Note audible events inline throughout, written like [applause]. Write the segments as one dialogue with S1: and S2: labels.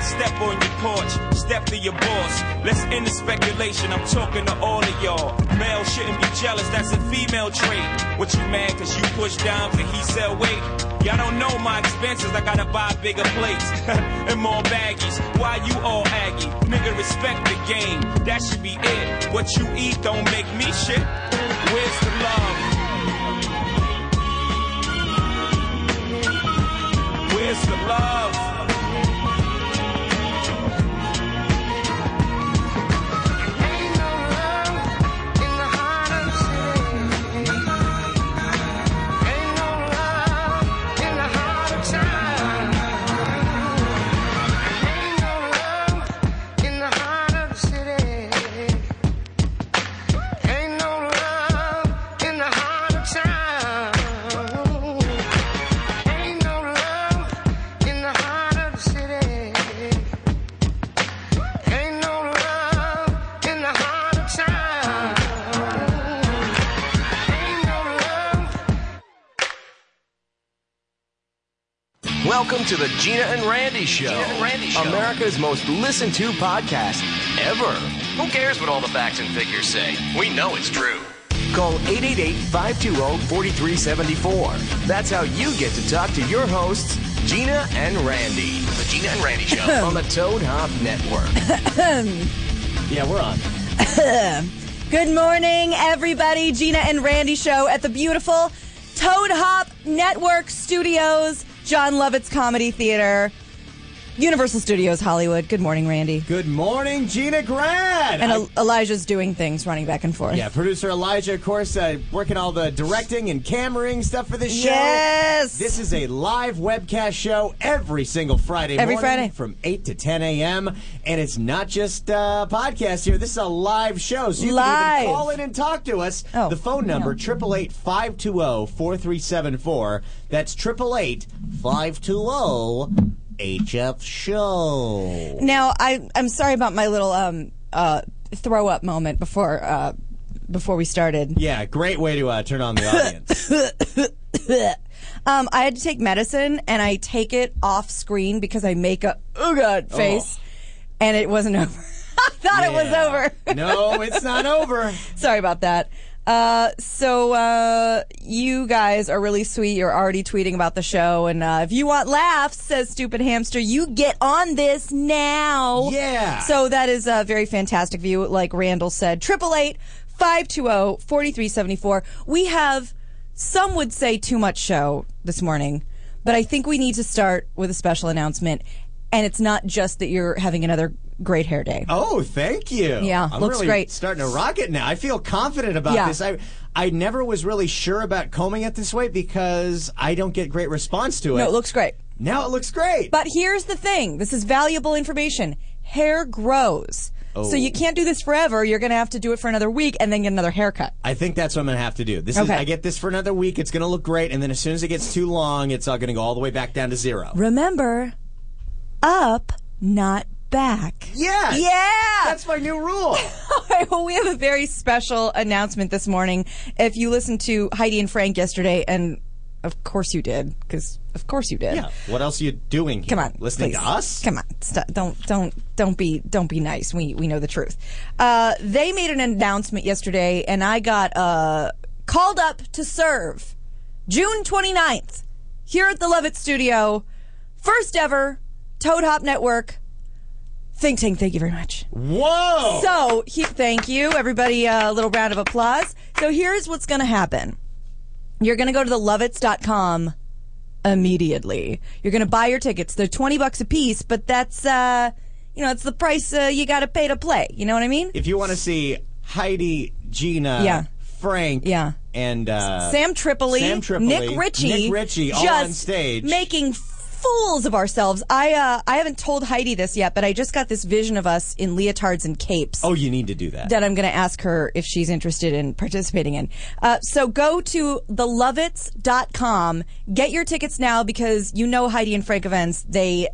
S1: step on your porch, step to your boss. Let's end the speculation, I'm talking to all of y'all. Male shouldn't be jealous, that's a female trait. What you mad cause you push dimes and he sell weight? Y'all don't know my expenses, I gotta buy bigger plates [laughs] and more baggies. Why you all aggy? Nigga, respect the game, that should be it. What you eat don't make me shit. Where's the love? Where's the love?
S2: Welcome to the Gina and Randy Show.
S3: Gina and Randy Show.
S2: America's most listened to podcast ever.
S3: Who cares what all the facts and figures say? We know it's true.
S2: Call 888 520 4374. That's how you get to talk to your hosts, Gina and Randy.
S3: The Gina and Randy Show.
S2: [laughs] on the Toad Hop Network. yeah, we're on.
S4: Good morning, everybody. Gina and Randy show at the beautiful Toad Hop Network Studios, John Lovett's Comedy Theater, Universal Studios Hollywood. Good morning, Randy.
S5: Good morning, Gina Grad.
S4: And El- Elijah's doing things, running back and forth.
S5: yeah, producer Elijah, of course, uh, working all the directing and cameraing stuff for this show.
S4: Yes.
S5: This is a live webcast show every single Friday
S4: Every
S5: morning
S4: Friday.
S5: from 8 to 10 a.m. And it's not just uh, podcast here. This is a live show. So you can
S4: Live.
S5: even call in and talk to us.
S4: Oh,
S5: the phone number, 888 520 4374. That's 888 520 HF oh Show.
S4: Now, I, I'm sorry about my little um, uh, throw up moment before uh, before we started.
S5: Yeah, great way to uh, turn
S4: [laughs]
S5: on the audience.
S4: Um, I had to take medicine, and I take it off screen because I make a oh god face, and it wasn't [laughs] over. I thought it was
S5: Yeah.
S4: over.
S5: no, it's
S4: [laughs]
S5: not over.
S4: Sorry about that. Uh, so uh, you guys are really sweet. You're already tweeting about the show, and uh, if you want laughs, says Stupid Hamster, you get on this now.
S5: Yeah.
S4: So that is a very fantastic view, like Randall said. Triple eight five two zero forty three seventy four. We have some would say too much show this morning, but I think we need to start with a special announcement, and it's not just that you're having another great hair day.
S5: Oh, thank you.
S4: Yeah,
S5: I'm
S4: looks
S5: really
S4: great.
S5: Starting to rock it now. I feel confident about
S4: Yeah.
S5: this. I I never was really sure about combing it this way because I don't get great response to it.
S4: No, it looks great.
S5: now it looks great.
S4: But here's the thing this is valuable information. Hair grows. So
S5: Oh.
S4: you can't do this forever. You're going to have to do it for another week and then get another haircut.
S5: I think that's what I'm gonna have to do. This
S4: Okay.
S5: is I get this for another week. It's gonna look great, and then as soon as it gets too long, it's all gonna go all the way back down to zero.
S4: Remember, up, not back.
S5: Yes.
S4: Yeah.
S5: That's my new rule.
S4: All right, [laughs] well, we have a very special announcement this morning. If you listened to Heidi and Frank yesterday, and of course you did, because of course you did.
S5: yeah. What else are you doing? Here?
S4: Come on,
S5: listening
S4: please.
S5: to us.
S4: Come on, st- don't don't don't be don't be nice. We we know the truth. Uh, they made an announcement yesterday, and I got uh, called up to serve June 29th here at the Lovett Studio, first ever Toad Hop Network think tank. Thank you very much.
S5: Whoa.
S4: So, he, thank you, everybody. uh, A little round of applause. So, here's what's going to happen you're going to go to the lovitz.com immediately. You're going to buy your tickets. They're 20 bucks a piece, but that's, uh, you know, it's the price uh, you got to pay to play. You know what I mean?
S5: if you want to see Heidi, Gina,
S4: Yeah.
S5: Frank,
S4: Yeah.
S5: and uh,
S4: Sam Tripoli,
S5: Sam Tripoli,
S4: Nick Ritchie,
S5: Nick Ritchie, all
S4: just
S5: on stage.
S4: making fools of ourselves. I uh, I haven't told Heidi this yet, but I just got this vision of us in leotards and capes.
S5: oh, you need to do that.
S4: that I'm going to ask her if she's interested in participating in. Uh, so go to thelovitz.com. Get your tickets now because you know Heidi and Frank events, they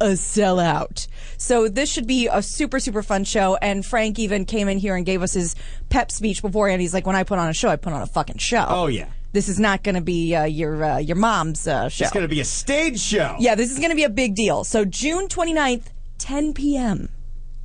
S4: uh, sell out. So this should be a super, super fun show. And Frank even came in here and gave us his pep speech before. And he's like, when I put on a show, I put on a fucking show.
S5: Oh, yeah.
S4: This is not going to be uh, your uh, your mom's uh, show.
S5: It's going to be a stage show.
S4: Yeah, this is going to be a big deal. So June 29th, 10 p.m.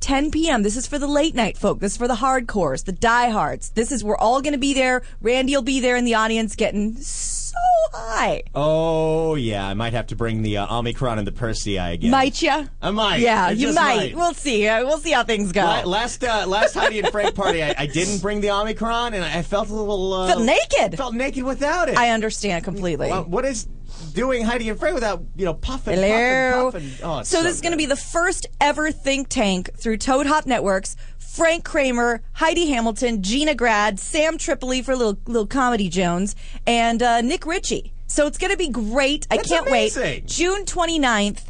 S4: 10 p.m. This is for the late night folk. This is for the hardcores, the diehards. This is we're all going to be there. Randy'll be there in the audience, getting so high.
S5: Oh yeah, I might have to bring the uh, Omicron and the Persei again.
S4: Might ya?
S5: I might.
S4: Yeah,
S5: I
S4: you
S5: just
S4: might.
S5: might.
S4: We'll see. Uh, We'll see how things go.
S5: La- Last uh, last Heidi and Frank party, I, I didn't bring the Omicron, and I felt a little uh,
S4: Felt naked.
S5: Felt naked without it.
S4: I understand completely.
S5: Well, what is doing Heidi and Frank without you know puffing,
S4: Hello.
S5: puffing, puffing? Oh, it's
S4: so, this is going to
S5: good.
S4: be the first ever think tank through Toad Hop Networks. Frank Kramer, Heidi Hamilton, Gina Grad, Sam Tripoli for little little comedy Jones, and uh, Nick Ritchie. So it's going to be great. I
S5: That's
S4: can't
S5: amazing.
S4: wait. June 29th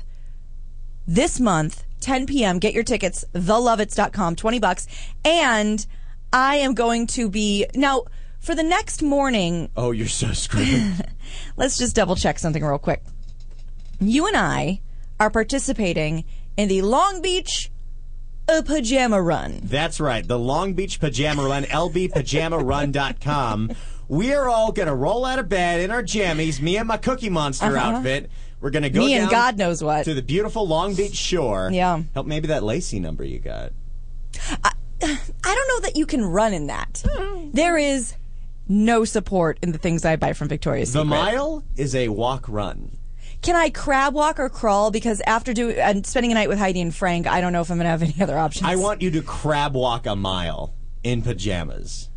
S4: this month, 10 p.m. Get your tickets, thelovitz.com, 20 bucks. And I am going to be now for the next morning.
S5: Oh, you're so screwed.
S4: Let's just double check something real quick. You and I are participating in the Long Beach uh, Pajama Run.
S5: That's right. The Long Beach Pajama Run, lbpajamarun.com. We are all going to roll out of bed in our jammies, me and my Cookie Monster outfit. We're going to go
S4: Uh-huh. Me and
S5: down
S4: God knows what.
S5: to the beautiful Long Beach shore.
S4: Yeah.
S5: Help maybe that Lacey number you got.
S4: I don't know that you can run in that.
S5: [laughs]
S4: There is no support in the things I buy from Victoria's
S5: The
S4: Secret.
S5: mile is a walk run.
S4: Can I crab walk or crawl? Because after doing and spending a night with Heidi and Frank, I don't know if I'm going to have any other options.
S5: I want you to crab walk a mile in pajamas.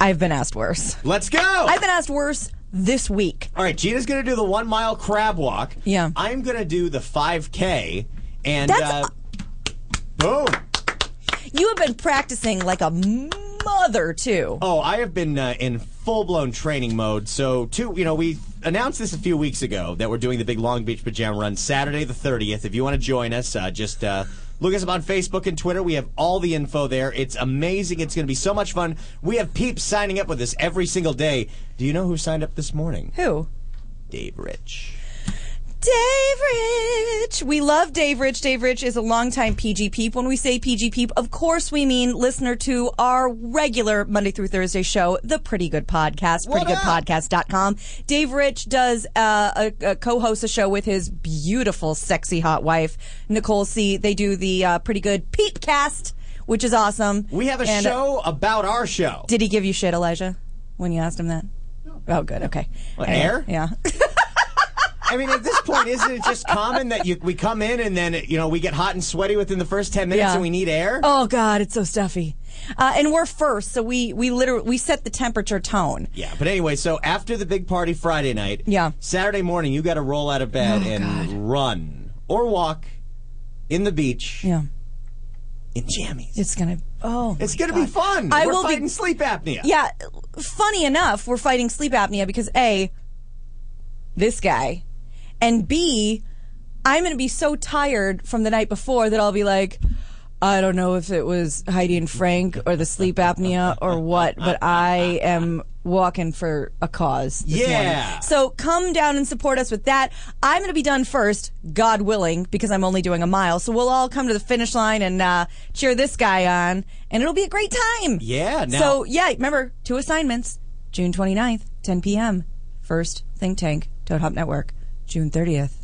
S4: I've been asked worse.
S5: Let's go.
S4: I've been asked worse this week.
S5: All right, Gina's going to do the one mile crab walk.
S4: Yeah.
S5: I'm going to do the 5K. And
S4: That's-
S5: uh, boom.
S4: You have been practicing like a mother too.
S5: Oh, I have been uh, in full blown training mode. So, two, you know, we announced this a few weeks ago that we're doing the big Long Beach Pajama Run Saturday the 30th. If you want to join us, uh, just uh, look us up on Facebook and Twitter. We have all the info there. It's amazing. It's going to be so much fun. We have peeps signing up with us every single day. Do you know who signed up this morning?
S4: Who?
S5: Dave Rich.
S4: Dave Rich. We love Dave Rich. Dave Rich is a longtime PG peep. When we say PG peep, of course we mean listener to our regular Monday through Thursday show, The Pretty Good Podcast, prettygoodpodcast.com. Dave Rich does uh, a, a co-hosts a show with his beautiful, sexy, hot wife, Nicole C. They do the uh, Pretty Good Peepcast, which is awesome.
S5: We have a
S4: And- uh,
S5: show about our show.
S4: Did he give you shit, Elijah, when you asked him that? Oh, good. Okay.
S5: What,
S4: Anyway,
S5: air?
S4: Yeah.
S5: I mean, at this point, isn't it just common that you, we come in and then, you know, we get hot and sweaty within the first 10 minutes
S4: Yeah.
S5: and we need air?
S4: Oh God, it's so stuffy. Uh, and we're first, so we we literally we set the temperature tone.
S5: Yeah, but anyway, so after the big party Friday night,
S4: Yeah. Oh,
S5: Saturday morning you got to roll out of bed and run or walk in the beach
S4: Yeah,
S5: in jammies.
S4: it's gonna. Oh,
S5: It's
S4: my
S5: gonna
S4: God.
S5: be fun.
S4: I
S5: We're
S4: will be-
S5: fighting sleep apnea.
S4: Yeah, funny enough, we're fighting sleep apnea because a this guy, and b I'm gonna be so tired from the night before that I'll be like. I don't know if it was Heidi and Frank or the sleep apnea or what, but I am walking for a cause. this morning.
S5: Yeah.
S4: So come down and support us with that. I'm going to be done first, God willing, because I'm only doing a mile. So we'll all come to the finish line and uh, cheer this guy on, and it'll be a great time.
S5: Yeah, now-
S4: so yeah, remember two assignments: June 29th, 10 p.m. First Think Tank Toad Hop Network. June 30th.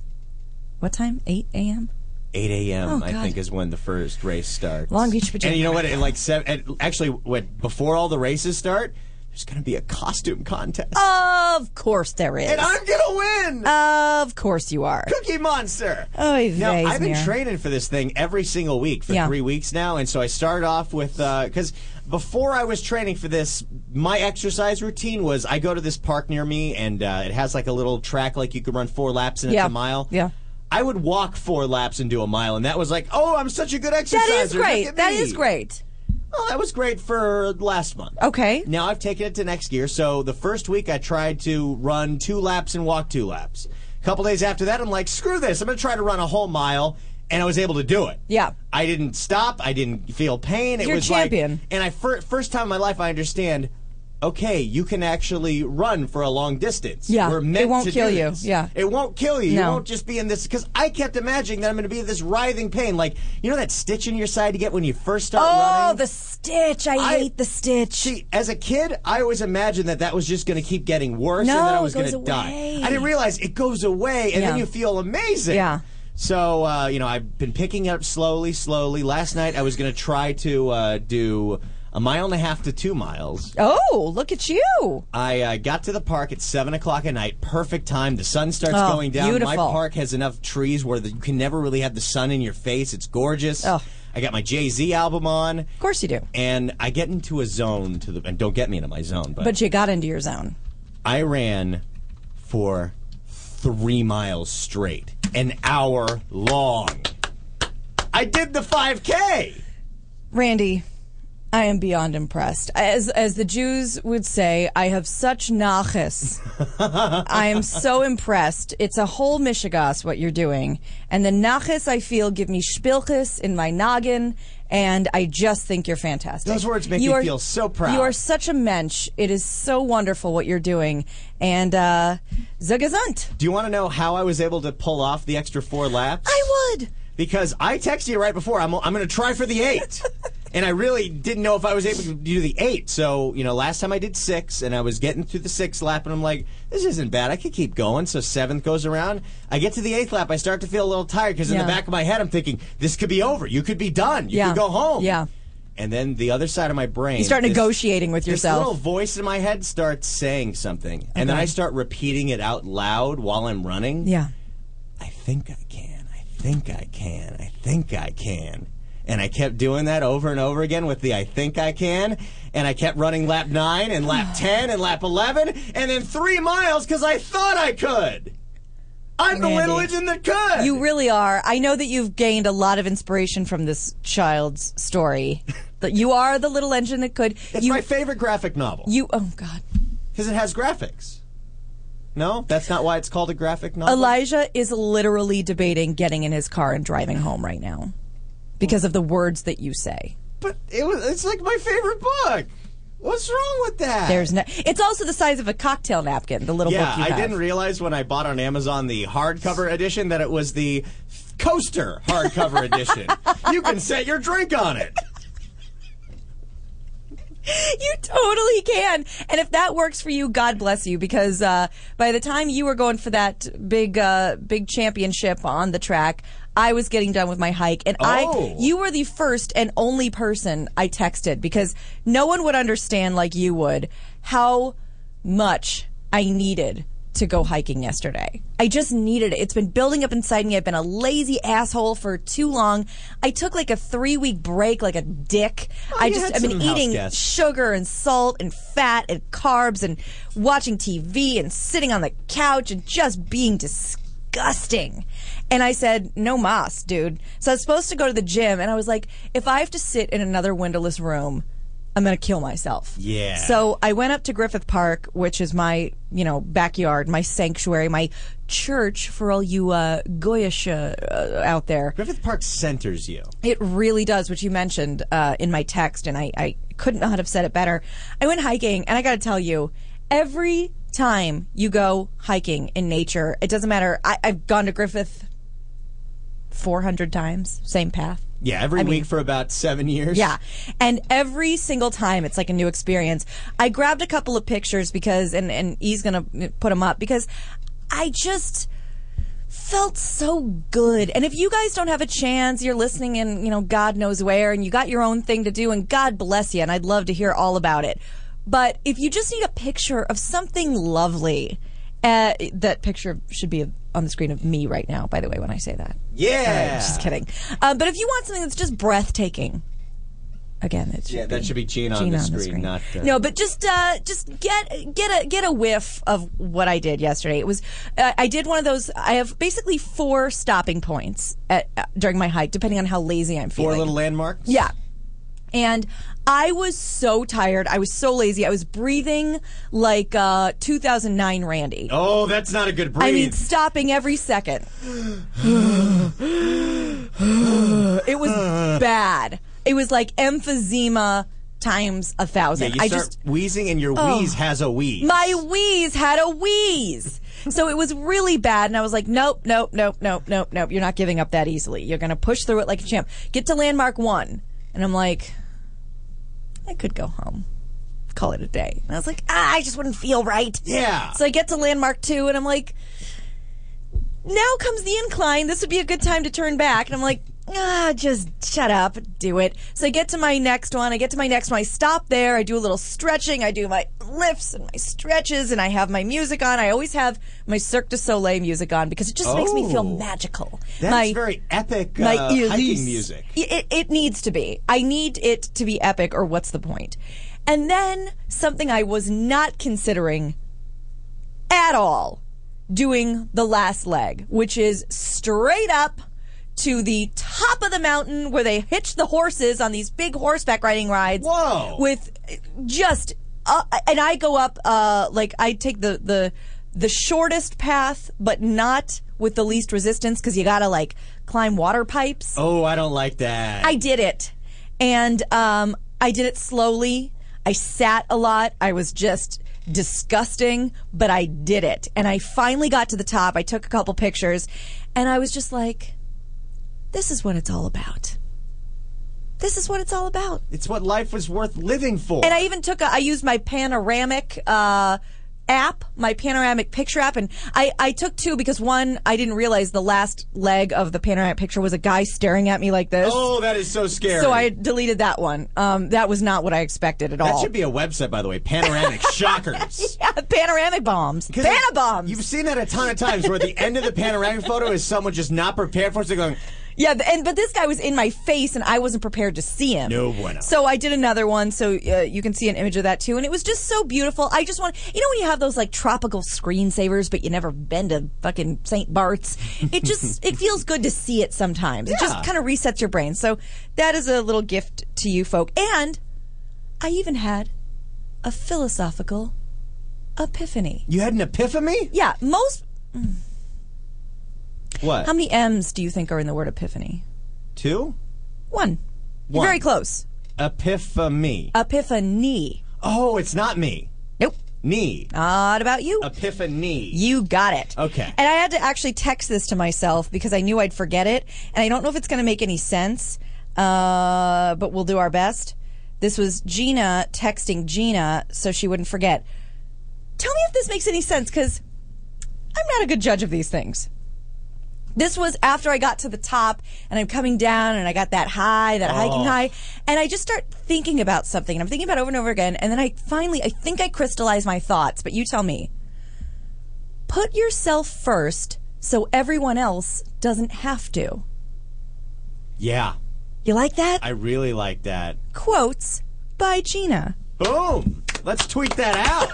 S4: What time? 8 a.m.
S5: 8 a.m.
S4: Oh,
S5: I
S4: God.
S5: think is when the first race starts.
S4: Long Beach pajama.
S5: And you know what? At like seven, at, actually, what before all the races start, there's gonna be a costume contest,
S4: Oh, Of course there is.
S5: and I'm gonna
S4: Uh,
S5: win.
S4: of course you are.
S5: Cookie Monster.
S4: Oy
S5: now
S4: veys,
S5: I've been
S4: Mir.
S5: training for this thing every single week for
S4: Yeah.
S5: three weeks now, and so I started off with because before I was training for this, my exercise routine was I go to this park near me, and uh, it has like a little track, like you can run four laps and
S4: Yeah.
S5: it's a mile.
S4: Yeah.
S5: I would walk four laps and do a mile, and that was like, oh, I'm such a good exerciser.
S4: That is
S5: Look
S4: great.
S5: at
S4: That
S5: me.
S4: is great.
S5: Well, that was great for last month.
S4: Okay.
S5: Now I've taken it to next year. So the first week I tried to run two laps and walk two laps. A couple days after that, I'm like, screw this. I'm going to try to run a whole mile. And I was able to do it.
S4: Yeah.
S5: I didn't stop. I didn't feel pain. It
S4: You're
S5: was
S4: champion.
S5: like, and I fir- first time in my life I understand. Okay, you can actually run for a long distance.
S4: Yeah.
S5: We're
S4: It
S5: meant
S4: won't
S5: to
S4: kill
S5: do
S4: you.
S5: this.
S4: Yeah.
S5: It won't kill you. You
S4: No.
S5: won't just be in this because I kept imagining that I'm going to be in this writhing pain, like you know that stitch in your side you get when you first start
S4: Oh,
S5: running.
S4: the stitch. I,
S5: I-
S4: hate the stitch.
S5: See, as a kid, I always imagined that that was just going to keep getting worse and
S4: No,
S5: that I
S4: it
S5: was going
S4: goes
S5: to die.
S4: away.
S5: I didn't realize it goes away and then
S4: Yeah.
S5: you feel amazing.
S4: Yeah.
S5: So uh, you know, I've been picking up slowly, slowly. Last night I was going to try to uh, do a mile and a half to two miles.
S4: Oh, look at you.
S5: I uh, got to the park at seven o'clock at night. Perfect time. The sun starts
S4: Oh,
S5: going down. My
S4: beautiful.
S5: park has enough trees where the, you can never really have the sun in your face. It's gorgeous.
S4: Oh.
S5: I got my Jay Z album on,
S4: Of course you do.
S5: and I get into a zone to the. And don't get me into my zone, but,
S4: But you got into your zone.
S5: I ran for three miles straight, an hour long. I did the five k.
S4: Randy, I am beyond impressed. As as the Jews would say, I have such
S5: [laughs]
S4: naches. I am so impressed. It's a whole mishigas what you're doing, and the naches I feel give me spilkes in my noggin, and I just think you're fantastic.
S5: Those words make
S4: you
S5: me
S4: are-
S5: feel so proud.
S4: You are such a mensch. It is so wonderful what you're doing, and uh, zugazunt.
S5: Do you want to know how I was able to pull off the extra four laps?
S4: I would.
S5: because I texted you right before I'm I'm going to try for
S4: [laughs]
S5: the eight, and I really didn't know if I was able to do the eight. So you know, last time I did six, and I was getting through the sixth lap, and I'm like, this isn't bad. I could keep going. So seventh goes around. I get to the eighth lap. I start to feel a little tired because in
S4: Yeah.
S5: the back of my head, I'm thinking this could be over. You could be done. You
S4: Yeah.
S5: could go home.
S4: Yeah.
S5: And then the other side of my brain,
S4: You start
S5: this-
S4: negotiating with yourself.
S5: This little voice in my head starts saying something, and then I start repeating it out loud while I'm running.
S4: Yeah.
S5: I think I can. I think I can. I think I can. And I kept doing that over and over again with the I think I can. And I kept running lap 9
S4: [sighs]
S5: and lap 10 and lap 11 and then 3 miles cuz I thought I could. I'm the
S4: Randy.
S5: little engine that could.
S4: You really are. I know that you've gained a lot of inspiration from this child's story. That you are the little engine that could.
S5: it's
S4: you,
S5: my favorite graphic novel
S4: you. Oh God,
S5: cuz it has graphics. No, that's not why it's called a graphic novel.
S4: Elijah is literally debating getting in his car and driving home right now because of the words that you say.
S5: but it was it's like my favorite book. What's wrong with that?
S4: There's no. It's also the size of a cocktail napkin. The little
S5: Yeah,
S4: book you
S5: I
S4: have.
S5: didn't realize when I bought on Amazon the hardcover edition that it was the coaster
S4: [laughs]
S5: hardcover edition. You can set your drink on it.
S4: you totally can. And if that works for you, God bless you. Because uh, by the time you were going for that big, uh, big championship on the track, I was getting done with my hike, and
S5: Oh.
S4: I, you were the first and only person I texted because no one would understand like you would how much I needed to go hiking yesterday. I just needed it. It's been building up inside me. I've been a lazy asshole for too long. I took like a three week break, like a dick. I
S5: Oh, you
S4: just
S5: had
S4: I've been
S5: some house
S4: eating
S5: guests.
S4: sugar and salt and fat and carbs and watching TV and sitting on the couch and just being disgusting. And I said, no mas, dude. So I was supposed to go to the gym and I was like, if I have to sit in another windowless room, I'm going to kill myself.
S5: Yeah.
S4: So I went up to Griffith Park, which is my, you know, backyard, my sanctuary, my church for all you uh, Goyish uh, out there.
S5: Griffith Park centers you.
S4: It really does, which you mentioned uh, in my text, and I, I could not have said it better. I went hiking, and I got to tell you, every time you go hiking in nature, it doesn't matter. I, I've gone to Griffith 400 times, same path.
S5: Yeah, every week for about seven years.
S4: Yeah. And every single time it's like a new experience. I grabbed a couple of pictures because, and, and he's going to put them up because I just felt so good. And if you guys don't have a chance, you're listening in, you know, God knows where and you got your own thing to do and God bless you. And I'd love to hear all about it. But if you just need a picture of something lovely, uh, that picture should be on the screen of me right now, by the way, when I say that.
S5: Yeah.
S4: Just kidding. Uh, but if you want something that's just breathtaking, again, it should
S5: Yeah,
S4: be
S5: that should be Gene on,
S4: Gina
S5: the, screen, not. Uh,
S4: no, but just uh, just get get a get a whiff of what I did yesterday. It was uh, I did one of those. I have basically four stopping points at, uh, during my hike, depending on how lazy I'm
S5: Four
S4: feeling.
S5: little landmarks?
S4: Yeah. And I was so tired. I was so lazy. I was breathing like uh, 2009 Randy.
S5: Oh, that's not a good breathe.
S4: I mean, stopping every second. it was bad. It was like emphysema times a
S5: yeah,
S4: thousand.
S5: you
S4: I
S5: start
S4: just Oh.
S5: wheezing and your wheeze has a wheeze.
S4: my wheeze had a wheeze. So it was really bad, and I was like, nope, nope, nope, nope, nope, nope. You're not giving up that easily. You're going to push through it like a champ. Get to landmark one. And I'm like, I could go home, call it a day. And I was like, ah, I just wouldn't feel right.
S5: yeah.
S4: So I get to landmark two, and I'm like, now comes the incline. This would be a good time to turn back. And I'm like, ah, just shut up, do it. So I get to my next one. I get to my next one. I stop there. I do a little stretching. I do my lifts and my stretches, and I have my music on. I always have my Cirque du Soleil music on because it just makes me feel
S5: Oh.
S4: magical.
S5: That's
S4: my,
S5: very epic
S4: my
S5: uh, hiking
S4: Elise.
S5: music.
S4: It, it- it needs to be. I need it to be epic, or what's the point? And then something I was not considering at all doing the last leg, which is straight up to the top of the mountain where they hitch the horses on these big horseback riding rides.
S5: Whoa.
S4: With just, uh, and I go up, uh, like I take the, the, the shortest path, but not with the least resistance because you gotta like climb water pipes.
S5: Oh, I don't like that.
S4: I did it. And um, I did it slowly. I sat a lot. I was just disgusting, but I did it. And I finally got to the top. I took a couple pictures and I was just like, this is what it's all about. This is what it's all about.
S5: it's what life was worth living for.
S4: And I even took a, I used my panoramic, uh, app, my panoramic picture app, and I, I took two because one, I didn't realize the last leg of the panoramic picture was a guy staring at me like this.
S5: oh, that is so scary.
S4: So I deleted that one. Um, that was not what I expected at all.
S5: that should be a website, by the way. Panoramic shockers.
S4: [laughs] yeah, panoramic bombs,
S5: 'Cause
S4: panabombs.
S5: You've seen that a ton of times where the end of the panoramic photo is someone just not prepared for it. So they're going,
S4: yeah, th- and but this guy was in my face, and I wasn't prepared to see him.
S5: No bueno.
S4: So I did another one, so uh, you can see an image of that too, and it was just so beautiful. I just want, you know, when you have those like tropical screensavers, but you never been to fucking St. Bart's. It just
S5: [laughs]
S4: it feels good to see it sometimes. It
S5: Yeah.
S4: just kind of resets your brain. So that is a little gift to you folk, and I even had a philosophical epiphany.
S5: You had an epiphany?
S4: Yeah, most.
S5: What?
S4: How many M's do you think are in the word epiphany?
S5: Two?
S4: One. You're
S5: One.
S4: very close.
S5: Epiphany.
S4: Epiphany.
S5: oh, it's not me.
S4: Nope.
S5: Knee.
S4: Not about you.
S5: Epiphany.
S4: you got it.
S5: Okay.
S4: And I had to actually text this to myself because I knew I'd forget it, and I don't know if it's going to make any sense. Uh, but we'll do our best. This was Gina texting Gina so she wouldn't forget. Tell me if this makes any sense because I'm not a good judge of these things. This was after I got to the top and I'm coming down and I got that high, that hiking high, and I just start thinking about something and I'm thinking about it over and over again. And then I finally, I think I crystallize my thoughts, but you tell me. Put yourself first so everyone else doesn't have to.
S5: yeah.
S4: You like that?
S5: I really like that.
S4: Quotes by Gina.
S5: Boom. Let's tweet that out.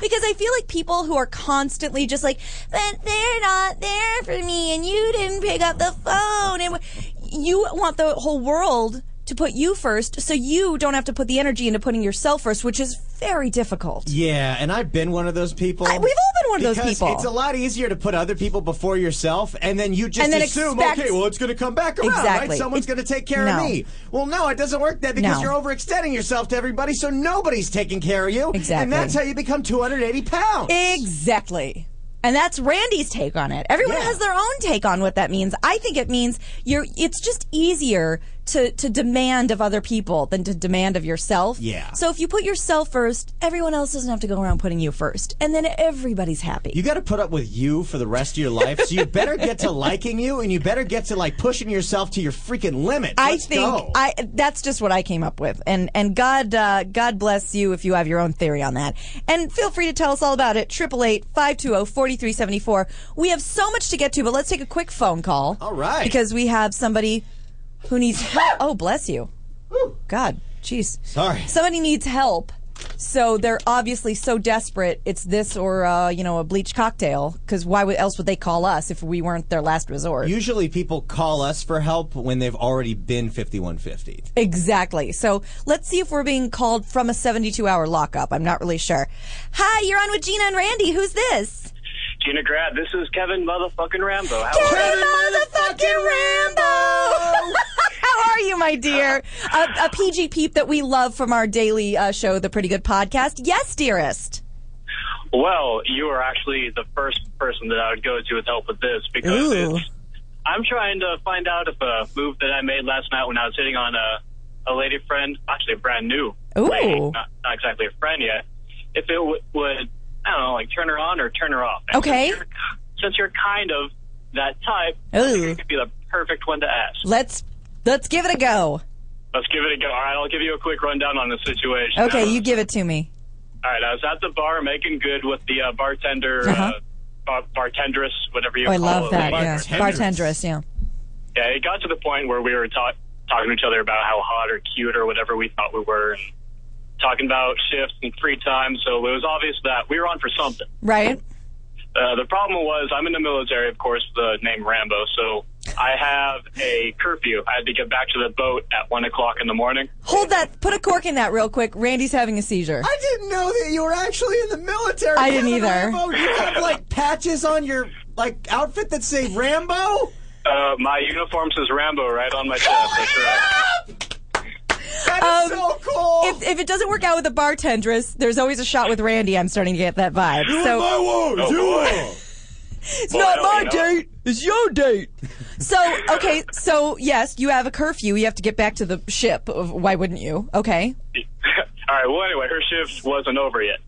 S4: Because I feel like people who are constantly just like, but they're not there for me and you didn't pick up the phone and wh- you want the whole world to put you first so you don't have to put the energy into putting yourself first, which is very difficult.
S5: yeah, and I've been one of those people.
S4: I- we've all been one of those
S5: Because
S4: people.
S5: It's a lot easier to put other people before yourself, and then you just
S4: And then
S5: assume,
S4: expect-
S5: okay, well, it's going to come back around, right?
S4: Exactly.
S5: Someone's
S4: It-
S5: going to take care
S4: No.
S5: of me. Well, no, it doesn't work that because
S4: No.
S5: you're overextending yourself to everybody, so nobody's taking care of you.
S4: Exactly.
S5: And that's how you become 280 pounds.
S4: Exactly. And that's Randy's take on it. Everyone
S5: Yeah.
S4: has their own take on what that means. I think it means you're it's just easier to to demand of other people than to demand of yourself.
S5: Yeah.
S4: So if you put yourself first, everyone else doesn't have to go around putting you first. And then everybody's happy.
S5: You got to put up with you for the rest of your life. So you better get to liking you, and you better get to like pushing yourself to your freaking limit.
S4: I
S5: Let's
S4: think
S5: go.
S4: I that's just what I came up with, and and God uh, God bless you if you have your own theory on that, and feel free to tell us all about it. Triple eight five two zero forty three seventy four. We have so much to get to, but let's take a quick phone call.
S5: All right.
S4: because we have somebody who needs
S5: [laughs]
S4: help. Oh, bless you. God, jeez.
S5: Sorry.
S4: Somebody needs help. So they're obviously so desperate. It's this or uh, you know a bleach cocktail. Because why would, else would they call us if we weren't their last resort?
S5: Usually, people call us for help when they've already been 5150.
S4: Exactly. So let's see if we're being called from a 72 hour lockup. I'm not really sure. Hi, you're on with Gina and Randy. Who's this?
S6: Gina Grad, this is Kevin motherfucking Rambo. How are
S4: Kevin motherfucking Rambo. [laughs] How are you, my dear? A, a PG peep that we love from our daily uh, show, The Pretty Good Podcast. Yes, dearest.
S6: you? Well, you are actually the first person that I would go to with help with this because
S4: Ooh.
S6: it's, I'm trying to find out if a move that I made last night when I was hitting on a, a lady friend, actually a brand new
S4: Ooh.
S6: lady, not, not exactly a friend yet, if it w- would, I don't know, like turn her on or turn her off. And
S4: Okay.
S6: You're, since you're kind of that type, I think
S4: Ooh.
S6: it could be the perfect one to ask.
S4: Let's let's give it a go.
S6: Let's give it a go. All right, I'll give you a quick rundown on the situation.
S4: Okay, you give it to me.
S6: All right, I was at the bar making good with the uh, bartender,
S4: Uh-huh.
S6: uh, bar- bartendress, whatever you
S4: Oh, I
S6: call
S4: love
S6: it.
S4: that. Yeah.
S5: Bartendress.
S4: Bartendress, yeah.
S6: Yeah, it got to the point where we were ta- talking to each other about how hot or cute or whatever we thought we were, and talking about shifts and free time. So it was obvious that we were on for something.
S4: Right?
S6: Uh, the problem was I'm in the military, of course, the name Rambo. So I have a curfew. I had to get back to the boat at one o'clock in the morning.
S4: Hold that. Put a cork in that real quick. Randy's having a seizure.
S5: I didn't know that you were actually in the military.
S4: I didn't
S5: Kevin
S4: either.
S5: Rambo. you have like patches on your like outfit that say Rambo.
S6: Uh, my uniform says Rambo right on my chest. That's right.
S5: That is
S4: Um,
S5: so cool.
S4: If, if it doesn't work out with the bartendress, there's always a shot with Randy. I'm starting to get that vibe. So
S5: won't
S6: Oh, boy.
S4: it's
S6: boy,
S4: not
S6: no,
S4: my
S6: you know.
S4: date. It's your date. So okay. So yes, you have a curfew. You have to get back to the ship. Of- Why wouldn't you? Okay.
S6: [laughs] All right. Well, anyway, her shift wasn't over yet.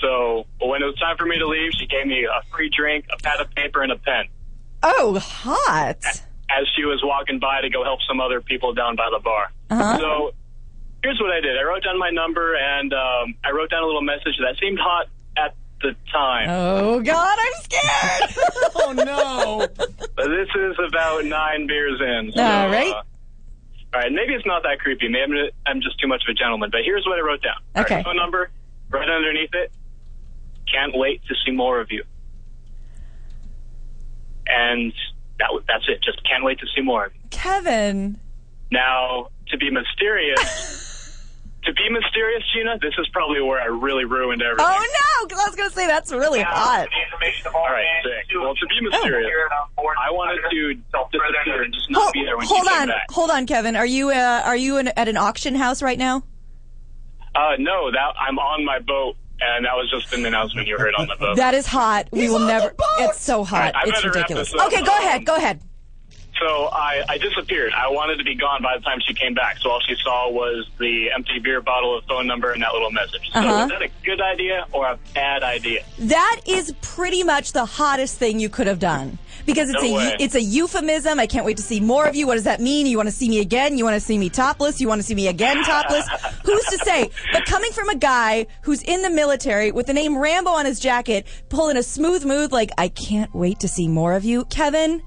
S6: So when it was time for me to leave, she gave me a free drink, a pad of paper, and a pen.
S4: Oh, hot.
S6: As she was walking by to go help some other people down by the bar. So here's what I did. I wrote down my number and um, I wrote down a little message that seemed hot at the time.
S4: Oh God, I'm scared. [laughs]
S5: oh no.
S6: But this is about nine beers in. So,
S4: All right.
S6: uh, all right. Maybe it's not that creepy. Maybe I'm, I'm just too much of a gentleman. But here's what I wrote down. All right,
S4: Okay.
S6: phone number right underneath it. Can't wait to see more of you. And that w- that's it. Just can't wait to see more of you.
S4: Kevin.
S6: Now, to be mysterious.
S4: [laughs]
S6: To be mysterious, Gina, this is probably where I really ruined everything.
S4: Oh no! 'cause I was gonna say that's really hot.
S6: All right, sick. Well, to
S4: Oh.
S6: be mysterious, I wanted to disappear and just not
S4: Hold,
S6: be there when
S4: hold
S6: she came
S4: on,
S6: back.
S4: hold on, Kevin. Are you uh, are you in, at an auction house right now?
S6: Uh, no, that I'm on my boat, and that was just an announcement you heard on the boat.
S4: That is hot. We will
S5: on the
S4: never.
S5: boat!
S4: It's so hot.
S6: All right, I
S4: it's
S6: better wrap
S4: ridiculous.
S6: this up.
S4: Okay, go ahead. Go ahead.
S6: so I, I disappeared. I wanted to be gone by the time she came back. So all she saw was the empty beer bottle, a phone number, and that little message. So
S4: Uh-huh.
S6: was that a good idea or a bad idea?
S4: That is pretty much the hottest thing you could have done because it's
S6: No
S4: a
S6: way.
S4: it's a euphemism. I can't wait to see more of you. What does that mean? You want to see me again? You want to see me topless? You want to see me again
S6: [laughs]
S4: topless? Who's to say? But coming from a guy who's in the military with the name Rambo on his jacket, pulling a smooth move like I can't wait to see more of you, Kevin.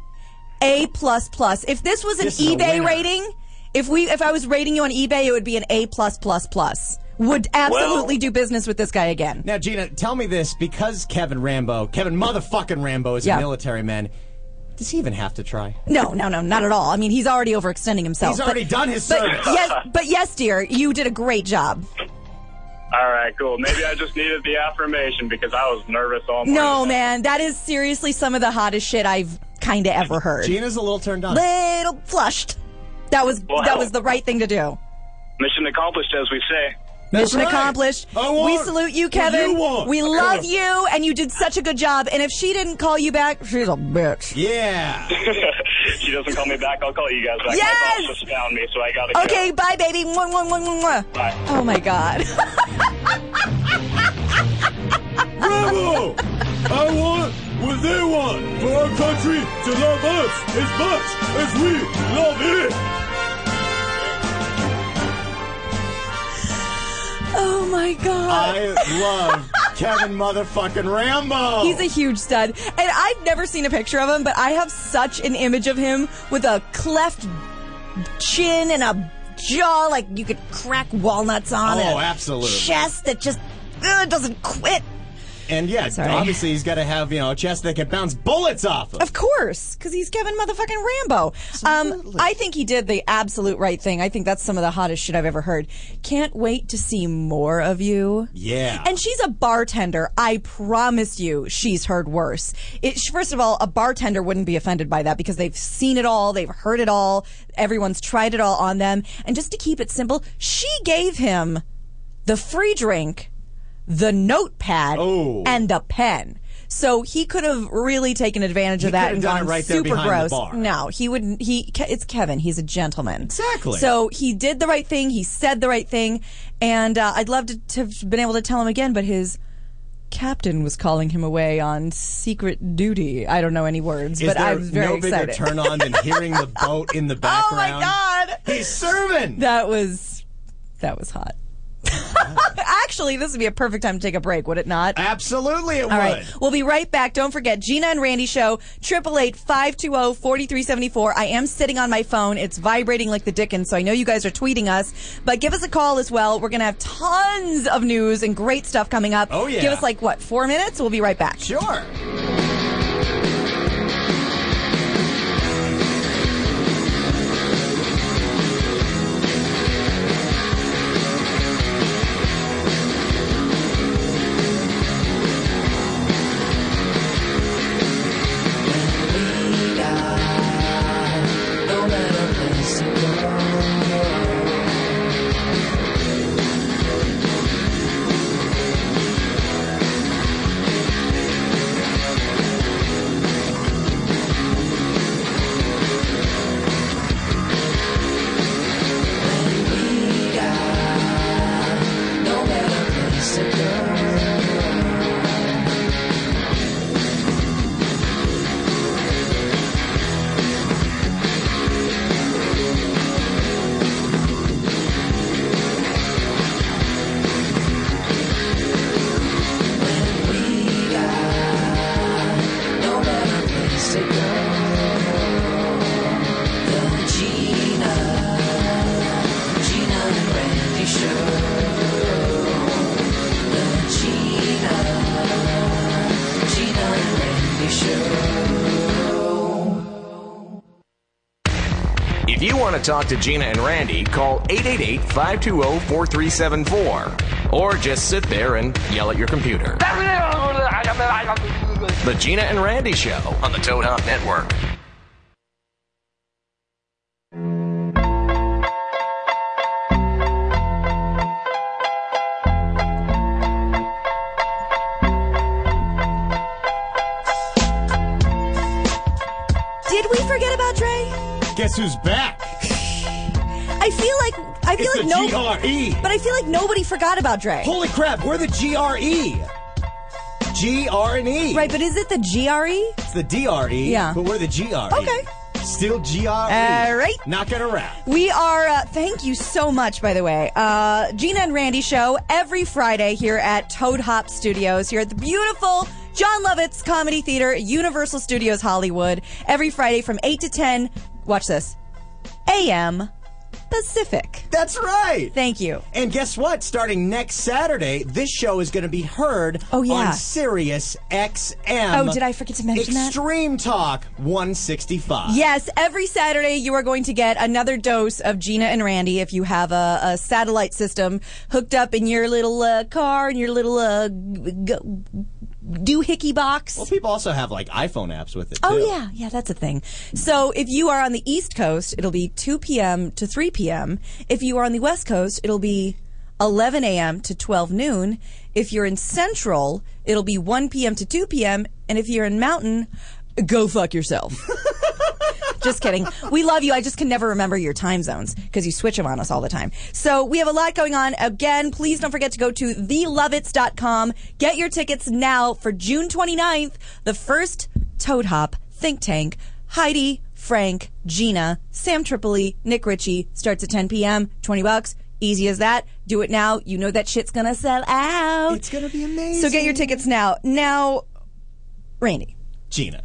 S4: A plus plus. If this was an
S5: This is a
S4: eBay
S5: winner.
S4: rating, if we if I was rating you on eBay, it would be an A plus plus plus. Would absolutely do business with this guy again.
S5: Now, Gina, tell me this because Kevin Rambo, Kevin motherfucking Rambo is
S4: Yeah.
S5: a military man. Does he even have to try?
S4: No, no, no, not at all. I mean, he's already overextending himself.
S5: He's already
S4: but,
S5: done his
S4: But
S5: service.
S4: yes, but yes, dear, you did a great job.
S6: All right, cool. Maybe I just needed the affirmation because I was nervous all morning.
S4: No, man, that is seriously some of the hottest shit I've kind of ever heard.
S5: Gina's a little turned on.
S4: Little flushed. That was
S6: Well,
S4: that
S6: hell.
S4: was the right thing to do.
S6: Mission accomplished, as we say. [laughs]
S5: That's
S4: Mission
S5: right.
S4: accomplished.
S5: I want
S4: we salute you,
S5: what
S4: Kevin.
S5: you want.
S4: we
S5: Yeah.
S4: love you, and you did such a good job. And if she didn't call you back, she's a bitch.
S5: Yeah.
S6: she doesn't call me back. I'll call you guys back.
S4: Yes!
S6: My boss just found me, so I gotta go.
S4: Okay, bye, baby. Mwah, mwah, mwah, mwah, mwah.
S6: Bye.
S4: Oh my god. [laughs]
S5: Rambo! I want what they want for our country to love us as much as we love it.
S4: oh my god.
S5: I love Kevin motherfucking Rambo.
S4: He's a huge stud. And I've never seen a picture of him, but I have such an image of him with a cleft chin and a jaw like you could crack walnuts on. and
S5: Oh,
S4: a
S5: absolutely.
S4: Chest that just uh, doesn't quit.
S5: and yeah,
S4: Sorry.
S5: obviously he's got to have you know a chest that can bounce bullets off of.
S4: Of course, because he's Kevin motherfucking Rambo. Um,
S5: Absolutely.
S4: I think he did the absolute right thing. I think that's some of the hottest shit I've ever heard. Can't wait to see more of you.
S5: Yeah.
S4: And she's a bartender. I promise you, she's heard worse. It, sh- first of all, a bartender wouldn't be offended by that because they've seen it all, they've heard it all, everyone's tried it all on them. And just to keep it simple, she gave him the free drink, the notepad,
S5: Oh.
S4: and the pen. So he could have really taken advantage of
S5: He
S4: that
S5: could
S4: and
S5: have done
S4: gone
S5: it right there
S4: super
S5: behind the
S4: gross.
S5: bar.
S4: No, he wouldn't. He Ke- it's Kevin. He's a gentleman.
S5: Exactly.
S4: So he did the right thing. He said the right thing, and uh, I'd love to, to have been able to tell him again, but his captain was calling him away on secret duty. I don't know any words,
S5: Is
S4: but
S5: there
S4: I was very
S5: no bigger
S4: excited.
S5: turn on than hearing the boat in
S4: [laughs]
S5: the
S4: oh my
S5: background?
S4: god,
S5: He's serving.
S4: that was that was hot. [laughs] Actually, this would be a perfect time to take a break, would it not?
S5: Absolutely, it would.
S4: All right. We'll be right back. Don't forget, Gina and Randy show, 888-520-4374. I am sitting on my phone. It's vibrating like the dickens, so I know you guys are tweeting us, but give us a call as well. We're going to have tons of news and great stuff coming up.
S5: Oh, yeah.
S4: Give us like, what, four minutes? We'll be right back.
S5: Sure.
S2: If you want to talk to [laughs] Gina and Randy, call 888 520 4374 or just sit there and yell at your computer. The Gina and Randy Show on the Toad Hop Network.
S4: Did we forget about Dre?
S5: Guess who's back?
S4: I feel like, I feel
S5: It's
S4: like
S5: the
S4: no,
S5: GRE.
S4: but I feel like nobody forgot about Dre.
S5: Holy crap, we're the GRE. GR and E.
S4: Right, but is it the E? GRE?
S5: It's the DRE.
S4: Yeah.
S5: But we're the GRE.
S4: Okay.
S5: Still GRE.
S4: All right.
S5: Not gonna wrap.
S4: We are, uh, thank you so much, by the way. Uh, Gina and Randy show every Friday here at Toad Hop Studios, here at the beautiful John Lovitz Comedy Theater, Universal Studios Hollywood. Every Friday from 8 to 10, watch this, a.m. Pacific.
S5: That's right.
S4: Thank you.
S5: And guess what? Starting next Saturday, this show is going to be heard
S4: Oh, yeah.
S5: on Sirius XM.
S4: Oh, did I forget to mention that?
S5: Extreme Talk 165.
S4: Yes, every Saturday you are going to get another dose of Gina and Randy if you have a, a satellite system hooked up in your little uh, car, in your little uh, g- g- doohickey box.
S5: Well, people also have like iPhone apps with it.
S4: Oh
S5: too.
S4: yeah, yeah, that's a thing. So if you are on the East Coast, it'll be 2 p.m. to 3 p.m. If you are on the West Coast, it'll be 11 a.m. to 12 noon. If you're in Central, it'll be 1 p.m. to 2 p.m. And if you're in Mountain, go fuck yourself. Just kidding. We love you. I just can never remember your time zones because you switch them on us all the time. So we have a lot going on. Again, please don't forget to go to thelovitz.com. Get your tickets now for June 29th, the first Toad Hop Think Tank. Heidi, Frank, Gina, Sam Tripoli, Nick Ritchie starts at 10 p.m., 20 bucks. Easy as that. Do it now. You know that shit's going to sell out.
S5: It's going to be amazing.
S4: so get your tickets now. Now, Randy.
S5: Gina.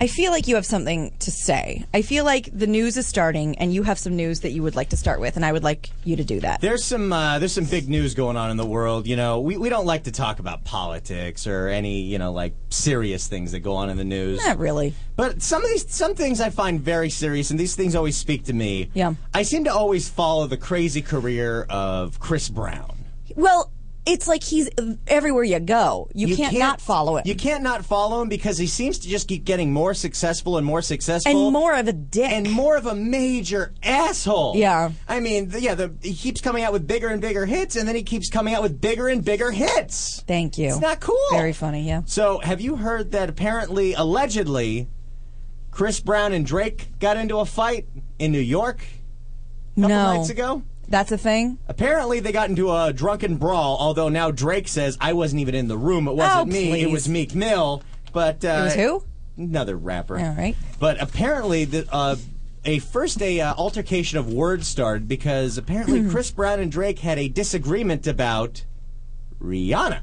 S4: I feel like you have something to say. I feel like the news is starting, and you have some news that you would like to start with, and I would like you to do that.
S5: There's some uh, there's some big news going on in the world. You know, we, we don't like to talk about politics or any you know like serious things that go on in the news.
S4: Not really.
S5: But some of these some things I find very serious, and these things always speak to me.
S4: Yeah.
S5: I seem to always follow the crazy career of Chris Brown.
S4: Well, it's like he's everywhere you go. You, can't, not follow him.
S5: You can't not follow him because he seems to just keep getting more successful and more successful
S4: and more of a dick.
S5: and more of a major asshole.
S4: Yeah.
S5: I mean, th- yeah, the, he keeps coming out with bigger and bigger hits, and then he keeps coming out with bigger and bigger hits.
S4: Thank you.
S5: It's not cool.
S4: Very funny, yeah.
S5: So, have you heard that apparently, allegedly, Chris Brown and Drake got into a fight in New York a couple
S4: no.
S5: nights ago?
S4: That's a thing.
S5: Apparently, they got into a drunken brawl. Although now Drake says I wasn't even in the room. It wasn't
S4: Oh,
S5: me. It
S4: please.
S5: was Meek Mill. But uh,
S4: It was who?
S5: Another rapper.
S4: All right.
S5: But apparently, the, uh, a first a uh, altercation of words started
S4: [clears throat]
S5: because apparently Chris Brown and Drake had a disagreement about Rihanna,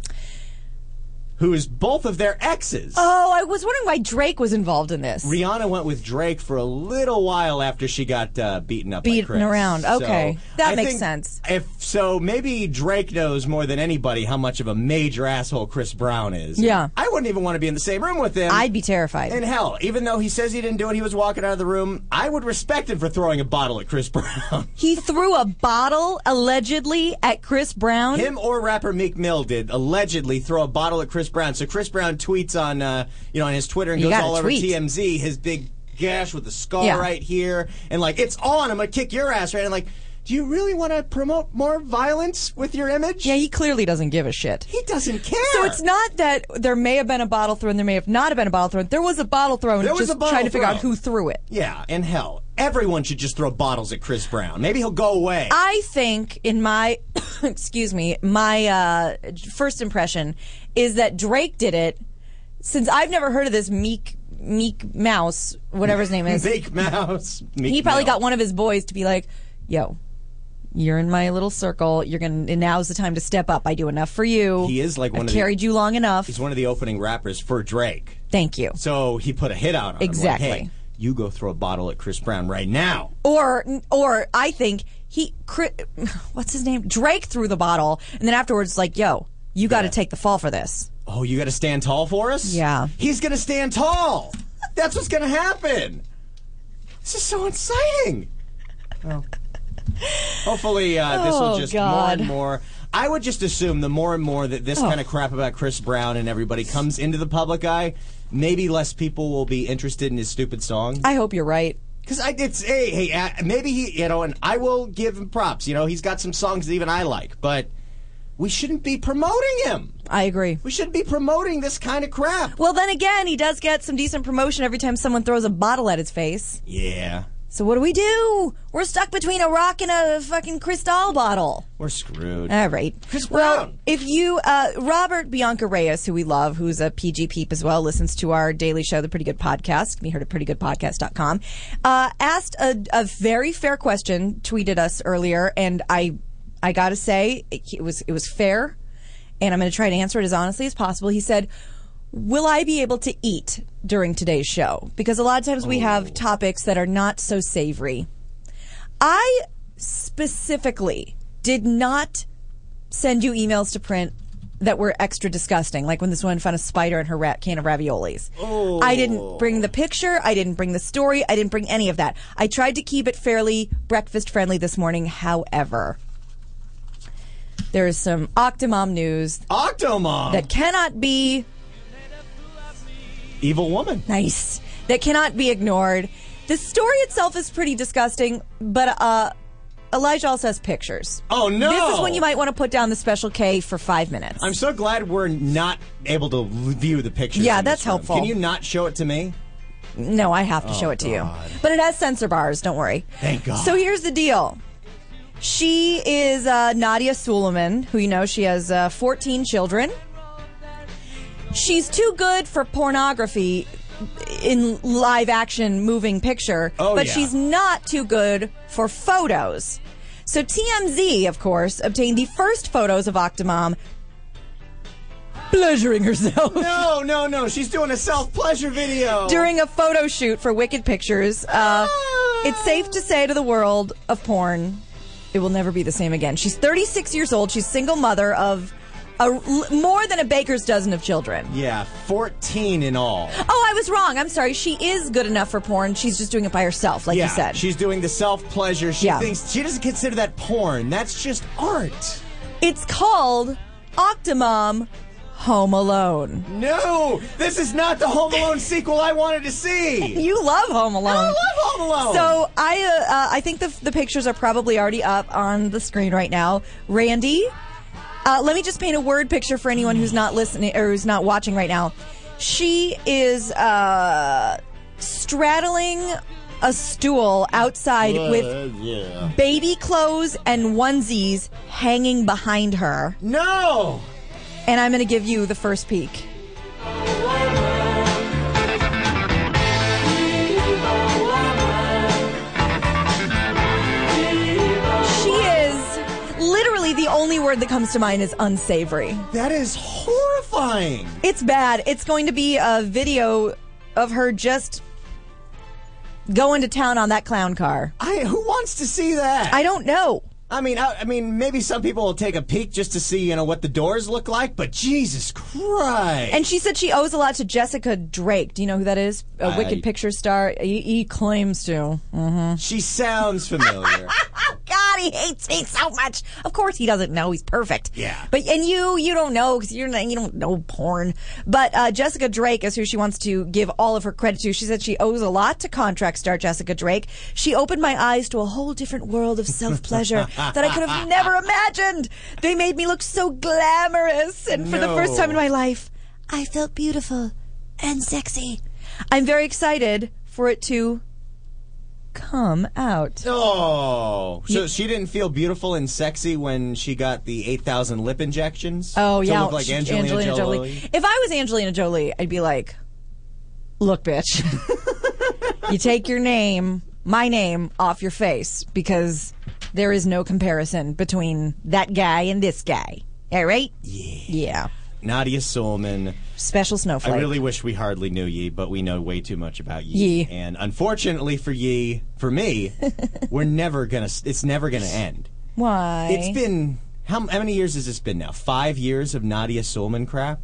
S5: who is both of their exes.
S4: Oh, I was wondering why Drake was involved in this.
S5: Rihanna went with Drake for a little while after she got uh, beaten up. by
S4: Beaten
S5: Chris.
S4: around.
S5: So,
S4: Okay. That
S5: I
S4: makes
S5: think
S4: sense.
S5: If so, maybe Drake knows more than anybody how much of a major asshole Chris Brown is.
S4: Yeah.
S5: I wouldn't even want to be in the same room with him.
S4: I'd be terrified.
S5: And hell, even though he says he didn't do it, he was walking out of the room. I would respect him for throwing a bottle at Chris [laughs] Brown.
S4: he threw a bottle allegedly at Chris Brown.
S5: Him or rapper Meek Mill did allegedly throw a bottle at Chris Brown. So Chris Brown tweets on uh, you know on his Twitter and
S4: You
S5: goes
S4: gotta
S5: all over
S4: tweet.
S5: TMZ his big gash with the scar
S4: Yeah.
S5: right here and like it's on. I'm gonna kick your ass right. And like, do you really want to promote more violence with your image?
S4: Yeah, he clearly doesn't give a shit.
S5: he doesn't care.
S4: So it's not that there may have been a bottle thrown, there may have not have been a bottle thrown. There was a bottle thrown.
S5: There was
S4: just
S5: a bottle
S4: trying to figure out
S5: thrown.
S4: who threw it.
S5: Yeah, and hell, everyone should just throw bottles at Chris Brown. Maybe he'll go away. [laughs]
S4: I think in my [coughs] excuse me, my uh, first impression is that Drake did it since I've never heard of this Meek Meek Mouse, whatever his name is.
S5: Meek Mouse. Meek
S4: he probably
S5: Mill.
S4: got one of his boys to be like, "Yo, you're in my little circle. You're gonna now's the time to step up. I do enough for you.
S5: He is like one
S4: I've
S5: of the-
S4: carried you long enough.
S5: He's one of the opening rappers for Drake.
S4: Thank you."
S5: So he put a hit out on him, like,
S4: Exactly.
S5: hey, you go throw a bottle at Chris Brown right now.
S4: or or I think he Chri- [laughs] what's his name Drake threw the bottle and then afterwards like yo you got to take the fall for this
S5: Oh, you got to stand tall for us?
S4: Yeah.
S5: He's going to stand tall. That's what's going to happen. This is so exciting. Oh. Hopefully, uh, this will
S4: Oh,
S5: just more
S4: God. Oh.
S5: and more. I would just assume the more and more that this kind of crap about Chris Brown and everybody comes into the public eye, maybe less people will be interested in his stupid song.
S4: I hope you're right
S5: Because I it's hey hey uh, maybe he you know and I will give him props you know he's got some songs that even I like but we shouldn't be promoting him
S4: I agree
S5: we shouldn't be promoting this kind of crap
S4: well then again he does get some decent promotion every time someone throws a bottle at his face
S5: yeah
S4: so what do we do we're stuck between a rock and a fucking Cristal bottle
S5: we're screwed
S4: all right
S5: Chris
S4: well
S5: Brown.
S4: if you uh, Robert Bianca Reyes who we love who's a PG peep as well listens to our daily show the Pretty Good Podcast can be heard at prettygoodpodcast.com uh, asked a, a very fair question tweeted us earlier and I I gotta say it, it was it was fair and I'm gonna try to answer it as honestly as possible he said will I be able to eat during today's show because a lot of times we
S5: Oh.
S4: have topics that are not so savory I specifically did not send you emails to print that were extra disgusting, like when this woman found a spider in her rat can of raviolis. I didn't bring the picture. I didn't bring the story. I didn't bring any of that. I tried to keep it fairly breakfast friendly this morning. However, there is some Octomom news
S5: Octomom
S4: that cannot be
S5: evil woman
S4: nice that cannot be ignored. The story itself is pretty disgusting, but uh, Elijah also has pictures.
S5: Oh, no.
S4: This is when you might want to put down the special K for five minutes.
S5: I'm so glad we're not able to view the pictures
S4: Yeah,
S5: in this
S4: that's
S5: room.
S4: helpful.
S5: can you not show it
S4: [laughs]
S5: to me
S4: No, I have to show it to you. But it has censor bars, don't worry.
S5: Oh, Thank God.
S4: So here's the deal. She is uh, Nadia Suleiman, who you know she has uh, 14 children. She's too good for pornography in live action moving picture,
S5: Oh,
S4: but
S5: yeah.
S4: she's not too good for photos. So TMZ, of course, obtained the first photos of Octomom pleasuring herself.
S5: no no no she's doing a self pleasure video
S4: during a photo shoot for Wicked Pictures. Uh,
S5: Ah.
S4: it's safe to say to the world of porn, it will never be the same again. She's 36 years old. She's single mother of a, more than a baker's dozen of children.
S5: yeah 14 in all
S4: Oh, I was wrong. I'm sorry. She is good enough for porn. She's just doing it by herself, like
S5: yeah,
S4: you said.
S5: She's doing the self pleasure. She
S4: Yeah.
S5: thinks she doesn't consider that porn. That's just art.
S4: it's called Octomom Home Alone.
S5: No, this is not the Home Alone sequel I wanted to see.
S4: [laughs] You love Home Alone.
S5: I love Home Alone.
S4: So I, uh, uh, I think the, the pictures are probably already up on the screen right now. Randy, uh, let me just paint a word picture for anyone who's not listening or who's not watching right now. She is uh, straddling a stool outside with
S5: yeah.
S4: baby clothes and onesies hanging behind her.
S5: No.
S4: And I'm going to give you the first peek. She is literally the only word that comes to mind is unsavory.
S5: That is horrifying.
S4: It's bad. It's going to be a video of her just going to town on that clown car.
S5: I who wants to see that?
S4: I don't know.
S5: I mean, I, I mean, maybe some people will take a peek just to see, you know, what the doors look like. But Jesus Christ!
S4: And she said she owes a lot to Jessica Drake. Do you know who that is? A
S5: I-
S4: Wicked Picture star. He, he claims to.
S5: she sounds familiar.
S4: [laughs] Oh God, he hates me so much. Of course, he doesn't know. He's perfect.
S5: Yeah.
S4: But and you, you don't know because you're not, you don't know porn. But uh, Jessica Drake is who she wants to give all of her credit to. She said she owes a lot to contract star Jessica Drake. She opened my eyes to a whole different world of self
S5: [laughs]
S4: pleasure that I could have never imagined. They made me look so glamorous, and for the first
S5: No.
S4: time in my life, I felt beautiful and sexy. I'm very excited for it to come out.
S5: oh, so she didn't feel beautiful and sexy when she got the eight thousand lip injections.
S4: Oh
S5: to
S4: yeah,
S5: look like
S4: she-
S5: Angelina, Jolie.
S4: If I was Angelina Jolie, I'd be like, "Look, bitch, [laughs] you take your name, my name, off your face because there is no comparison between that guy and this guy. All right? Yeah. Yeah.
S5: Nadia Solman.
S4: Special snowflake.
S5: I really wish we hardly knew ye, but we know way too much about ye.
S4: Ye.
S5: And unfortunately for ye, for
S4: [laughs]
S5: me, we're never gonna. It's never gonna end.
S4: Why?
S5: It's been how, how many years has this been now? Five years of Nadia Solman crap.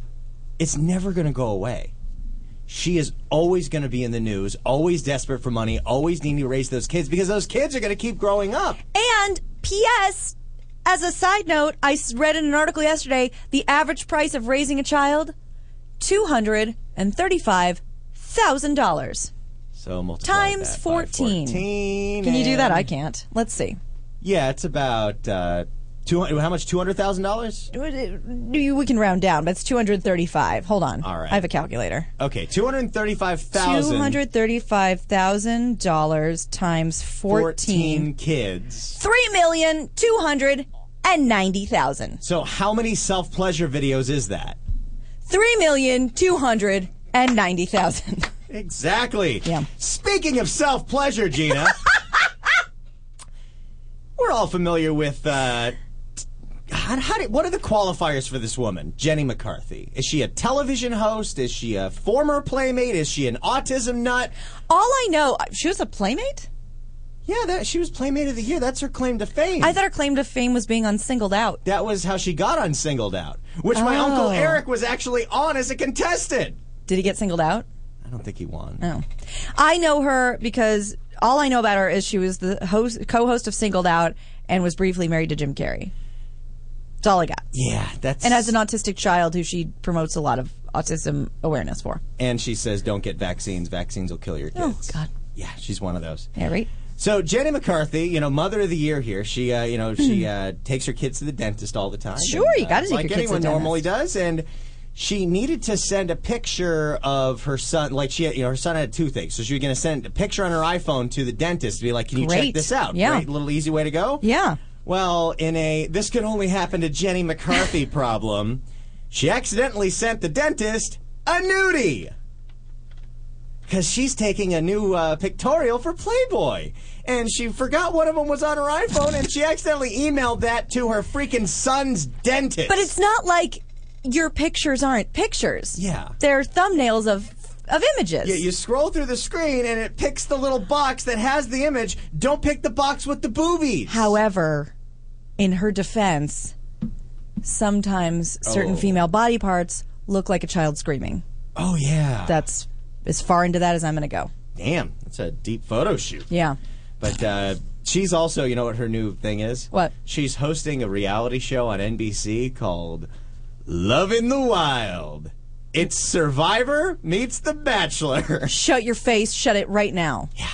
S5: It's never going to go away. She is always going to be in the news, always desperate for money, always needing to raise those kids because those kids are going to keep growing up.
S4: And P.S. As a side note, I s- read in an article yesterday the average price of raising a child two hundred and thirty-five thousand dollars.
S5: So multiply
S4: Times
S5: that by
S4: 14.
S5: 14
S4: Can you do that?
S5: and-
S4: I can't. Let's see.
S5: Yeah, it's about uh, two hundred. How much? Two hundred thousand dollars?
S4: uh, We can round down, but it's 235. Hold on.
S5: All right.
S4: I have a calculator.
S5: Okay, two hundred thirty-five thousand.
S4: $235,000 times 14.
S5: Fourteen kids.
S4: 3,290,000.
S5: So, how many self pleasure videos is that?
S4: 3,290,000.
S5: Exactly.
S4: Yeah.
S5: Speaking of self
S4: [laughs]
S5: pleasure, Gina, we're all familiar with. Uh, t- how, how do, what are the qualifiers for this woman, Jenny McCarthy? Is she a television host? Is she a former playmate? Is she an autism nut?
S4: [laughs] All I know, she was a playmate?
S5: Yeah, that she was playmate of the year. That's her claim to fame.
S4: I thought her claim to fame was being on singled out.
S5: that was how she got on Singled Out, which my uncle
S4: Oh.
S5: Eric was actually on as a contestant.
S4: Did he get singled out?
S5: I don't think he won.
S4: No. I know her because all I know about her is she was the host, co-host of Singled Out and was briefly married to Jim Carrey. That's all I got.
S5: Yeah, that's
S4: And has an autistic child who she promotes a lot of autism awareness for.
S5: and she says, "Don't get vaccines. Vaccines will kill your kids."
S4: Oh, God.
S5: Yeah, she's one of those.
S4: Yeah, right?
S5: So Jenny McCarthy, you know, mother of the year here. She, uh, you know, she uh, takes her kids to the dentist all the time.
S4: Hmm. Sure, you
S5: uh,
S4: gotta take
S5: like
S4: your kids to
S5: anyone
S4: the
S5: normally does, and. She needed to send a picture of her son. Like she, had, you know, her son had toothache, so she was going to send a picture on her iPhone to the dentist to be like, "Can you check
S4: Great.
S5: this out?"
S4: Yeah.
S5: Great little easy way to go.
S4: Yeah.
S5: Well, in a this could only happen to
S4: [laughs]
S5: Jenny McCarthy problem, she accidentally sent the dentist a nudie. Because she's taking a new uh, pictorial for Playboy. And she forgot one of them was on her iPhone, and she accidentally emailed that to her freaking son's dentist.
S4: But it's not like your pictures aren't pictures.
S5: Yeah.
S4: They're thumbnails of of images.
S5: You, you scroll through the screen, and it picks the little box that has the image. Don't pick the box with the boobies.
S4: e- However, in her defense, sometimes certain
S5: Oh.
S4: female body parts look like a child screaming.
S5: Oh, yeah.
S4: That's as far into that as I'm going to go.
S5: Damn, that's a deep photo shoot.
S4: Yeah.
S5: But uh, she's also, you know what her new thing is?
S4: What?
S5: She's hosting a reality show on NBC called Love in the Wild. It's Survivor meets The Bachelor. [laughs]
S4: Shut your face. Shut it right now. Yeah.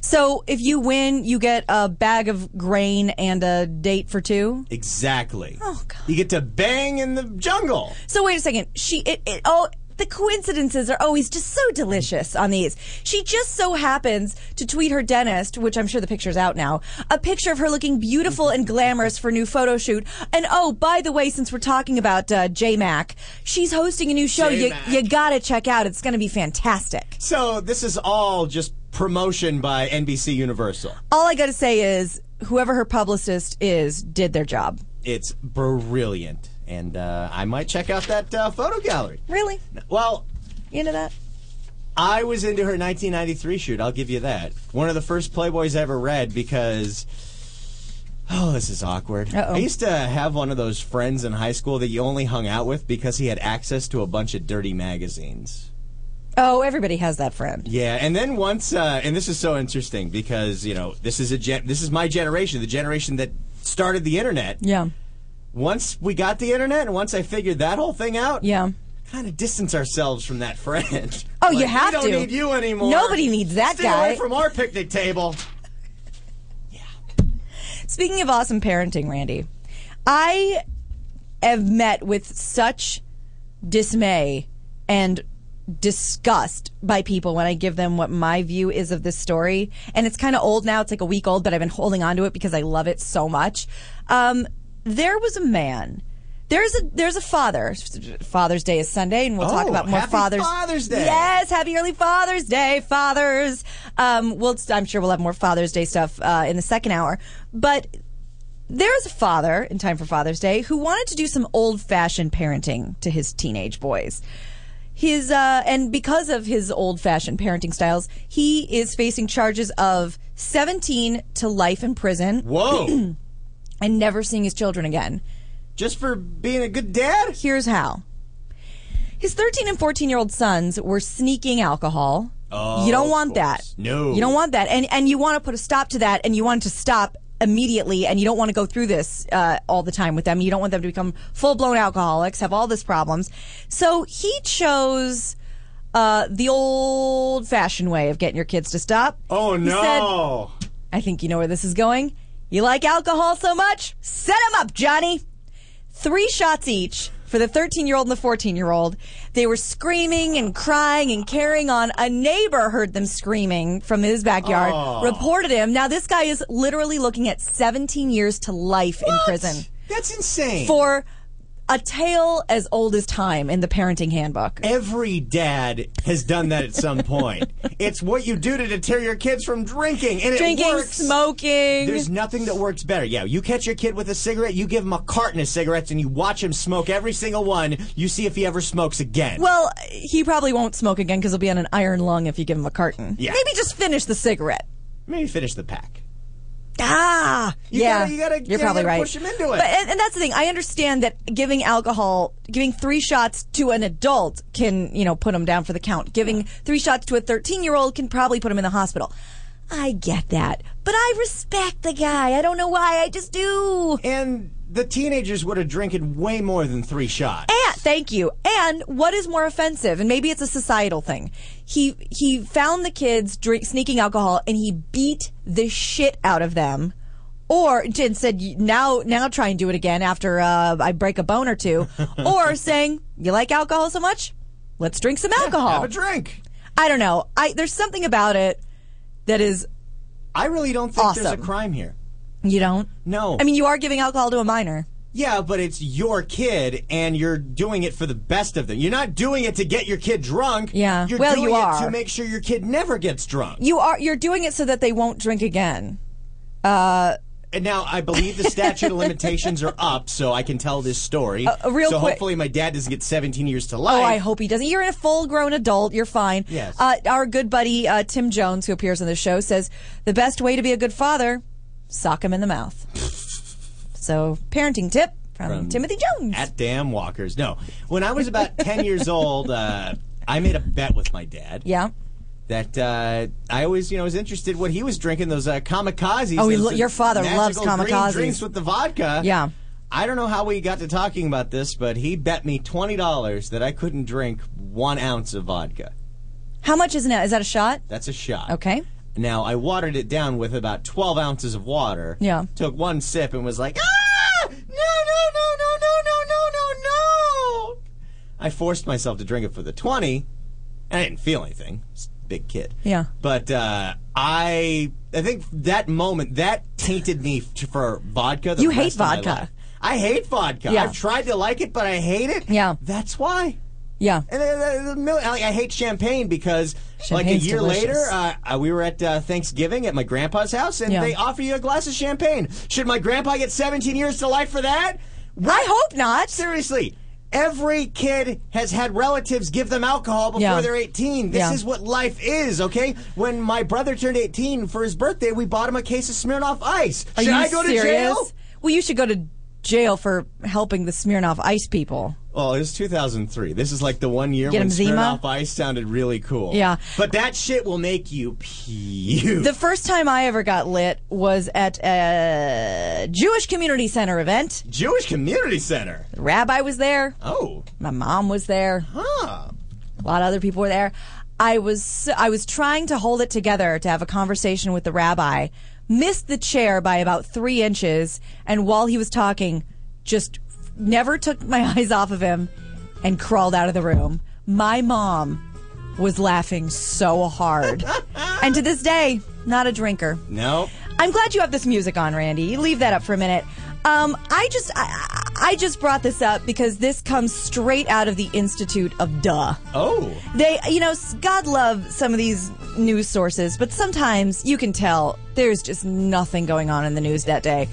S4: So if you win, you get a bag of grain and a date for two.
S5: exactly.
S4: Oh, God.
S5: You get to bang in the jungle.
S4: So wait a second. She it, it oh the coincidences are always just so delicious on these. She just so happens to tweet her dentist, which I'm sure the picture's out now, a picture of her looking beautiful and glamorous for a new photo shoot. And oh, by the way, since we're talking about uh, J Mac, she's hosting a new show. You,
S5: J-Mac.
S4: you gotta check out. It's gonna be fantastic.
S5: So this is all just promotion by NBC Universal.
S4: All I gotta say is, whoever her publicist is did their job.
S5: It's brilliant, and uh, I might check out that uh, photo gallery.
S4: Really?
S5: Well,
S4: You into that?
S5: I was into her 1993 shoot. I'll give you that. One of the first Playboys I ever read because. Oh, this is awkward.
S4: Uh-oh.
S5: I used to have one of those friends in high school that you only hung out with because he had access to a bunch of dirty magazines.
S4: Oh, everybody has that friend.
S5: Yeah, and then once, uh, and this is so interesting because you know this is a gen- this is my generation, the generation that started the internet.
S4: Yeah.
S5: Once we got the internet, and once I figured that whole thing out,
S4: Yeah.
S5: kind of distance ourselves from that friend.
S4: [laughs] Oh, you have
S5: we don't
S4: to.
S5: need you anymore.
S4: Nobody needs that
S5: Stay
S4: guy.
S5: away from our picnic table.
S4: Speaking of awesome parenting, Randy, I have met with such dismay and disgust by people when I give them what my view is of this story. And it's kind of old now. It's like a week old, but I've been holding on to it because I love it so much. Um, there was a man. There's a there's a father. Father's Day is Sunday, and we'll talk
S5: Oh,
S4: about more
S5: happy
S4: fathers.
S5: Father's Day.
S4: Yes, happy early Father's Day, fathers. Um, we'll I'm sure we'll have more Father's Day stuff uh, in the second hour, but there's a father in time for Father's Day who wanted to do some old fashioned parenting to his teenage boys. His uh, and because of his old fashioned parenting styles, he is facing charges of 17 to life in prison [clears throat]
S5: Whoa!
S4: and never seeing his children again.
S5: Just for being a good dad?
S4: Here's how. His 13 and 14 year old sons were sneaking alcohol.
S5: Oh,
S4: you don't
S5: of
S4: want that.
S5: course. No.
S4: You don't want that. And, and you want to put a stop to that and you want it to stop immediately and you don't want to go through this uh, all the time with them. You don't want them to become full blown alcoholics, have all these problems. So he chose uh, the old fashioned way of getting your kids to stop.
S5: Oh
S4: He
S5: no!
S4: I think you know where this is going. You like alcohol so much? Set 'em up, Johnny! Three shots each for the 13 year old and the 14 year old. They were screaming and crying and carrying on. A neighbor heard them screaming from his backyard, reported him. Now, this guy is literally looking at 17 years to life in prison
S5: That's insane.
S4: for a tale as old as time in the parenting handbook.
S5: Every dad has done that at
S4: [laughs]
S5: some point. It's what you do to deter your kids from drinking, and it
S4: Drinking,
S5: works.
S4: smoking.
S5: There's nothing that works better. Yeah, you catch your kid with a cigarette, you give him a carton of cigarettes, and you watch him smoke every single one. You see if he ever smokes again.
S4: Well, he probably won't smoke again because he'll be on an iron lung if you give him a carton.
S5: Yeah.
S4: Maybe just finish the cigarette.
S5: Maybe finish the pack.
S4: Ah,
S5: You
S4: yeah.
S5: gotta- you gotta-
S4: You're
S5: you
S4: probably
S5: gotta
S4: right.
S5: push 'em into it.
S4: But, and, and that's the thing. I understand that giving alcohol, giving three shots to an adult can, you know, put him down for the count. Giving three shots to a 13 year old can probably put him in the hospital. I get that. But I respect the guy. I don't know why. I just do.
S5: And the teenagers would have drinking way more than three shots.
S4: Yeah, thank you. And what is more offensive? And maybe it's a societal thing. He he found the kids drink, sneaking alcohol, and he beat the shit out of them. Or and said, "Now, now try and do it again after uh, I break a bone or
S5: [laughs]
S4: two. or saying, "You like alcohol so much? Let's drink some alcohol."
S5: Have a drink.
S4: I don't know. I there's something about it that is
S5: I really don't think there's a
S4: Awesome.
S5: crime here.
S4: you don't.
S5: No.
S4: I mean, you are giving alcohol to a minor.
S5: Yeah, but it's your kid, and you're doing it for the best of them. You're not doing it to get your kid drunk.
S4: Yeah.
S5: you're
S4: Well,
S5: doing
S4: you
S5: it
S4: are.
S5: to make sure your kid never gets drunk.
S4: You are you're doing it so that they won't drink again.
S5: And now I believe the statute of limitations are up, so I can tell this story.
S4: uh, real
S5: so
S4: quick-
S5: hopefully my dad doesn't get 17 years to
S4: Oh,
S5: life.
S4: I hope he doesn't. You're a full grown adult. You're fine.
S5: Yes.
S4: Uh, our good buddy, uh, Tim Jones, who appears on the show, says the best way to be a good father, sock him in the mouth. so, parenting tip from, Timothy Jones.
S5: At damn walkers. No, when I was about 10 years old, uh, I made a bet with my dad.
S4: yeah.
S5: that uh, I always, you know, was interested what he was drinking those uh, kamikazes.
S4: Oh, he
S5: those
S4: lo- your father loves
S5: magical green
S4: kamikazes.
S5: drinks with the vodka.
S4: Yeah.
S5: I don't know how we got to talking about this, but he bet me twenty dollars that I couldn't drink one ounce of vodka.
S4: How much is that? Is that a shot?
S5: That's a shot.
S4: Okay.
S5: Now I watered it down with about twelve ounces of water.
S4: Yeah.
S5: Took one sip and was like, ah, no, no, no, no, no, no, no, no, no. I forced myself to drink it for the 20, and I didn't feel anything. I was a big kid.
S4: Yeah.
S5: But uh, I I think that moment, that tainted me f- for vodka. The
S4: You hate
S5: rest of my
S4: vodka.
S5: life. I hate vodka.
S4: Yeah.
S5: I've tried to like it, but I hate it.
S4: Yeah.
S5: That's why.
S4: Yeah.
S5: And then, uh, the mil- like, I hate champagne because, like
S4: Champagne's
S5: a year
S4: delicious.
S5: later, uh, uh, we were at uh, Thanksgiving at my grandpa's house, and
S4: Yeah.
S5: they offer you a glass of champagne. Should my grandpa get 17 years to life for that?
S4: I hope not.
S5: Seriously. Every kid has had relatives give them alcohol before
S4: Yeah.
S5: they're 18. This
S4: Yeah.
S5: is what life is, okay? When my brother turned 18 for his birthday, we bought him a case of Smirnoff Ice.
S4: Are
S5: Should
S4: you
S5: I go
S4: serious?
S5: to jail?
S4: Well, you should go to jail for helping the Smirnoff Ice people.
S5: Well, it was 2003. This is like the one year
S4: Get
S5: when
S4: him Zima?
S5: Smirnoff Ice sounded really cool.
S4: Yeah.
S5: But that shit will make you puke.
S4: The first time I ever got lit was at a Jewish Community Center event.
S5: Jewish Community Center.
S4: The rabbi was there.
S5: Oh. Ah.
S4: My mom was there.
S5: Huh.
S4: A lot of other people were there. I was I was trying to hold it together to have a conversation with the rabbi. Missed the chair by about three inches, and while he was talking, just never took my [laughs] eyes off of him and crawled out of the room. My mom was laughing so hard, and to this day, not a drinker.
S5: No.
S4: I'm glad you have this music on, Randy. You leave that up for a minute. Um, I just, I, I just brought this up because this comes straight out of the Institute of Duh.
S5: Oh.
S4: They, you know, s- God love some of these news sources, but sometimes you can tell there's just nothing going on in the news that day.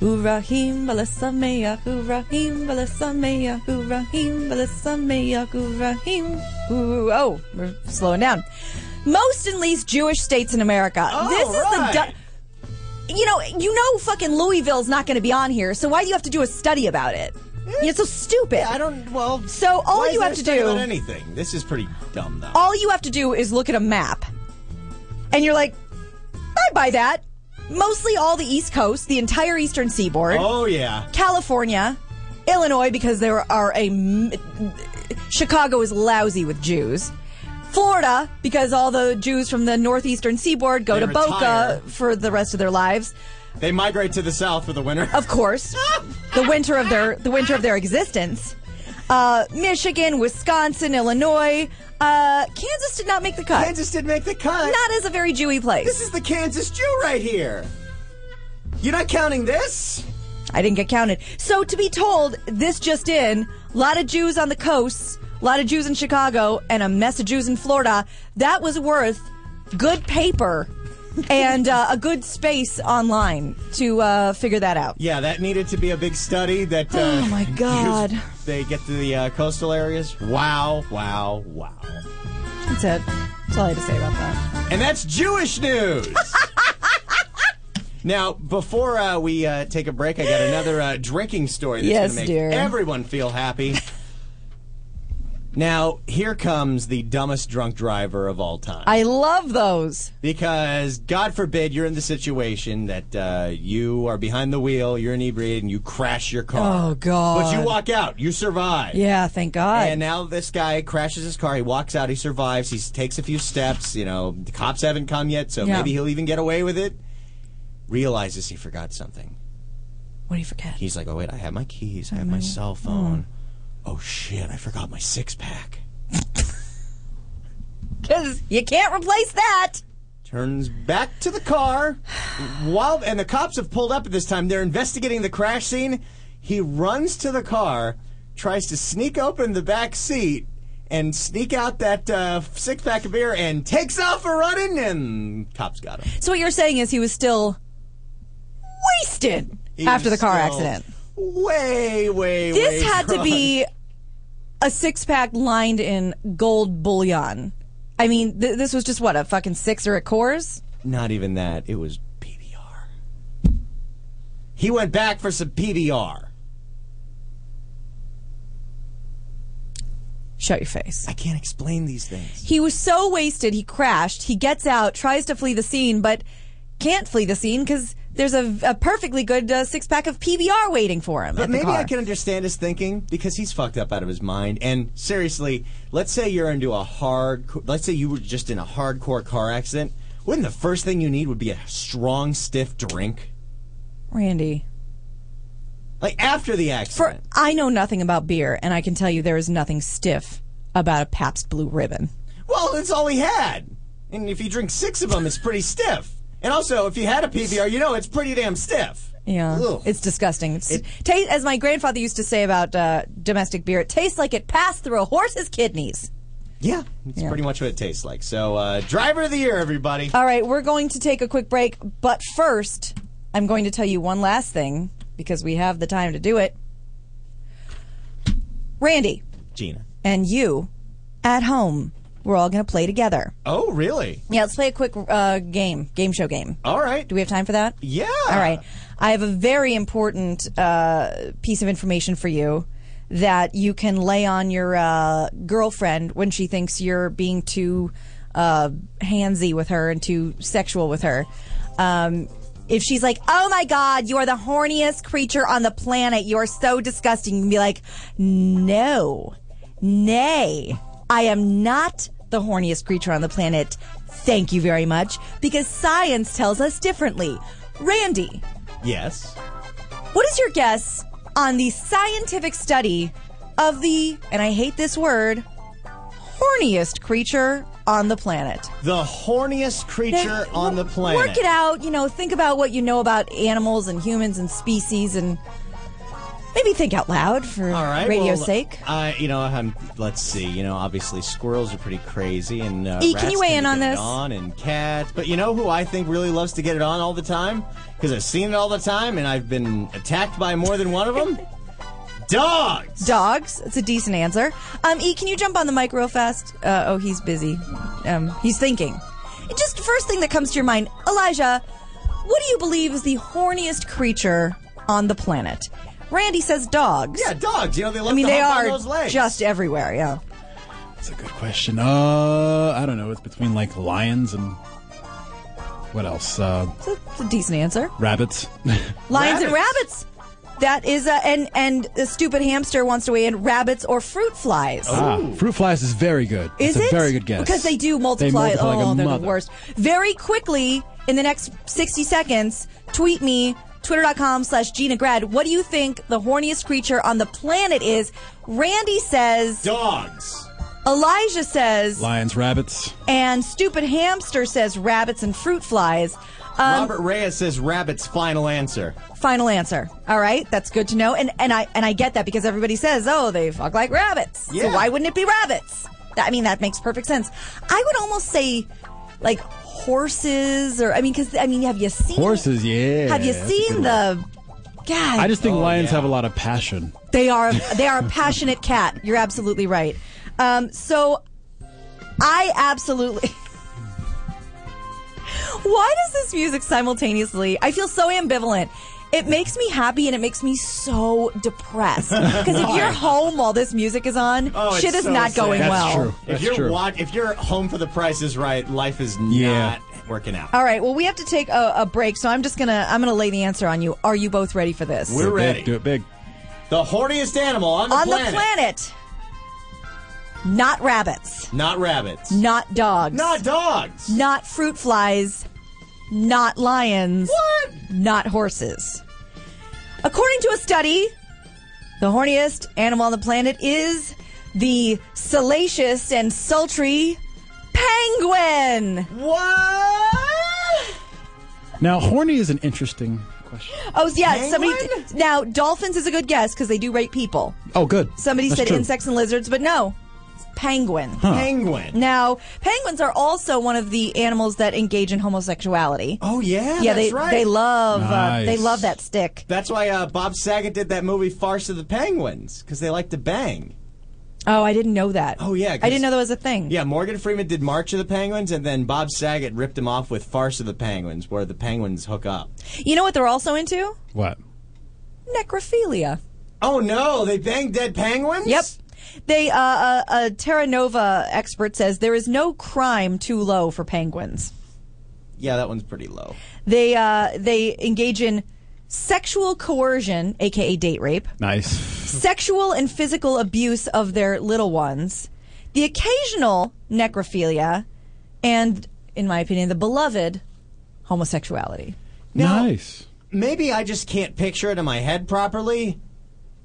S4: Urahim balasameya, urahim balasameya, urahim balasameya, urahim. Ooh, oh, we're slowing down. Most and least Jewish states in America. this is the.
S5: right.
S4: Du- you know, you know, fucking Louisville's not going to be on here, so why do you have to do a study about it? It's so stupid.
S5: Mm. I don't. Well.
S4: So all
S5: why is
S4: you
S5: there
S4: have
S5: a
S4: to
S5: study
S4: do-
S5: about anything. This is pretty dumb, though.
S4: all you have to do is look at a map and you're like i buy that mostly all the east coast the entire eastern seaboard
S5: Oh yeah.
S4: california illinois because there are a m- chicago is lousy with jews florida because all the jews from the northeastern seaboard go
S5: They
S4: to
S5: retire.
S4: boca for the rest of their lives
S5: They migrate to the south for the [laughs] winter.
S4: of course, the winter of their the winter of their existence. Uh, Michigan, Wisconsin, Illinois, uh, Kansas did not make the cut.
S5: Kansas did make the cut.
S4: Not as a very Jewy
S5: This
S4: place.
S5: is the Kansas Jew right here. You're not counting this.
S4: I didn't get counted. So to be told, this just in: a lot of Jews on the coasts, a lot of Jews in Chicago, and a mess of Jews in Florida. That was worth good paper and uh, a good space online to uh, figure that out.
S5: Yeah, that needed to be a big study. That. Uh,
S4: Oh,
S5: [laughs]
S4: my God.
S5: Jews- they get to the uh, coastal areas. Wow! Wow! Wow!
S4: That's it. That's all I had to say about that.
S5: And that's
S4: [laughs]
S5: Jewish news. now, before uh, we uh, take a break, I got another uh, drinking story that's
S4: Yes,
S5: going to make
S4: dear.
S5: everyone feel
S4: [laughs]
S5: happy. now, here comes the dumbest drunk driver of all time.
S4: I love those.
S5: because, God forbid, you're in the situation that uh, you are behind the wheel, you're inebriated, and you crash your car.
S4: Oh, God.
S5: But you walk out, you survive.
S4: Yeah, thank God.
S5: And now this guy crashes his car. He walks out. He survives. He takes a few steps. You know, the cops haven't come yet, so
S4: Yeah.
S5: maybe he'll even get away with it. Realizes he forgot something.
S4: what do you forget?
S5: He's like, "Oh wait, I have my keys. I have my cell phone. Oh shit, I forgot my six pack."
S4: Because you can't replace that.
S5: Turns back to the car. While and the cops have pulled up at this time. They're investigating the crash scene. He runs to the car, tries to sneak open the back seat and sneak out that uh, six pack of beer and takes off for running. And cops got him
S4: So what you're saying is he was still wasted
S5: He
S4: after the
S5: was
S4: car
S5: still
S4: accident.
S5: Way, way,
S4: This
S5: way
S4: had to
S5: drunk.
S4: be a six pack lined in gold bullion. I mean, th- this was just what a fucking sixer at Coors.
S5: not even that. It was PBR. He went back for some PBR.
S4: Shut your face.
S5: I can't explain these things.
S4: He was so wasted, he crashed. He gets out, tries to flee the scene, but can't flee the scene because there's a, a perfectly good uh, six pack of PBR waiting for him. at
S5: But
S4: the
S5: maybe I
S4: car.
S5: can understand his thinking because he's fucked up out of his mind. And seriously, let's say you're into a hard, let's say you were just in a hardcore car accident. Wouldn't the first thing you need would be a strong, stiff drink?
S4: Randy,
S5: Like after the
S4: For
S5: accident.
S4: I know nothing about beer, and I can tell you there is nothing stiff about a Pabst Blue Ribbon.
S5: well, that's all he had. And if you drink six of them, it's pretty stiff. And also, if you had a PBR, you know it's pretty damn stiff.
S4: Yeah,
S5: Ugh.
S4: it's disgusting. It's, ta- as my grandfather used to say about uh, domestic beer, it tastes like it passed through a horse's kidneys.
S5: Yeah, it's pretty much what it tastes like. So, uh, driver of the year, everybody.
S4: All right, we're going to take a quick break, but first, I'm going to tell you one last thing because we have the time to do it. Randy
S5: Gina.
S4: and you at home, we're all going to play together.
S5: Oh, really?
S4: Yeah, let's play a quick uh, game, game show game.
S5: All right.
S4: Do we have time for that?
S5: Yeah.
S4: All right. I have a very important uh, piece of information for you that you can lay on your uh, girlfriend when she thinks you're being too uh, handsy with her and too sexual with her. Um, if she's like, "Oh my God, you are the horniest creature on the planet. You are so disgusting," you can be like, "No, nay, I am not the horniest creature on the planet. Thank you very much, because science tells us differently." Randy,
S5: Yes.
S4: what is your guess on the scientific study of the, and I hate this word, horniest creature on the planet?
S5: The horniest creature
S4: Hey,
S5: on the
S4: w-
S5: planet.
S4: Work it out. You know, think about what you know about animals and humans and species and maybe think out loud for
S5: All right.
S4: radio's
S5: well,
S4: sake.
S5: Uh, you know, um, let's see. You know, obviously squirrels are pretty crazy, and uh,
S4: E, can
S5: rats
S4: you weigh in
S5: tend to
S4: on
S5: get it
S4: this?
S5: On and cats, but you know who I think really loves to get it on all the time because I've seen it all the time, and I've been attacked by more than one
S4: [laughs]
S5: of them. Dogs.
S4: Dogs. It's a decent answer. Um, E, can you jump on the mic real fast? Uh, oh, he's busy. Um, he's thinking. Just first thing that comes to your mind, Elijah. What do you believe is the horniest creature on the planet? Randy says dogs.
S5: yeah, dogs. You know they love
S4: I mean
S5: to
S4: they
S5: hump on
S4: are
S5: those legs.
S4: just everywhere. Yeah.
S7: That's a good question. Uh, I don't know. It's between like lions and what else? Uh,
S4: It's a- it's a decent answer.
S7: rabbits. [laughs]
S4: lions and
S5: Rabbits.
S4: rabbits. That is a and and a stupid hamster wants to weigh in rabbits or fruit flies.
S5: Oh,
S7: ah, fruit flies is very good.
S4: Is
S7: That's
S4: it?
S7: a very good guess.
S4: Because they do multiply.
S7: multiply like
S4: oh,
S7: a
S4: they're
S7: mother.
S4: the worst. Very quickly, in the next 60 seconds, tweet me, twitter.com slash Gina Grad. What do you think the horniest creature on the planet is? Randy says,
S5: dogs.
S4: Elijah says,
S7: Lions, rabbits.
S4: and stupid hamster says rabbits and fruit flies. Um,
S5: Robert Reyes says rabbits. Final answer.
S4: final answer. All right, that's good to know. And and I and I get that because everybody says, "Oh, they fuck like rabbits."
S5: Yeah.
S4: So why wouldn't it be rabbits? That- I mean, that makes perfect sense. I would almost say like horses or I mean cuz I mean, have you seen
S7: Horses, yeah.
S4: Have you
S7: That's a
S4: seen
S7: good
S4: the
S7: one.
S4: God,
S7: I just think
S5: Oh,
S7: lions
S5: yeah.
S7: have a lot of passion.
S4: they are they are a passionate cat. You're absolutely right. Um, so I absolutely. [laughs] Why does this music simultaneously? I feel so ambivalent. It makes me happy and it makes me so
S5: [laughs]
S4: depressed. Because if you're home while this music is on,
S5: Oh, it's
S4: shit is
S5: so
S4: not
S5: sad.
S4: going
S7: That's
S4: well.
S7: true.
S5: If
S7: That's
S5: you're
S7: true.
S5: wa- if you're home for the Price is Right, life is
S7: Yeah.
S5: not working out.
S4: All right, well, we have to take a, a break, so I'm just gonna I'm gonna lay the answer on you. Are you both ready for this?
S5: We're
S7: Do it
S5: ready.
S7: Big, do it big.
S5: The horniest animal on the
S4: on
S5: planet.
S4: the planet, not rabbits,
S5: Not rabbits.
S4: not dogs,
S5: Not dogs.
S4: not fruit flies, not lions,
S5: What?
S4: not horses. According to a study, the horniest animal on the planet is the salacious and sultry penguin.
S5: What?
S7: Now, horny is an interesting question.
S4: Oh, yeah.
S5: Penguin?
S4: Somebody now dolphins is a good guess because they do rape people.
S7: Oh, good.
S4: Somebody
S7: That's
S4: said
S7: true.
S4: insects and lizards, but no, it's penguin.
S5: Penguin.
S4: Now, penguins are also one of the animals that engage in homosexuality.
S5: Oh yeah,
S4: yeah,
S5: that's
S4: they
S5: right.
S4: they love uh,
S7: Nice.
S4: they love that stick.
S5: That's why uh, Bob Saget did that movie Farce of the Penguins because they like to bang.
S4: Oh, I didn't know that.
S5: Oh, yeah, 'cause-
S4: I didn't know that was a thing.
S5: Yeah, Morgan Freeman did March of the Penguins, and then Bob Saget ripped him off with Farce of the Penguins, where the penguins hook up.
S4: You know what they're also into?
S7: What?
S4: Necrophilia.
S5: Oh no, they bang dead penguins.
S4: Yep. They uh, uh, a Terra Nova expert says there is no crime too low for penguins.
S5: Yeah, that one's pretty low.
S4: They uh, they engage in sexual coercion, aka date rape,
S7: Nice.
S5: Hmm.
S4: sexual and physical abuse of their little ones, the occasional necrophilia, and in my opinion, the beloved homosexuality.
S7: nice.
S5: maybe I just can't picture it in my head properly.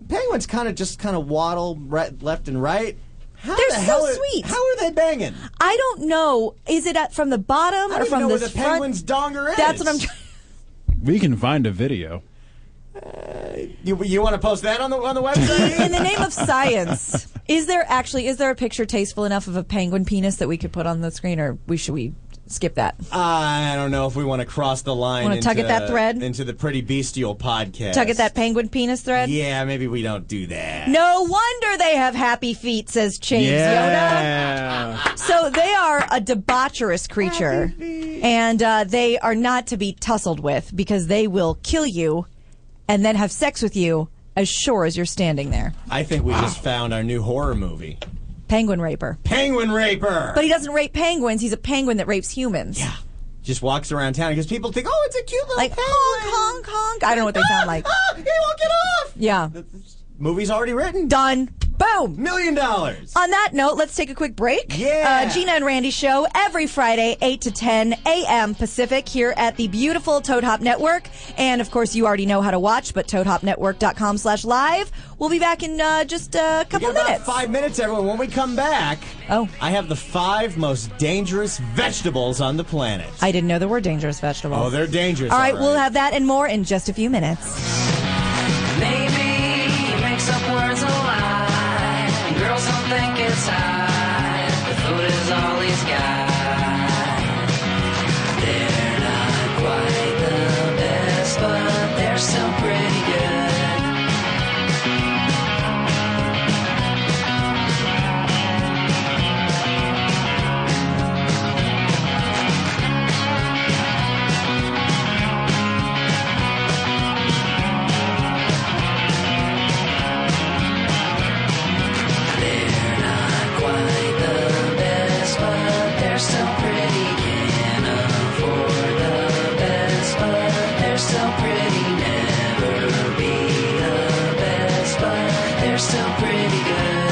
S5: Penguins kind of just kind of waddle re- left and right. How
S4: They're
S5: the
S4: so
S5: hell are-
S4: sweet.
S5: How are they banging?
S4: I don't know. Is it at, from the bottom
S5: I
S4: or
S5: don't
S4: from
S5: even know
S4: the
S5: where the
S4: front?
S5: penguin's donger is.
S4: That's what I'm. trying
S7: We can find a video.
S5: You, you want to post that on the on the
S4: [laughs]
S5: website?
S4: In the name of science, is there actually is there a picture tasteful enough of a penguin penis that we could put on the screen, or we should we skip that?
S5: Uh, I don't know if we want to cross the line.
S4: Wanna
S5: into-
S4: tug at that thread?
S5: into the pretty bestial podcast.
S4: Tug at that penguin penis thread.
S5: Yeah, maybe we don't do that.
S4: No wonder they have happy feet, says James Yoda. So they are a debaucherous creature, and uh, they are not to be tussled with because they will kill you, and then have sex with you as sure as you're standing there.
S5: I think we just found our new horror movie,
S4: Penguin raper,
S5: Penguin Raper.
S4: but he doesn't rape penguins. He's a penguin that rapes humans.
S5: yeah, just walks around town because people think, oh, it's a cute little
S4: Like
S5: penguin.
S4: honk, honk, honk. I don't know what [laughs] they sound like.
S5: Ah, [laughs] he won't get off.
S4: Yeah.
S5: Movie's already written.
S4: Done. Boom.
S5: Million dollars.
S4: On that note, let's take a quick break.
S5: Yeah.
S4: Uh, Gina and Randy show every Friday, 8 to 10 a.m. Pacific here at the beautiful Toad Hop Network. And of course, you already know how to watch, but toadhopnetwork.com slash live. We'll be back in uh, just a
S5: We
S4: couple
S5: got about
S4: minutes.
S5: five minutes, everyone. When we come back,
S4: Oh.
S5: I have the five most dangerous vegetables on the planet.
S4: I didn't know there were dangerous vegetables.
S5: oh, they're dangerous.
S4: All right, we'll have that and more in just a few minutes.
S8: Maybe he makes up words a lie. Girls don't think it's high. The food is all he's got. They're not quite the best, but they're still pretty good. They're not quite the best, but they're still pretty. Can't afford the best, but they're still pretty. Never be the best, but they're still pretty good.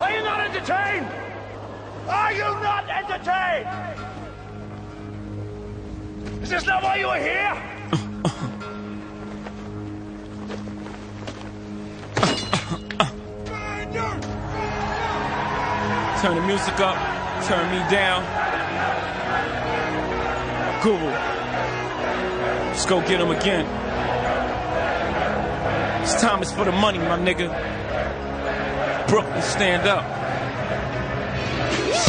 S9: Are you not entertained? Are you not entertained? Is this not why you are here?
S1: Turn the music up, turn me down. Guru. Let's go get him again. This time is for the money, my nigga. Brooklyn, stand up.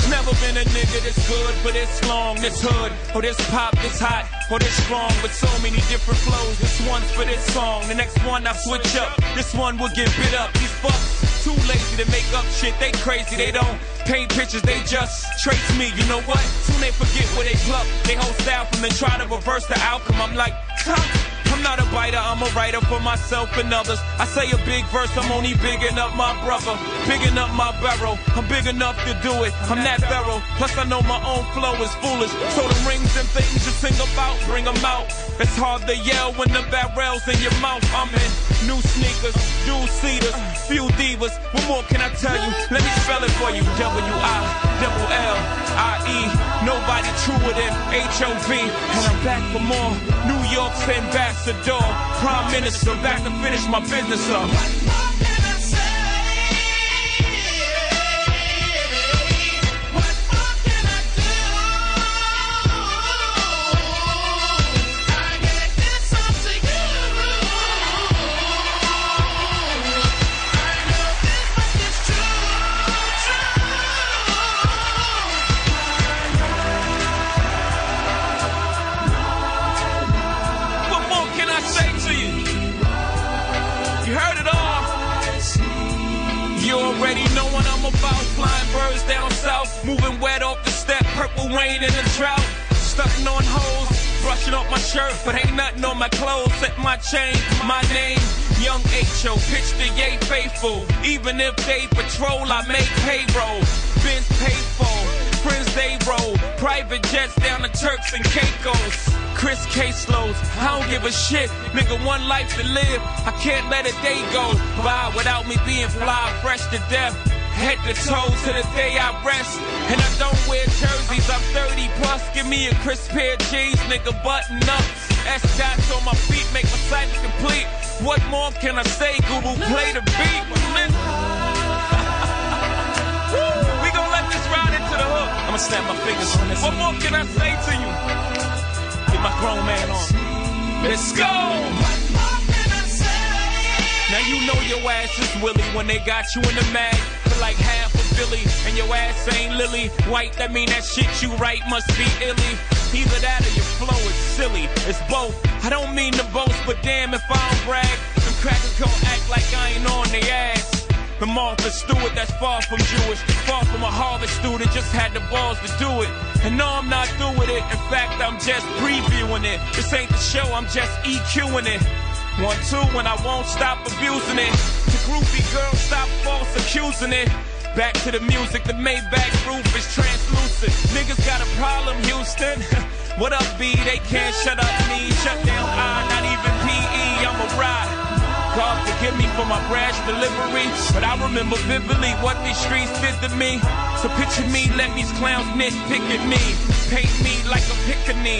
S1: Never been a nigga this good for this long, this hood, or this pop, this hot, or this strong, with so many different flows. This one's for this song, the next one I switch up. This one will get bit up. These fucks too lazy to make up shit. They crazy, they don't paint pictures, they just trace me. You know what? Soon they forget where they pluck. They whole style from the try to reverse the outcome. I'm like, "Huh." I'm not a biter, I'm a writer for myself and others. I say a big verse, I'm only bigging up my brother, bigging up my barrel. I'm big enough to do it, I'm that barrel. Plus, I know my own flow is foolish. So the rings and things you sing about, bring 'em out. It's hard to yell when the barrel's in your mouth. I'm in new sneakers, dual seaters, few divas. What more can I tell you? Let me spell it for you. W I double L I E. Nobody truer than H O V. And I'm back for more. New York's ambassador, prime minister, back to finish my business up. What more can I say to you? You heard it all. You already know what I'm about. Flying birds down south, moving wet off the step, purple rain in the drought. Stunting on hoes, bruh, washing off my shirt, but ain't nothing on my clothes except my chain, my name. Young H.O., pitch the yay faithful. Even if they patrol, I make payroll. Benz paid for friends they roll. Private jets down to Turks and Caicos. Chris Caseloads, I don't give a shit. Nigga, one life to live. I can't let a day go by without me being fly, fresh to death. Head to toe to the day I rest. And I don't wear jerseys, I'm 30 plus. Give me a crisp pair of jeans, nigga, button up. S dots on my feet make my cycle complete. What more can I say? Google play the beat. Listen. We gon' let this ride into the hook. I'ma snap my fingers on this. What more can I say to you? Get my grown man on. Let's go. Now you know your ass is Willy when they got you in the mag for like half a Billy, and your ass ain't Lily. White, that mean that shit you write must be illy. Either that or your flow is silly. It's both. I don't mean to boast, but damn if I don't brag, them crackers gon' act like I ain't on their ass. The Martha Stewart that's far from Jewish, far from a Harvard student, just had the balls to do it. And no, I'm not doing it. In fact, I'm just previewing it. This ain't the show, I'm just EQing it. One, two, when I won't stop abusing it. The groupie girls stop false accusing it. Back to the music, the Maybach roof is translucent. Niggas got a problem, Houston. [laughs] what up, B? They can't shut up me. Shut down I, not even PE, I'm a ride. God forgive me for my brash delivery, but I remember vividly what these streets did to me. So picture me, let these clowns nitpick at me, paint me like a pickaninny.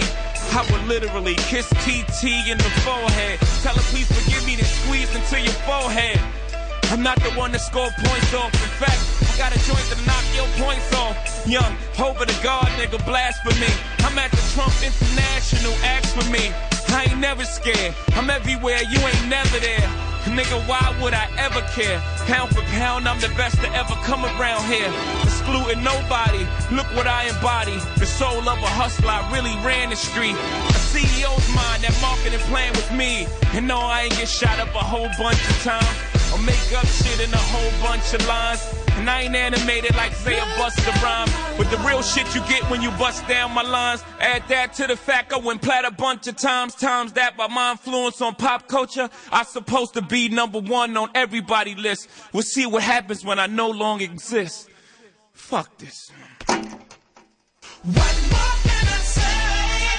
S1: I would literally kiss TT in the forehead, tell her please forgive me, then squeeze into your forehead. I'm not the one to score points off. In fact, I got a joint to knock your points off. Young, hope of the guard, nigga, blasphemy. I'm at the Trump International, ask for me. I ain't never scared. I'm everywhere, you ain't never there. Nigga, why would I ever care? Pound for pound, I'm the best to ever come around here. Excluding nobody, look what I embody. The soul of a hustler, I really ran the street. A E CEO's mind, that marketing plan was me. And no, I ain't get shot up a whole bunch of times. I make up shit in a whole bunch of lines. And I ain't animated like say a bust a rhyme. But the real shit you get when you bust down my lines. Add that to the fact I went plat a bunch of times. Times that by my influence on pop culture. I supposed to be number one on everybody list. We'll see what happens when I no longer exist. Fuck this. What more can I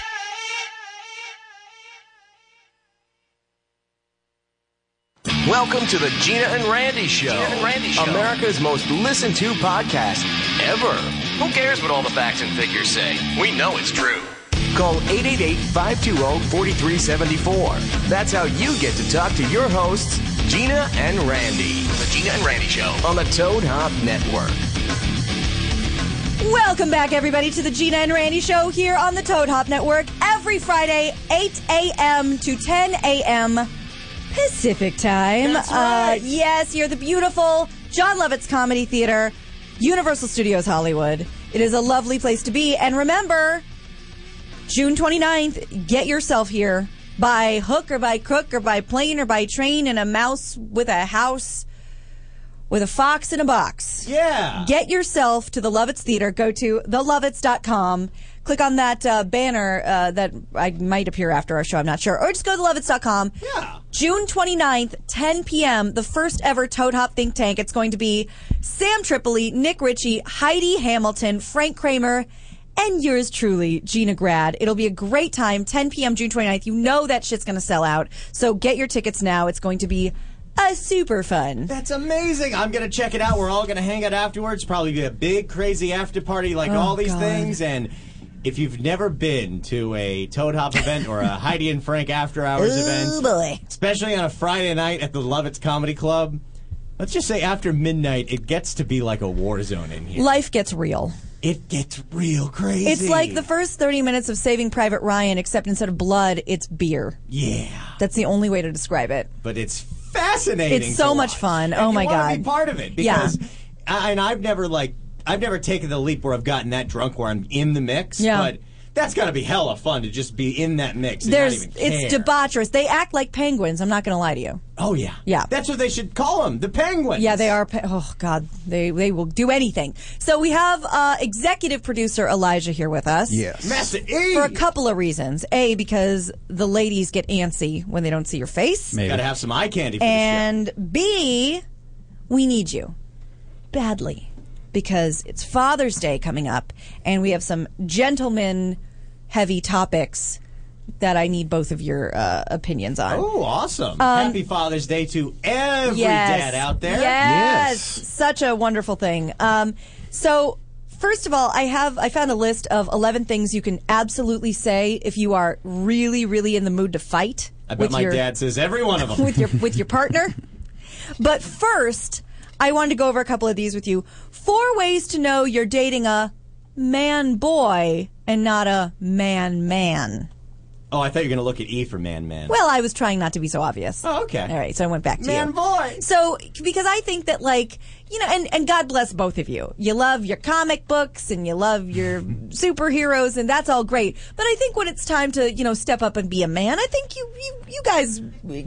S2: Welcome to the Gina and Randy Show.
S3: and Randy Show.
S2: America's most listened to podcast ever.
S3: Who cares what all the facts and figures say? We know it's true.
S2: Call oh, 888-520-4374. That's how you get to talk to your hosts, Gina and Randy,
S3: The Gina and Randy Show.
S2: on the Toad Hop Network.
S4: Welcome back, everybody, to the Gina and Randy Show here on the Toad Hop Network every Friday, 8 a.m. to 10 a.m. Pacific time. uh, yes, you're the beautiful John Lovett's Comedy Theater, Universal Studios Hollywood. It is a lovely place to be. And remember, June 29th, get yourself here by hook or by crook or by plane or by train in a mouse with a house with a fox in a box.
S5: Yeah.
S4: Get yourself to the Lovitz Theater. Go to thelovitz.com. Click on that uh, banner uh, that I might appear after our show. I'm not sure. Or just go to thelovitz.com.
S5: Yeah.
S4: June 29th, 10 p.m., the first ever Toad Hop Think Tank. It's going to be Sam Tripoli, Nick Ritchie, Heidi Hamilton, Frank Kramer, and yours truly, Gina Grad. It'll be a great time, 10 p.m., June 29th. You know that shit's going to sell out. So get your tickets now. It's going to be a super fun.
S5: That's amazing. I'm going to check it out. We're all going to hang out afterwards. Probably be a big, crazy after party like all these
S4: Oh, God.
S5: things. And if you've never been to a Toad Hop event
S4: [laughs]
S5: or a Heidi and Frank after hours
S4: Oh,
S5: event,
S4: boy.
S5: especially on a Friday night at the Lovitz Comedy Club, let's just say after midnight, it gets to be like a war zone in here.
S4: Life gets real.
S5: it gets real crazy.
S4: It's like the first 30 minutes of Saving Private Ryan, except instead of blood, it's beer.
S5: yeah,
S4: That's the only way to describe it.
S5: but it's fascinating.
S4: It's so
S5: to
S4: much
S5: watch.
S4: fun.
S5: And
S4: Oh
S5: you
S4: my
S5: wanna
S4: God.
S5: be part of it
S4: Yeah.
S5: because, I, and I've never like I've never taken the leap where I've gotten that drunk where I'm in the mix.
S4: Yeah.
S5: but That's got to be hella fun to just be in that mix. And
S4: There's
S5: not even
S4: it's
S5: care.
S4: debaucherous. They act like penguins. I'm not going to lie to you.
S5: Oh yeah,
S4: Yeah.
S5: That's what they should call them, the penguins.
S4: Yeah, they are. Pe- oh God, they they will do anything. So we have uh, executive producer Elijah here with us.
S7: Yes.
S5: Master E.
S4: For a couple of reasons. A, because the ladies get antsy when they don't see your face.
S7: Maybe.
S5: Got to have some eye candy for
S4: And B, we need you badly because it's Father's Day coming up and we have some gentleman heavy topics that I need both of your uh, opinions on.
S5: this show. Oh, awesome! Happy Father's Day to every dad out there.
S4: um, Yes.
S7: Yes.
S4: Such a wonderful thing. Um, so first of all, I have I found a list of 11 things you can absolutely say if you are really really in the mood to fight.
S5: I bet
S4: with
S5: my
S4: your-
S5: dad says every one of
S4: [laughs]
S5: them.
S4: with your with your partner. But first, I wanted to go over a couple of these with you. Four ways to know you're dating a man boy and not a man man.
S5: oh, I thought you were gonna look at E for man, man.
S4: Well, I was trying not to be so obvious.
S5: Oh, okay.
S4: All right, so I went back to
S5: Man
S4: you.
S5: boy.
S4: So because I think that like you know, and and God bless both of you. You love your comic books and you love
S5: [laughs]
S4: your superheroes, and that's all great. But I think when it's time to you know step up and be a man, I think you you you guys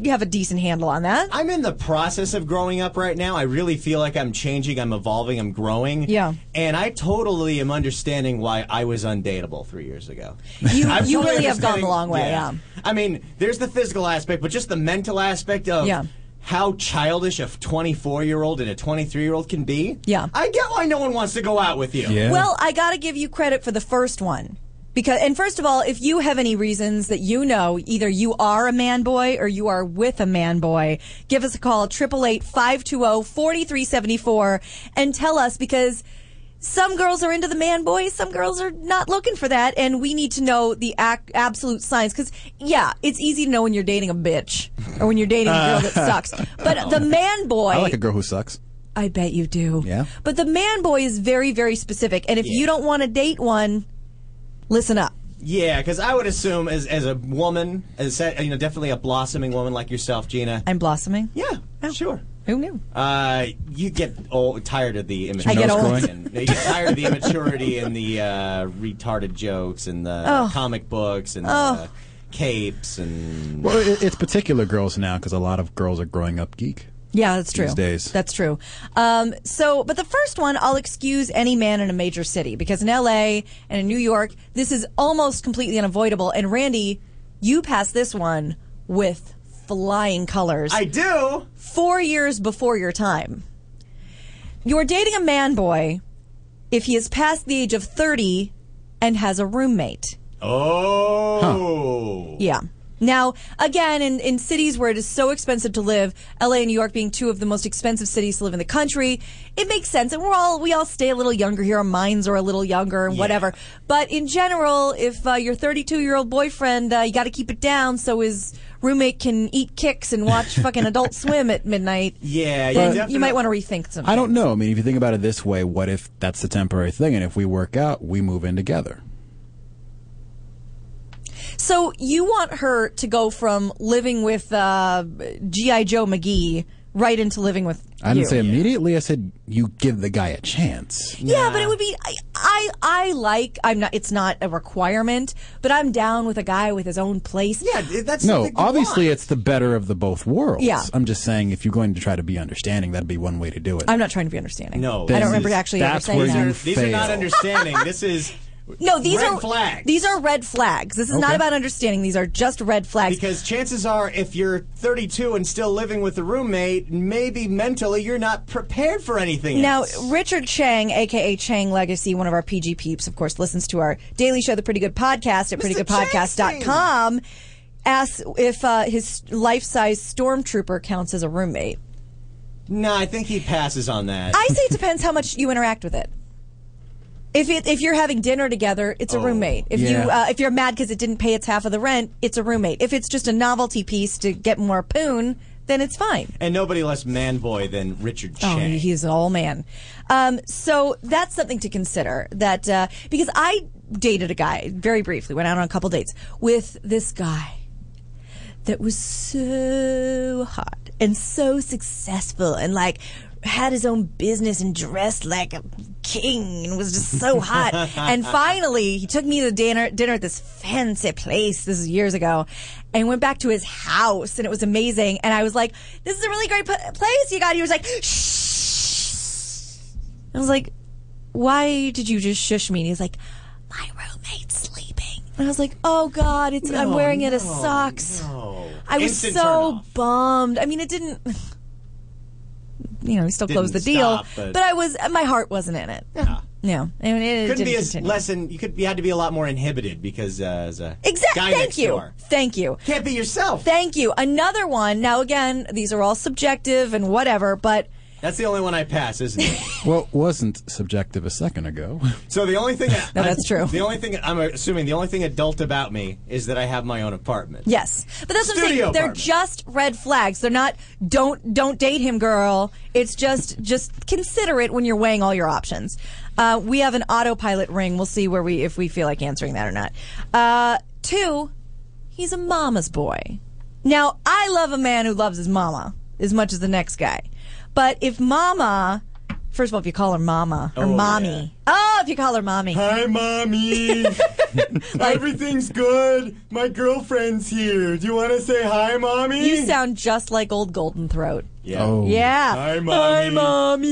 S4: have a decent handle on that.
S5: I'm in the process of growing up right now. I really feel like I'm changing, I'm evolving, I'm growing.
S4: Yeah.
S5: And I totally am understanding why I was undateable three years ago.
S4: You-
S5: [laughs] I'm
S4: you
S5: totally
S4: really have gone
S5: understanding-
S4: a long way, yeah.
S5: I mean, there's the physical aspect, but just the mental aspect of
S4: Yeah.
S5: how childish a 24 year old and a 23 year old can be.
S4: Yeah.
S5: I get why no one wants to go out with you.
S7: Yeah.
S4: Well, I got to give you credit for the first one. Because and first of all, if you have any reasons that you know, either you are a man boy or you are with a man boy, give us a call 888-520-4374 oh, and tell us because some girls are into the man boy, some girls are not looking for that and we need to know the ac- absolute signs cuz yeah, it's easy to know when you're dating a bitch or when you're dating a girl that sucks. But the man boy
S7: Uh. [laughs] I like a girl who sucks.
S4: I bet you do.
S7: Yeah.
S4: But the man boy is very, very specific. And if you don't want to date one, listen up.
S5: Yeah, because I would assume as, as a woman, as a- you know, definitely a blossoming woman like yourself, Gina.
S4: I'm blossoming.
S5: yeah, sure.
S4: Who knew?
S5: Uh, you get old, tired of the immaturity.
S4: I get old.
S5: And you get tired of the immaturity and the uh, retarded jokes and the comic books and the capes and
S7: Well, it, it's particular girls now because a lot of girls are growing up geek.
S4: Yeah, that's true.
S7: These days.
S4: That's true. Um, so, but the first one, I'll excuse any man in a major city because in LA and in New York, this is almost completely unavoidable. And Randy, you passed this one with flying colors.
S5: I do.
S4: four years before your time. You're dating a man boy if he is past the age of 30 and has a roommate.
S5: Oh,
S4: Yeah. Now, again, in, in cities where it is so expensive to live, LA and New York being two of the most expensive cities to live in the country, it makes sense. And we're all, we all stay a little younger here. Our minds are a little younger and whatever. But in general, if uh, your 32 year old boyfriend, uh, you got to keep it down so his roommate can eat kicks and watch fucking adult swim at midnight.
S5: yeah. You,
S4: then
S5: definitely-
S4: you might want to rethink some.
S7: I don't
S4: things.
S7: know. I mean, if you think about it this way, what if that's the temporary thing? And if we work out, we move in together.
S4: So you want her to go from living with uh, GI Joe McGee right into living with
S7: I didn't
S4: you.
S7: say immediately. I said you give the guy a chance.
S4: Yeah, but it would be I, I I like I'm not it's not a requirement, but I'm down with a guy with his own place.
S5: Yeah, th- that's
S7: No,
S5: something you
S7: obviously
S5: want.
S7: it's the better of the both worlds.
S4: Yeah.
S7: I'm just saying if you're going to try to be understanding, that'd be one way to do it.
S4: I'm not trying to be understanding.
S5: No.
S4: I
S5: This
S4: don't remember
S7: is-
S4: actually ever
S7: that's
S4: saying
S7: where
S4: that.
S7: you
S5: These are not
S7: fail.
S5: understanding. this is
S4: no, these
S5: red
S4: are
S5: flags.
S4: These are red flags. This is not
S7: Okay.
S4: about understanding. These are just red flags.
S5: Because chances are, if you're 32 and still living with a roommate, maybe mentally you're not prepared for anything.
S4: Now,
S5: else.
S4: Richard Chang, aka Chang Legacy, one of our PG peeps, of course, listens to our daily show, The Pretty Good Podcast, at prettygoodpodcast.com, asks if uh, his life size stormtrooper counts as a roommate.
S5: no, I think he passes on that.
S4: I say it depends how much you interact with it. If it, if you're having dinner together, it's a roommate. If
S7: Yeah.
S4: you uh, if you're mad because it didn't pay its half of the rent, it's a roommate. If it's just a novelty piece to get more poon, then it's fine.
S5: and nobody less man boy than Richard
S4: Oh,
S5: Chang.
S4: he's an all man. Um, so that's something to consider. That uh, because I dated a guy very briefly, went out on a couple dates with this guy that was so hot and so successful and like had his own business and dressed like a king and was just so hot. and finally, he took me to dinner, dinner at this fancy place. This is years ago. And went back to his house, and it was amazing. And I was like, "This is a really great pl- place you got." He was like, "Shh." I was like, "Why did you just shush me?" And he's like, "My roommate's sleeping." And I was like, "Oh God, it's I'm wearing it as socks."
S5: Oh,
S4: I was
S5: Instant
S4: so
S5: turnoff.
S4: bummed. I mean, it didn't. You know, he still closed the
S5: Didn't
S4: deal,
S5: stop, but-
S4: but, I was my heart wasn't in it.
S5: Yeah.
S4: No, I mean, it
S5: Couldn't
S4: didn't
S5: be as
S4: continue.
S5: less and you could you had to be a lot more inhibited because uh, as a
S4: Exactly.
S5: guy
S4: Thank
S5: next
S4: you.
S5: door.
S4: Thank you.
S5: Can't be yourself.
S4: Thank you. Another one. Now, again, these are all subjective and whatever, but
S5: That's the only one I pass, isn't
S4: [laughs]
S5: it?
S7: What wasn't subjective a second ago?
S5: so the only thing that-
S4: No, that's true.
S5: The only thing I'm assuming the only thing adult about me is that I have my own apartment.
S4: yes. But that's what I'm
S5: Studio
S4: saying. They're
S5: apartment.
S4: just red flags. They're not. Don't don't date him, girl. It's just just consider it when you're weighing all your options. Uh, we have an autopilot ring. We'll see where we if we feel like answering that or not. Uh, two, he's a mama's boy. Now, I love a man who loves his mama as much as the next guy. But if mama, first of all, if you call her mama or
S5: Oh,
S4: mommy, oh, if you call her mommy, [laughs]
S5: Hi, mommy. Everything's good. My girlfriend's here. Do you want to say hi, mommy?
S4: you sound just like old Golden Throat.
S5: Yeah.
S7: Oh.
S4: Yeah.
S5: Hi, mommy.
S4: Hi, mommy.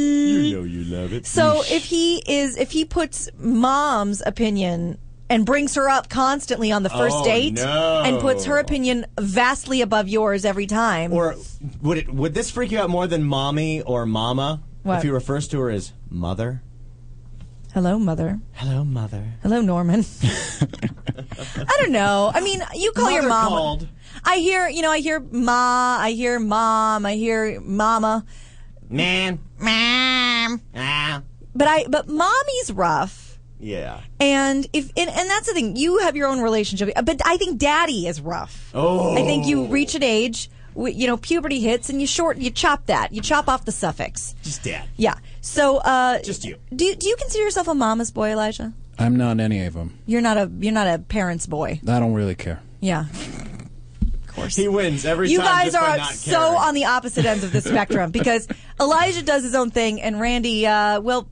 S5: You know you love it.
S4: So if he is, if he puts mom's opinion and brings her up constantly on the first
S5: Oh,
S4: date
S5: no.
S4: and puts her opinion vastly above yours every time,
S5: or would it would this freak you out more than mommy or mama
S4: What?
S5: if he refers to her as mother?
S4: hello, mother.
S5: Hello, mother.
S4: Hello,
S5: [laughs]
S4: Norman. I don't know. I mean, you call your mom.
S5: Mother called.
S4: I hear, you know, I hear ma, I hear mom, I hear mama,
S5: Man.
S4: mom.
S5: Ah.
S4: But I, but mommy's rough.
S5: Yeah.
S4: And if and, and that's the thing, you have your own relationship. But I think daddy is rough.
S5: Oh.
S4: I think you reach an age, w- you know, puberty hits, and you short, you chop that, you chop off the suffix.
S5: Just dad.
S4: Yeah. So, uh,
S5: Just you.
S4: Do you- do you consider yourself a mama's boy, Elijah?
S7: I'm not any of them.
S4: You're not a you're not a parent's boy.
S7: I don't really care.
S4: Yeah. Of course.
S5: He wins every
S4: you
S5: time.
S4: guys
S5: just by
S4: are
S5: not
S4: so
S5: caring.
S4: on the opposite ends of the spectrum because
S5: [laughs]
S4: Elijah does his own thing and Randy, uh, well,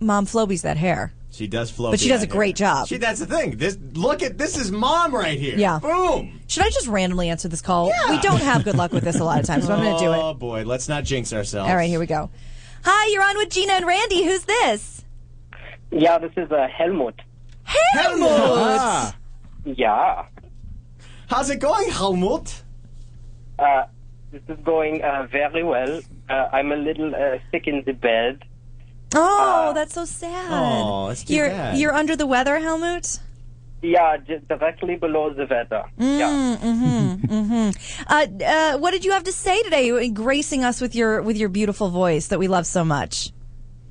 S4: Mom Floby's that hair.
S5: She does flow,
S4: But she does a
S5: behind her.
S4: great job.
S5: She that's the thing. This look at this is mom right here.
S4: Yeah.
S5: Boom.
S4: Should I just randomly answer this call?
S5: Yeah.
S4: We don't have good luck with this a lot of times, but I'm going to do it.
S5: [laughs] Oh boy, let's not jinx ourselves.
S4: All right, here we go. Hi, you're on with Gina and Randy. Who's this?
S10: Yeah, this is uh, Helmut.
S5: Helmut. Ah.
S10: Yeah,
S5: How's it going, Helmut?
S10: uh, this is going uh, very well. Uh, I'm a little uh, sick in the bed.
S4: Oh, that's so sad.
S5: Uh, Aw, that's too
S4: you're
S5: bad.
S4: you're under the weather, Helmut.
S10: Yeah, j- directly below the weather. Yeah.
S4: Uh, uh, what did you have to say today, uh, gracing us with your with your beautiful voice that we love so much?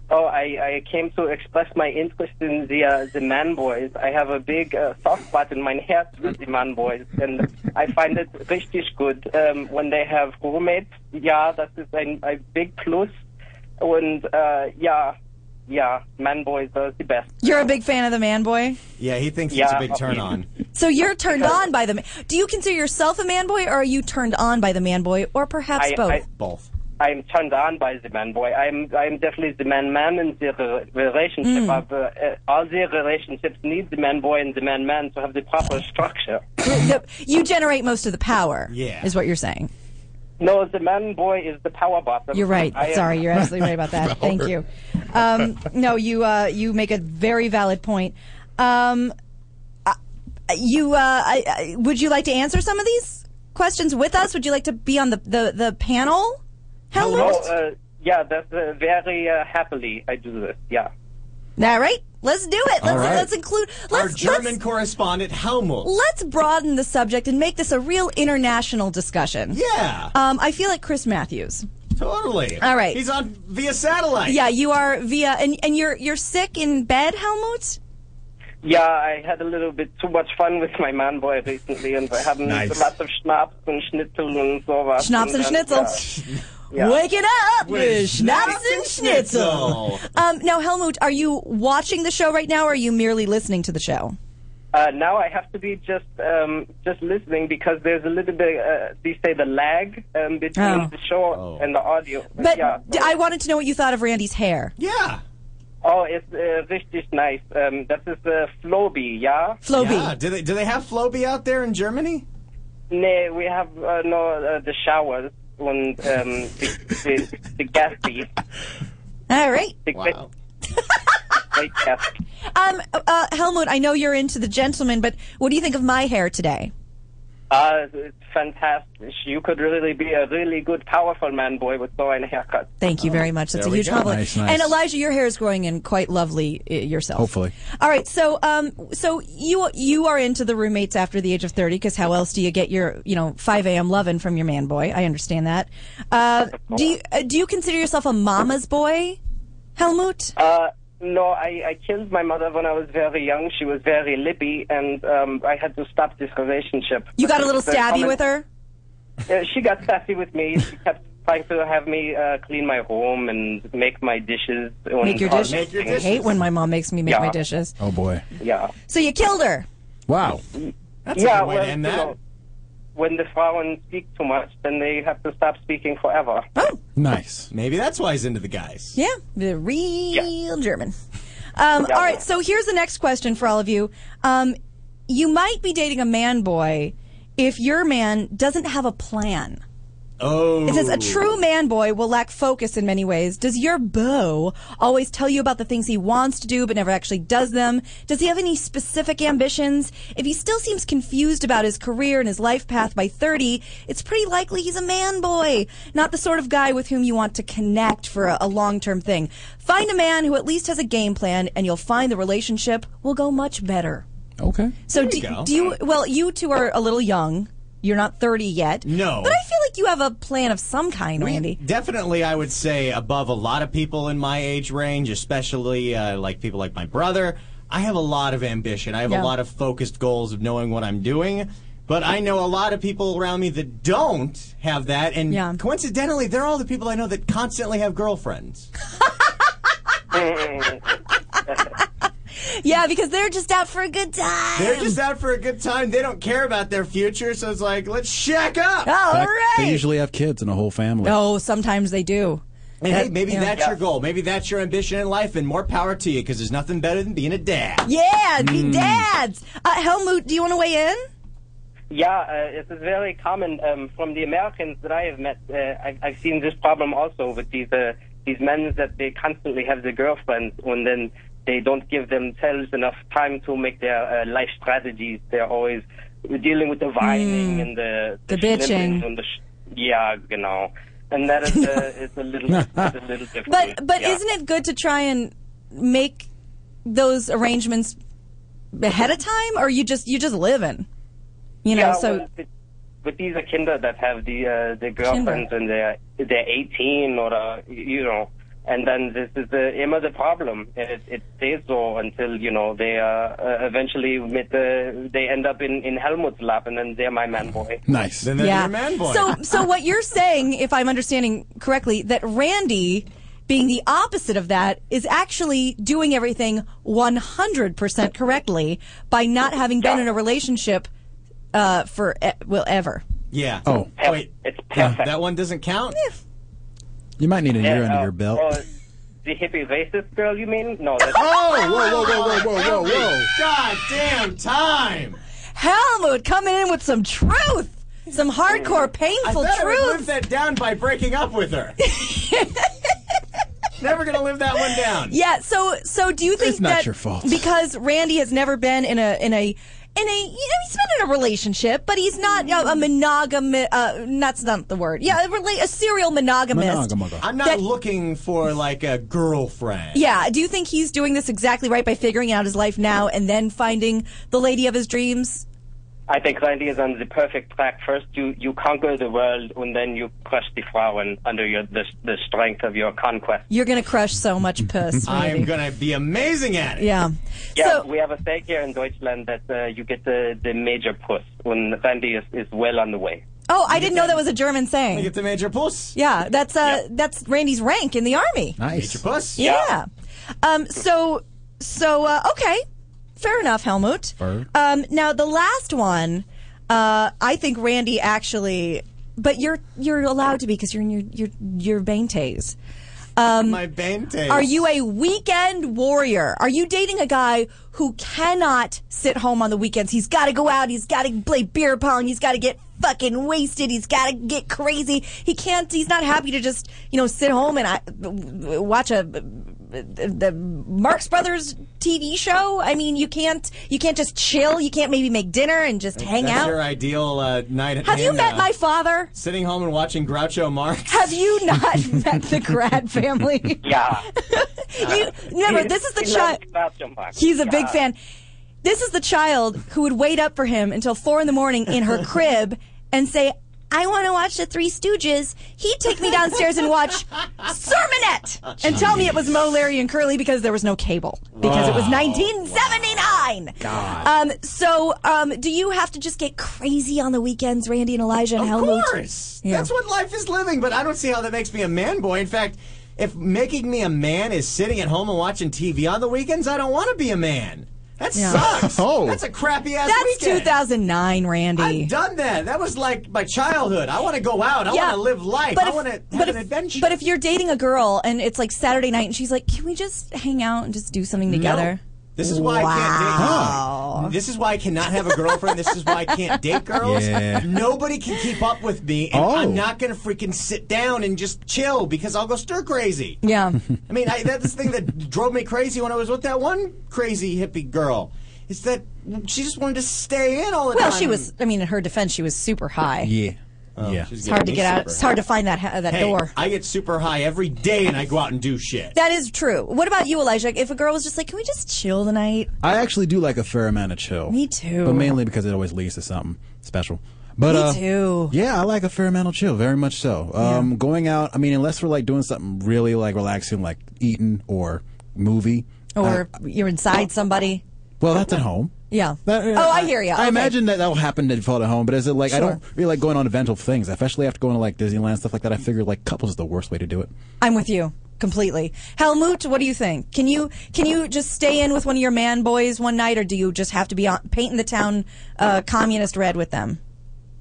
S10: Oh, I, I came to express my interest in the uh, the man boys. I have a big uh, soft spot in my [laughs] heart for the man boys, and I find it richtig good um, when they have roommates. Yeah, that is ein a big plus. And uh, yeah, yeah, man boys are the best.
S4: You're a big fan of the man boy,
S5: Yeah, he thinks it's a
S10: Yeah.
S5: big turn on.
S4: so
S5: [laughs]
S4: you're turned on by the. ma- Do you consider yourself a man boy, or are you turned on by the man boy, or perhaps
S10: I-
S4: both?
S10: I-
S5: Both.
S10: I'm turned on by the man boy. I'm I'm definitely the man man in the re- relationship.
S4: Mm.
S10: I've, uh, uh, all the relationships need the man boy and the man man to have the proper structure.
S4: The- [laughs] you generate most of the power.
S5: Yeah.
S4: is what you're saying.
S10: No, the man boy is the power bottom.
S4: You're right.
S10: I am-
S4: Sorry, you're absolutely right about that. Thank you. Um, no, you uh, you make a very valid point. Um, uh, you uh, I, I, would you like to answer some of these questions with us? Would you like to be on the the, the panel? Hello.
S10: Oh, uh, yeah, that's uh, very uh, happily I do this. Yeah.
S4: All right, let's do it. Let's
S7: right.
S4: let's include
S5: Our
S4: let's
S5: German
S4: let's,
S5: correspondent Helmut.
S4: let's broaden the subject and make this a real international discussion.
S5: yeah,
S4: Um, I feel like Chris Matthews.
S5: totally.
S4: all right.
S5: He's on via satellite.
S4: Yeah, you are via and and you're you're sick in bed, Helmut.
S10: Yeah, I had a little bit too much fun with my man boy recently, and I had
S5: Nice.
S10: lots of schnapps and schnitzel and so on.
S4: Schnapps and schnitzel.
S10: Yeah.
S4: Wake it up with schnapps and schnitzel. Um, now, Helmut, are you watching the show right now, or are you merely listening to the show?
S10: Uh, now I have to be just um, just listening because there's a little bit. Uh, they say the lag um, between
S4: Oh.
S10: the show and the audio.
S4: But
S10: yeah.
S4: d- I wanted to know what you thought of Randy's hair.
S5: Yeah.
S10: Oh, it's uh, richtig nice. Um, that is uh, Floby, yeah.
S4: Floby.
S5: Yeah. Do they do they have Floby out there in Germany?
S10: Nee, we have uh, no uh, the showers and um, the, the, the gas fees.
S4: All right.
S10: The wow. [laughs] Great gas.
S4: Um, uh, Helmut, I know you're into the gentleman, but what do you think of my hair today?
S10: Uh, it's fantastic. You could really be a really good, powerful man boy with bow and a haircut.
S4: Thank you very much. That's
S10: there
S4: a
S10: we
S4: huge
S10: go.
S4: compliment.
S10: Nice, nice.
S4: And Elijah, your hair is growing in quite lovely uh, yourself.
S7: Hopefully.
S4: All right. So, um, so you you are into the roommates after the age of thirty because how else do you get your you know five a.m. lovin' from your man boy? I understand that. Uh, do you uh, do you consider yourself a mama's boy, Helmut?
S10: Uh, no, I, I killed my mother when I was very young. She was very lippy, and um, I had to stop this relationship.
S4: You got a little
S10: The
S4: stabby
S10: common-
S4: with her.
S10: Yeah, she got sassy with me. She kept trying to have me uh, clean my room and make my dishes. and
S4: Make your
S10: all
S4: dishes.
S10: these
S4: I
S10: things.
S4: hate when my mom makes me make
S10: Yeah.
S4: my dishes.
S7: Oh boy.
S10: Yeah.
S4: So you killed her.
S7: Wow.
S5: That's a
S10: yeah,
S5: good way to
S10: well,
S5: end
S10: you
S5: that.
S10: know, when the Frauen speak too much, then they have to stop speaking forever.
S7: Nice.
S5: Maybe that's why he's into the guys.
S4: Yeah, the real German. Um, all right, so here's the next question for all of you. Um, you might be dating a man boy if your man doesn't have a plan.
S5: Oh.
S4: It says a true man boy will lack focus in many ways. Does your beau always tell you about the things he wants to do but never actually does them? Does he have any specific ambitions? If he still seems confused about his career and his life path by 30, it's pretty likely he's a man boy, not the sort of guy with whom you want to connect for a, a long-term thing. Find a man who at least has a game plan and you'll find the relationship will go much better.
S7: Okay.
S4: So
S7: There
S4: do,
S7: you go.
S4: do you? Well, you two are a little young. You're not thirty yet.
S5: No.
S4: but I feel like you have a plan of some kind, Randy.
S5: Definitely, I would say above a lot of people in my age range, especially uh, like people like my brother. I have a lot of ambition. I have
S4: Yeah.
S5: a lot of focused goals of knowing what I'm doing. But I know a lot of people around me that don't have that, and coincidentally, they're all the people I know that constantly have girlfriends.
S4: Yeah, because they're just out for a good time.
S5: They're just out for a good time. They don't care about their future, so it's like, let's shack up.
S4: All
S7: Fact,
S4: right.
S7: They usually have kids and a whole family.
S4: No, sometimes they do.
S5: And hey, maybe
S4: Yeah.
S5: that's your goal. Maybe that's your ambition in life, and more power to you because there's nothing better than being a dad.
S4: Yeah,
S7: Hmm.
S4: be dads. Uh, Helmut, do you want to weigh in?
S10: Yeah, uh, it is very common um, from the Americans that I have met. Uh, I've, I've seen this problem also with these uh, these men that they constantly have their girlfriends and then they don't give themselves enough time to make their uh, life strategies. They're always dealing with the whining and the
S4: Hmm. The bitching.
S10: schnipping and the sh- yeah, genau. And that is uh, it's a little it's a little different.
S4: But but
S10: yeah.
S4: isn't it good to try and make those arrangements ahead of time, or you just you just living? You know,
S10: yeah,
S4: so
S10: well, but- but these are kinder that have the uh, the girlfriends and they're they're 18 or uh, you know, and then this is the immer the problem. It, it stays so until you know they uh, uh, eventually with the, they end up in in Helmut's lap and then they're my man boy.
S7: Nice. Then
S4: yeah. So,
S5: [laughs]
S4: so what you're saying, if I'm understanding correctly, that Randy, being the opposite of that, is actually doing everything 100% correctly by not having been in a relationship uh, for e- well ever.
S5: Yeah.
S7: Oh.
S5: wait.
S10: It's
S5: perfect. That one doesn't count?
S7: You might need a year
S10: Yeah,
S7: under
S10: uh,
S7: your belt.
S10: oh, the hippie racist girl, you mean? No. That's
S5: Oh, whoa, whoa, whoa, whoa, whoa, whoa, whoa. God damn time.
S4: Helmut coming in with some truth, some hardcore,
S5: I
S4: painful
S5: thought I would live
S4: truth.
S5: that down by breaking up with her. Never gonna live that one down.
S4: Yeah. So, so do you think
S5: not
S4: that
S5: your fault.
S4: because Randy has never been in a in a in a you know, he's been in a relationship, but he's not uh, a monogamous. Uh, that's not the word. Yeah, a, rela- a serial monogamist.
S5: I'm not looking for like a girlfriend.
S4: Yeah. Do you think he's doing this exactly right by figuring out his life now and then finding the lady of his dreams?
S10: I think Randy is on the perfect track. First, you, you conquer the world, and then you crush the Frauen under your, the, the strength of your conquest.
S4: You're gonna crush so
S5: [laughs]
S4: much puss.
S5: I'm
S4: Randy.
S5: gonna be amazing at it.
S4: Yeah.
S10: Yeah, we have a saying here in Deutschland that uh, you get the, the major puss when Randy is, is well on the way.
S4: Oh, I didn't know that was a German saying.
S5: Get the major puss.
S4: Yeah, that's uh, that's Randy's rank in the army.
S5: Nice. Major puss.
S4: Yeah. Um. So so uh, okay. Fair enough, Helmut.
S7: Fair.
S4: Um, now the last one, uh, I think Randy actually, but you're you're allowed to be because you're in your your your Baintes. Um,
S5: My Baintes.
S4: Are you a weekend warrior? Are you dating a guy who cannot sit home on the weekends? He's got to go out. He's got to play beer pong. He's got to get fucking wasted. He's got to get crazy. He can't. He's not happy to just you know sit home and I, watch a the Marx Brothers TV show. I mean, you can't you can't just chill. You can't maybe make dinner and just hang
S5: That's
S4: out.
S5: your ideal uh, night at
S4: Have you
S5: hand,
S4: met
S5: uh,
S4: my father?
S5: Sitting home and watching Groucho Marx.
S4: Have you not met the Grad family? [laughs]
S10: Yeah.
S4: you remember this is the
S10: He loves
S4: child.
S10: Groucho Marx.
S4: He's a big
S10: Yeah.
S4: fan. This is the child who would wait up for him until four in the morning in
S5: [laughs]
S4: her crib and say, I want to watch the Three Stooges. He'd take me downstairs and watch Sermonette and tell me it was Mo, Larry, and Curly because there was no cable because it was 1979. Um, so, um, do you have to just get crazy on the weekends, Randy and Elijah and
S5: Of
S4: Helmut?
S5: course.
S4: Yeah.
S5: That's what life is living, but I don't see how that makes me a man boy. In fact, if making me a man is sitting at home and watching TV on the weekends, I don't want to be a man. That
S4: Yeah. [laughs]
S5: sucks.
S7: Oh.
S5: That's a crappy ass
S4: That's
S5: weekend.
S4: 2009, Randy.
S5: I've done that. That was like my childhood. I want to go out. I want to live life. I
S4: if-
S5: want to have
S4: but
S5: an
S4: if,
S5: adventure.
S4: But if you're dating a girl and it's like Saturday night and she's like, "Can we just hang out and just do something together?"
S5: This is why I can't date.
S4: Wow.
S5: girls. This is why I cannot have a girlfriend. this is why I can't date girls.
S7: Yeah.
S5: Nobody can keep up with me, and
S7: Oh.
S5: I'm not going to freaking sit down and just chill because I'll go stir crazy. [laughs]
S4: Yeah.
S5: I mean, I, that's the thing that drove me crazy when I was with that one crazy hippie girl. Is that she just wanted to stay in all the
S4: well,
S5: time?
S4: she was. I mean, in her defense, she was super high.
S7: Yeah. yeah.
S5: She's
S4: It's hard to
S5: me
S4: get out.
S5: super
S4: It's hard to find that ha- that
S5: high. Hey,
S4: door.
S5: I get super high every day, and I go out and do shit.
S4: that is true. What about you, Elijah? If a girl was just like, "Can we just chill tonight?"
S7: I actually do like a fair amount of chill.
S4: Me too.
S7: But mainly because it always leads to something special. But
S4: Me
S7: uh,
S4: too.
S7: Yeah, I like a fair amount of chill, very much so. Um, Going out, I mean, unless we're like doing something really like relaxing, like eating or movie. Uh,
S4: Or
S5: Uh,
S4: you're inside somebody.
S7: Well, that's at home.
S4: Yeah.
S7: That- uh,
S4: oh, I, hear you.
S7: I imagine that that'll happen if all at home, but is it like I
S4: Sure.
S7: don't really like going on eventful things, especially after going to like Disneyland and stuff like that. I figure like couples is the worst way to do it.
S4: I'm with you completely. Helmut, what do you think? Can you can you just stay in with one of your man boys one night, or do you just have to be on, painting the town uh, communist red with them?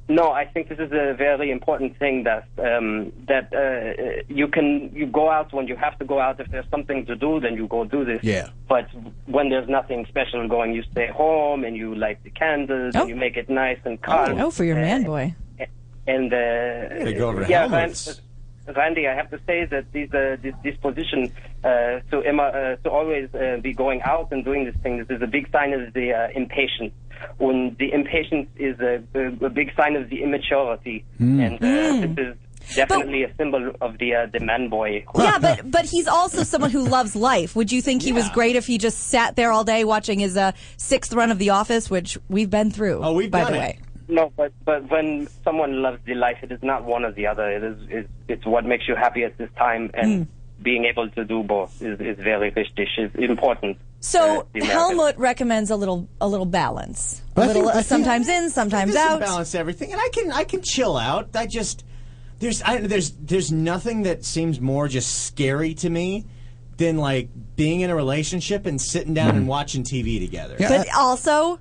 S10: No, I think this is a very important thing that um, that uh, you can you go out when you have to go out. If there's something to do, then you go do this.
S7: Yeah.
S10: But when there's nothing special going, you stay home and you light the candles
S4: Oh.
S10: and you make it nice and calm.
S4: Oh, for your man boy.
S10: And uh,
S5: go over to
S10: yeah,
S5: Helmut's.
S10: Ran- Randy, I have to say that these uh, this disposition uh, to Emma uh, to always uh, be going out and doing this thing. This is a big sign of the uh, impatience. And the impatience is a, a, a big sign of the immaturity, and uh, this is definitely a symbol of the uh, the man boy.
S4: Yeah, but but he's also someone who loves life. Would you think he was great if he just sat there all day watching his uh, sixth run of The Office, which we've been through?
S5: Oh, we've
S4: by
S5: done
S4: the
S5: it.
S4: way.
S10: No, but but when someone loves the life, it is not one or the other. It is it's, it's what makes you happy at this time, and
S4: Hmm.
S10: being able to do both is, is very wichtig. It's important.
S4: So
S10: Uh,
S4: Helmut recommends a little a little balance.
S7: But I
S4: a little
S7: think- I think-
S4: uh, sometimes in, sometimes
S5: This will
S4: out.
S5: balance everything, and I can I can chill out. I just there's I, there's there's nothing that seems more just scary to me than like being in a relationship and sitting down and watching TV together.
S7: Yeah.
S4: But also,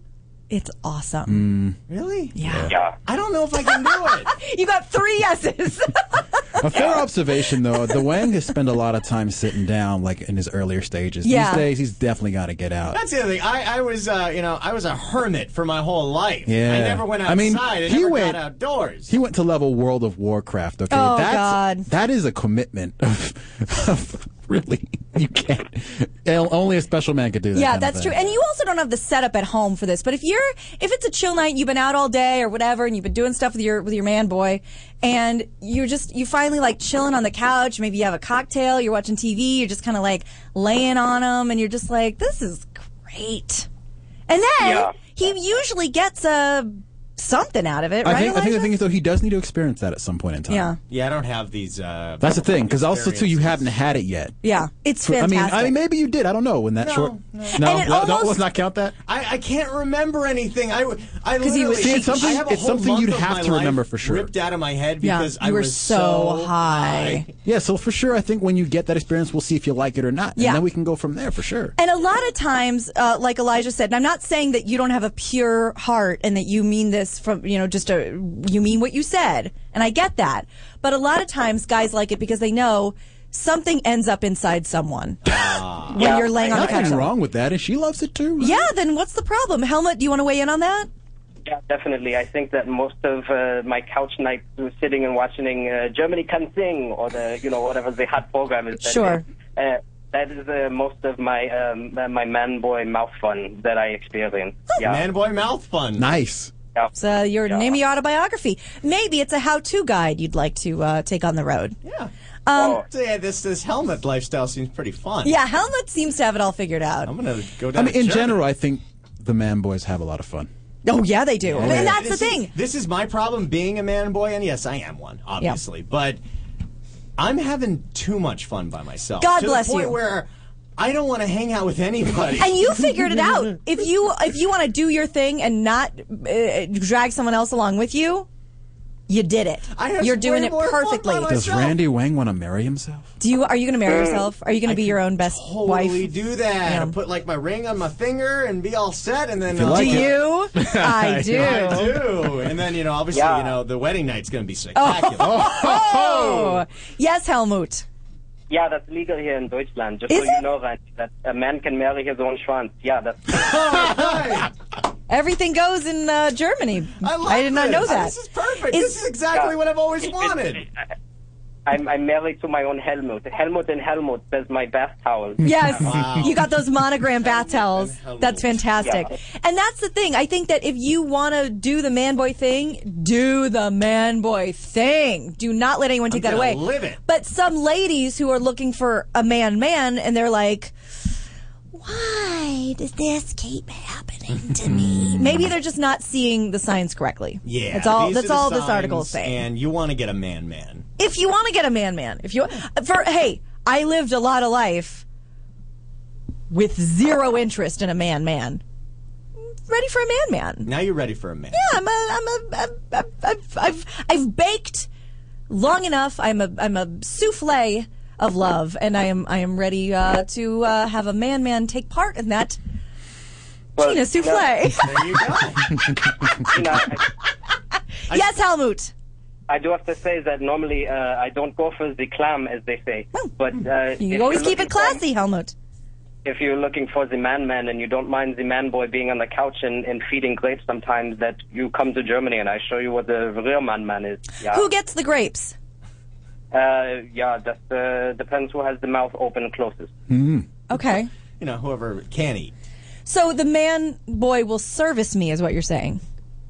S4: it's
S7: Mm.
S4: awesome.
S5: Really?
S4: Yeah.
S10: Yeah.
S5: I don't know if I can do
S4: [laughs]
S5: it.
S4: You got three yeses. [laughs]
S7: A fair observation, though. The Wang has spent a lot of time sitting down, like in his earlier stages.
S4: Yeah.
S7: These days, he's definitely got to get out.
S5: That's the other thing. I, I was, uh, you know, I was a hermit for my whole life.
S7: Yeah.
S5: I never went outside.
S7: I mean,
S5: I
S7: he
S5: never
S7: went-
S5: got outdoors.
S7: He went to level World of Warcraft. Okay,
S4: Oh,
S7: that's
S4: God.
S7: that is a commitment. Of, of- [laughs] really, you can't. el- Only a special man could do that.
S4: yeah,
S7: kind of
S4: that's true.
S7: thing.
S4: And you also don't have the setup at home for this. But if you're if it's a chill night, you've been out all day or whatever, and you've been doing stuff with your with your man boy, and you're just you finally like chilling on the couch. Maybe you have a cocktail, you're watching TV, you're just kind of like laying on him, and you're just like, this is great. And then
S10: Yeah.
S4: he usually gets a something out of it, right?
S7: I think, I think the
S4: Elijah?
S7: thing is, though, he does need to experience that at some point in time.
S4: yeah,
S5: Yeah, I don't have these. Uh,
S7: That's the thing, because also, too, you
S5: experiences.
S7: haven't had it yet.
S4: yeah, it's
S7: I mean,
S4: fantastic.
S7: I mean, maybe you did. I don't know. In that
S5: No,
S7: short,
S5: no.
S7: no,
S5: And
S4: it
S7: Well, don't-
S4: almost-
S7: let's not count that.
S5: I, I can't remember anything. I w- I
S4: 'Cause he was
S5: literally
S4: See,
S7: it's something-
S5: I have a
S7: it's
S5: whole
S7: something
S5: month
S7: you'd
S5: of
S7: have
S5: my
S7: to remember
S5: life
S7: for sure.
S5: Ripped out of my head
S4: Yeah,
S5: because I
S4: you were
S5: was
S4: so high.
S7: Yeah, so for sure, I think when you get that experience, we'll see if you like it or not,
S4: Yeah.
S7: and then we can go from there for sure.
S4: And a lot of times, uh, like Elijah said, and I'm not saying that you don't have a pure heart and that you mean this from, you know, just a, you mean what you said. And I get that. But a lot of times guys like it because they know something ends up inside someone when you're laying on the couch.
S7: Ah. Nothing wrong with that, and she loves it too.
S4: Yeah, then what's the problem? Helmut, do you want to weigh in on that?
S10: Yeah, definitely. I think that most of uh, my couch nights was sitting and watching uh, Germany Can Sing or the you know whatever the hot program is. that
S4: Sure.
S10: is. Uh, that is uh, most of my um, uh, my man boy mouth fun that I experience. Yeah.
S5: Man, boy, mouth fun.
S7: Nice.
S10: yeah.
S4: It's, uh, your name of your autobiography. Maybe it's a how-to guide you'd like to uh, take on the road.
S5: Yeah.
S10: Oh,
S5: So, yeah, this this helmet lifestyle seems pretty fun.
S4: Um, Yeah, Helmut seems to have it all figured out.
S5: I'm gonna go
S7: I
S5: down.
S7: mean,
S5: to
S7: in
S5: Germany.
S7: general, I think the man boys have a lot of fun.
S4: Oh yeah, they do. And that's the
S5: This is-
S4: thing.
S5: this is my problem being a man boy, and yes, I am one, obviously, but I'm having too much fun by myself.
S4: God
S5: to
S4: bless
S5: the point
S4: you.
S5: Where I don't want to hang out with
S4: [laughs]
S5: anybody.
S4: and you figured it out. If you if you want to do your thing and not uh, drag someone else along with you, you did it.
S5: I have
S4: You're
S5: way
S4: doing it
S5: more fun
S4: perfectly.
S5: by myself.
S7: Does Randy Wang want to marry himself?
S4: Do you are you going to marry yourself? Are you going to be your own best
S5: [laughs] totally
S4: wife?
S5: do that.
S4: Yeah.
S5: I put like my ring on my finger and be all set, and then
S7: you
S5: I'll-
S7: like
S4: Do
S7: it.
S4: you?
S5: [laughs]
S4: I do.
S5: I
S7: [laughs]
S5: do. And then you know, obviously,
S10: Yeah.
S5: you know, the wedding night's going to be spectacular.
S4: [laughs] Oh yes, Helmut.
S10: yeah, that's legal here in Deutschland. Just
S4: Is
S10: so you
S4: it?
S10: know, Randy, that a man can marry his own Schwanz. Yeah, that's
S4: Everything goes in uh, Germany.
S5: I love
S4: did not
S5: this.
S4: know that.
S5: This is perfect. this is exactly
S10: yeah.
S5: what
S7: [laughs]
S5: I've always wanted.
S10: I'm, I'm married to my own Helmut. Helmut and Helmut says my bath towel.
S5: [laughs]
S4: Yes, you got those monogram bath towels.
S5: Helmut.
S4: That's fantastic.
S10: Yeah.
S4: And that's the thing. I think that if you want to do the man boy thing, do the man boy thing. Do not let anyone take that
S5: gonna
S4: away.
S5: live it.
S4: But some ladies who are looking for a man man and they're like, why does this keep happening to
S5: [laughs]
S4: me? Maybe they're just not seeing the signs correctly.
S5: Yeah,
S4: that's all.
S5: these
S4: That's
S5: are the
S4: all this article is
S5: signs,
S4: saying
S5: And you want to get a man, man.
S4: if you want to get a man man if you for hey i lived a lot of life with zero interest in a man man ready for a man man
S5: Now you're ready for a man.
S4: yeah i'm a i'm a I'm- I'm- I've, I've, I've baked long enough i'm a i'm a souffle of love and i am i am ready uh, to uh, have a man man take part in that
S10: Well,
S4: Gina souffle
S5: There you go. [laughs]
S10: you know, I-
S4: [laughs] yes helmut
S10: I do have to say that normally uh, I don't go for the clam, as they say. But uh, if
S4: Oh, you
S10: you're
S4: always keep
S10: looking
S4: it classy helmut
S10: For, if you're looking for the man man and you don't mind the man boy being on the couch and, and feeding grapes sometimes, that you come to Germany and I show you what the real man man is. Yeah,
S4: who gets the grapes
S10: uh, yeah, that uh, depends who has the mouth open closest.
S4: okay
S5: you know, whoever can eat.
S4: so the man boy will service me is what you're saying Oh,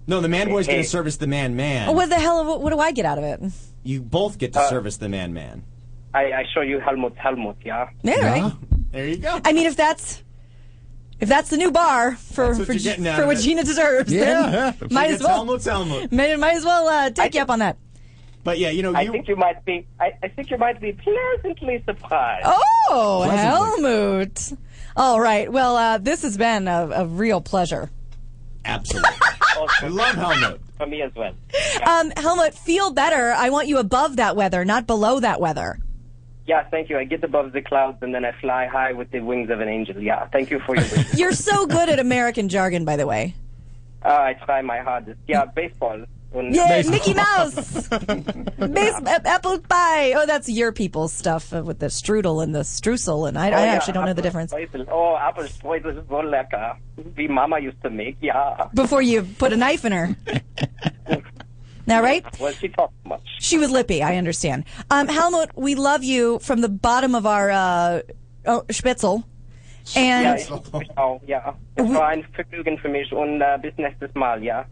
S5: No, the man boy's going to service the man, man.
S4: What the hell? What, what do I get out of it?
S5: you both get to
S10: Uh,
S5: service the man, man.
S10: I, I show you Helmut Helmut. Yeah,
S4: Yeah, right.
S5: There you
S4: [laughs]
S5: go.
S4: I mean, if that's if that's the new bar for
S5: That's what
S4: for,
S5: you're getting out
S4: for
S5: of
S4: what
S5: it.
S4: Gina deserves, then
S5: She
S4: might as
S5: gets
S4: well
S5: Helmut's Helmut.
S4: may, might as well uh, take you
S10: think-
S4: up on that.
S5: But yeah, you know,
S10: I
S5: you,
S10: think you might be. I, I think you might be pleasantly surprised.
S4: Oh,
S7: Pleasantly.
S4: Helmut! All right. Well, uh, this has been a, a real pleasure.
S5: absolutely. I
S10: [laughs] Also,
S5: love Helmut.
S10: for me as well.
S4: Um, Helmut, feel better. I want you above that weather, not below that weather.
S10: Yeah, thank you. I get above the clouds and then I fly high with the wings of an angel. Yeah, thank you for your
S4: [laughs]
S10: wishes.
S4: You're so good at American jargon, by the way.
S10: Uh, I try my hardest. Yeah, baseball. Oh, Und
S4: Yay, Mickey Mouse! Base, a- apple pie. Oh, that's your people's stuff uh, with the strudel and the streusel, and I, I
S10: Oh, yeah,
S4: actually don't know the
S10: apple
S4: difference.
S10: Streusel. Oh, Apfelstreusel is so lecker. Wie Mama used to make, yeah.
S4: before you put a knife in her. now, right?
S10: Well, she talked much.
S4: She was lippy. I understand. Um, Helmut, we love you from the bottom of our uh, oh, Spitzel.
S10: Ja,
S4: And
S10: ich mich auch, ja. Es war ein Vergnügen für mich und äh, bis nächstes Mal, ja.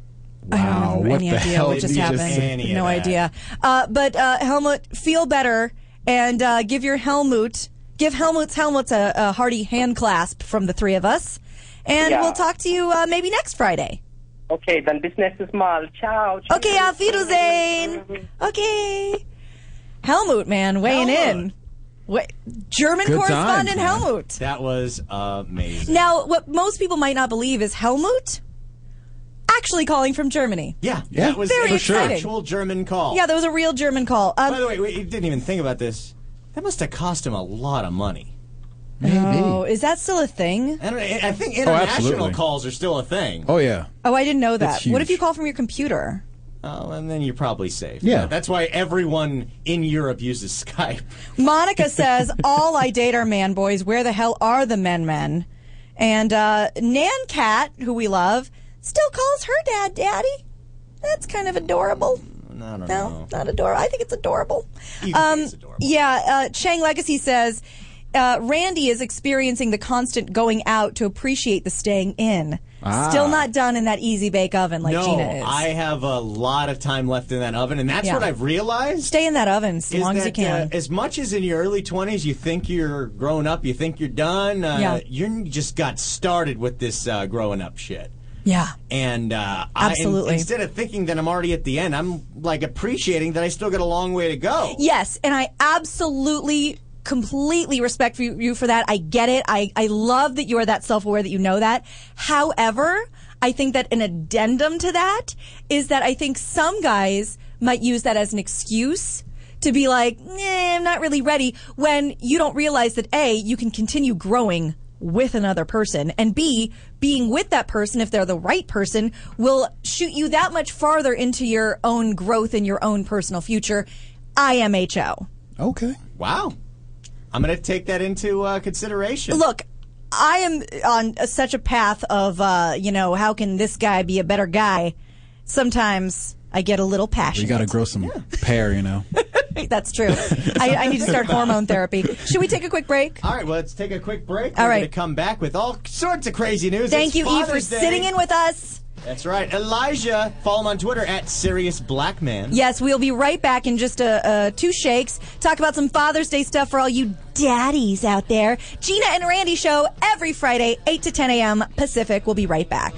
S4: I don't
S7: Wow,
S4: have
S7: Oh, what
S4: any
S7: the
S4: idea
S7: hell
S4: what
S7: did
S4: just
S7: you just
S4: happened.
S5: say? Any of
S4: no
S5: that.
S4: idea. Uh, but uh, Helmut, feel better and uh, give your Helmut, give Helmut's Helmut's a, a hearty hand clasp from the three of us. And
S10: Yeah.
S4: we'll talk to you uh, maybe next Friday.
S10: Okay, dann bis nächstes Mal. Ciao. Tschüss.
S4: Okay, auf Wiedersehen. Okay. Helmut, man, weighing in. Wait, German
S7: Good
S4: correspondent
S7: times, man.
S4: Helmut.
S5: That was amazing.
S4: Now, what most people might not believe is Helmut actually calling from Germany.
S5: Yeah,
S7: Yeah,
S5: that was
S4: Very
S5: an
S4: exciting.
S5: actual German call.
S4: Yeah, that was a real German call. Um,
S5: By the way, we didn't even think about this. That must have cost him a lot of money.
S7: Maybe.
S4: oh, is that still a thing?
S5: I, don't, I I think international
S7: Oh, absolutely.
S5: calls are still a thing.
S7: Oh yeah.
S4: Oh, I didn't know that.
S7: That's
S4: What if
S7: huge.
S4: you call from your computer?
S5: Oh, and then you're probably safe.
S7: Yeah.
S5: That's why everyone in Europe uses [laughs] Skype.
S4: Monica
S5: [laughs]
S4: says, "All I date are man boys. Where the hell are the men men?" And uh, Nan Cat, who we love, still calls her dad daddy. That's kind of adorable.
S5: I don't
S4: No,
S5: know.
S4: not adorable. I think it's adorable. Um,
S5: Either way, it's adorable.
S4: Yeah, uh, Chang Legacy says uh, Randy is experiencing the constant going out to appreciate the staying in. Still not done in that easy bake oven like
S5: Ah. No,
S4: Gina is.
S5: I have a lot of time left in that oven, and that's
S4: Yeah.
S5: what I've realized.
S4: Stay in that oven as
S5: is
S4: long as you
S5: that,
S4: can.
S5: uh, as much as in your early 20s, you think you're grown up, you think you're done, uh,
S4: Yeah.
S5: you just got started with this uh, growing up shit.
S4: yeah.
S5: And uh,
S4: Absolutely.
S5: I, in- instead of thinking that I'm already at the end, I'm like appreciating that I still got a long way to go.
S4: Yes, and I absolutely completely respect you- you for that. I get it. I, I love that you are that self-aware that you know that. However, I think that an addendum to that is that I think some guys might use that as an excuse to be like, nah, I'm not really ready when you don't realize that A, you can continue growing with another person and B, being with that person, if they're the right person, will shoot you that much farther into your own growth and your own personal future. IMHO.
S7: Okay.
S5: Wow. I'm going to take that into uh, consideration.
S4: Look, I am on a- such a path of, uh, you know, how can this guy be a better guy? Sometimes I get a little
S7: You
S4: passionate.
S7: got to grow some pear,
S4: [laughs]
S7: you know.
S4: That's true. I, I need to start hormone therapy. Should we take a quick break?
S5: All right, well, let's take a quick break.
S4: All
S5: We're
S4: right.
S5: going to come back with all sorts of crazy news.
S4: Thank
S5: It's
S4: you, Eve, for
S5: Father's Day.
S4: sitting in with us.
S5: That's right. Elijah, follow him on Twitter at Sirius Black Man.
S4: Yes, we'll be right back in just uh, uh, two shakes. Talk about some Father's Day stuff for all you daddies out there. Gina and Randy show every Friday, 8 to 10 a.m. Pacific. We'll be right back.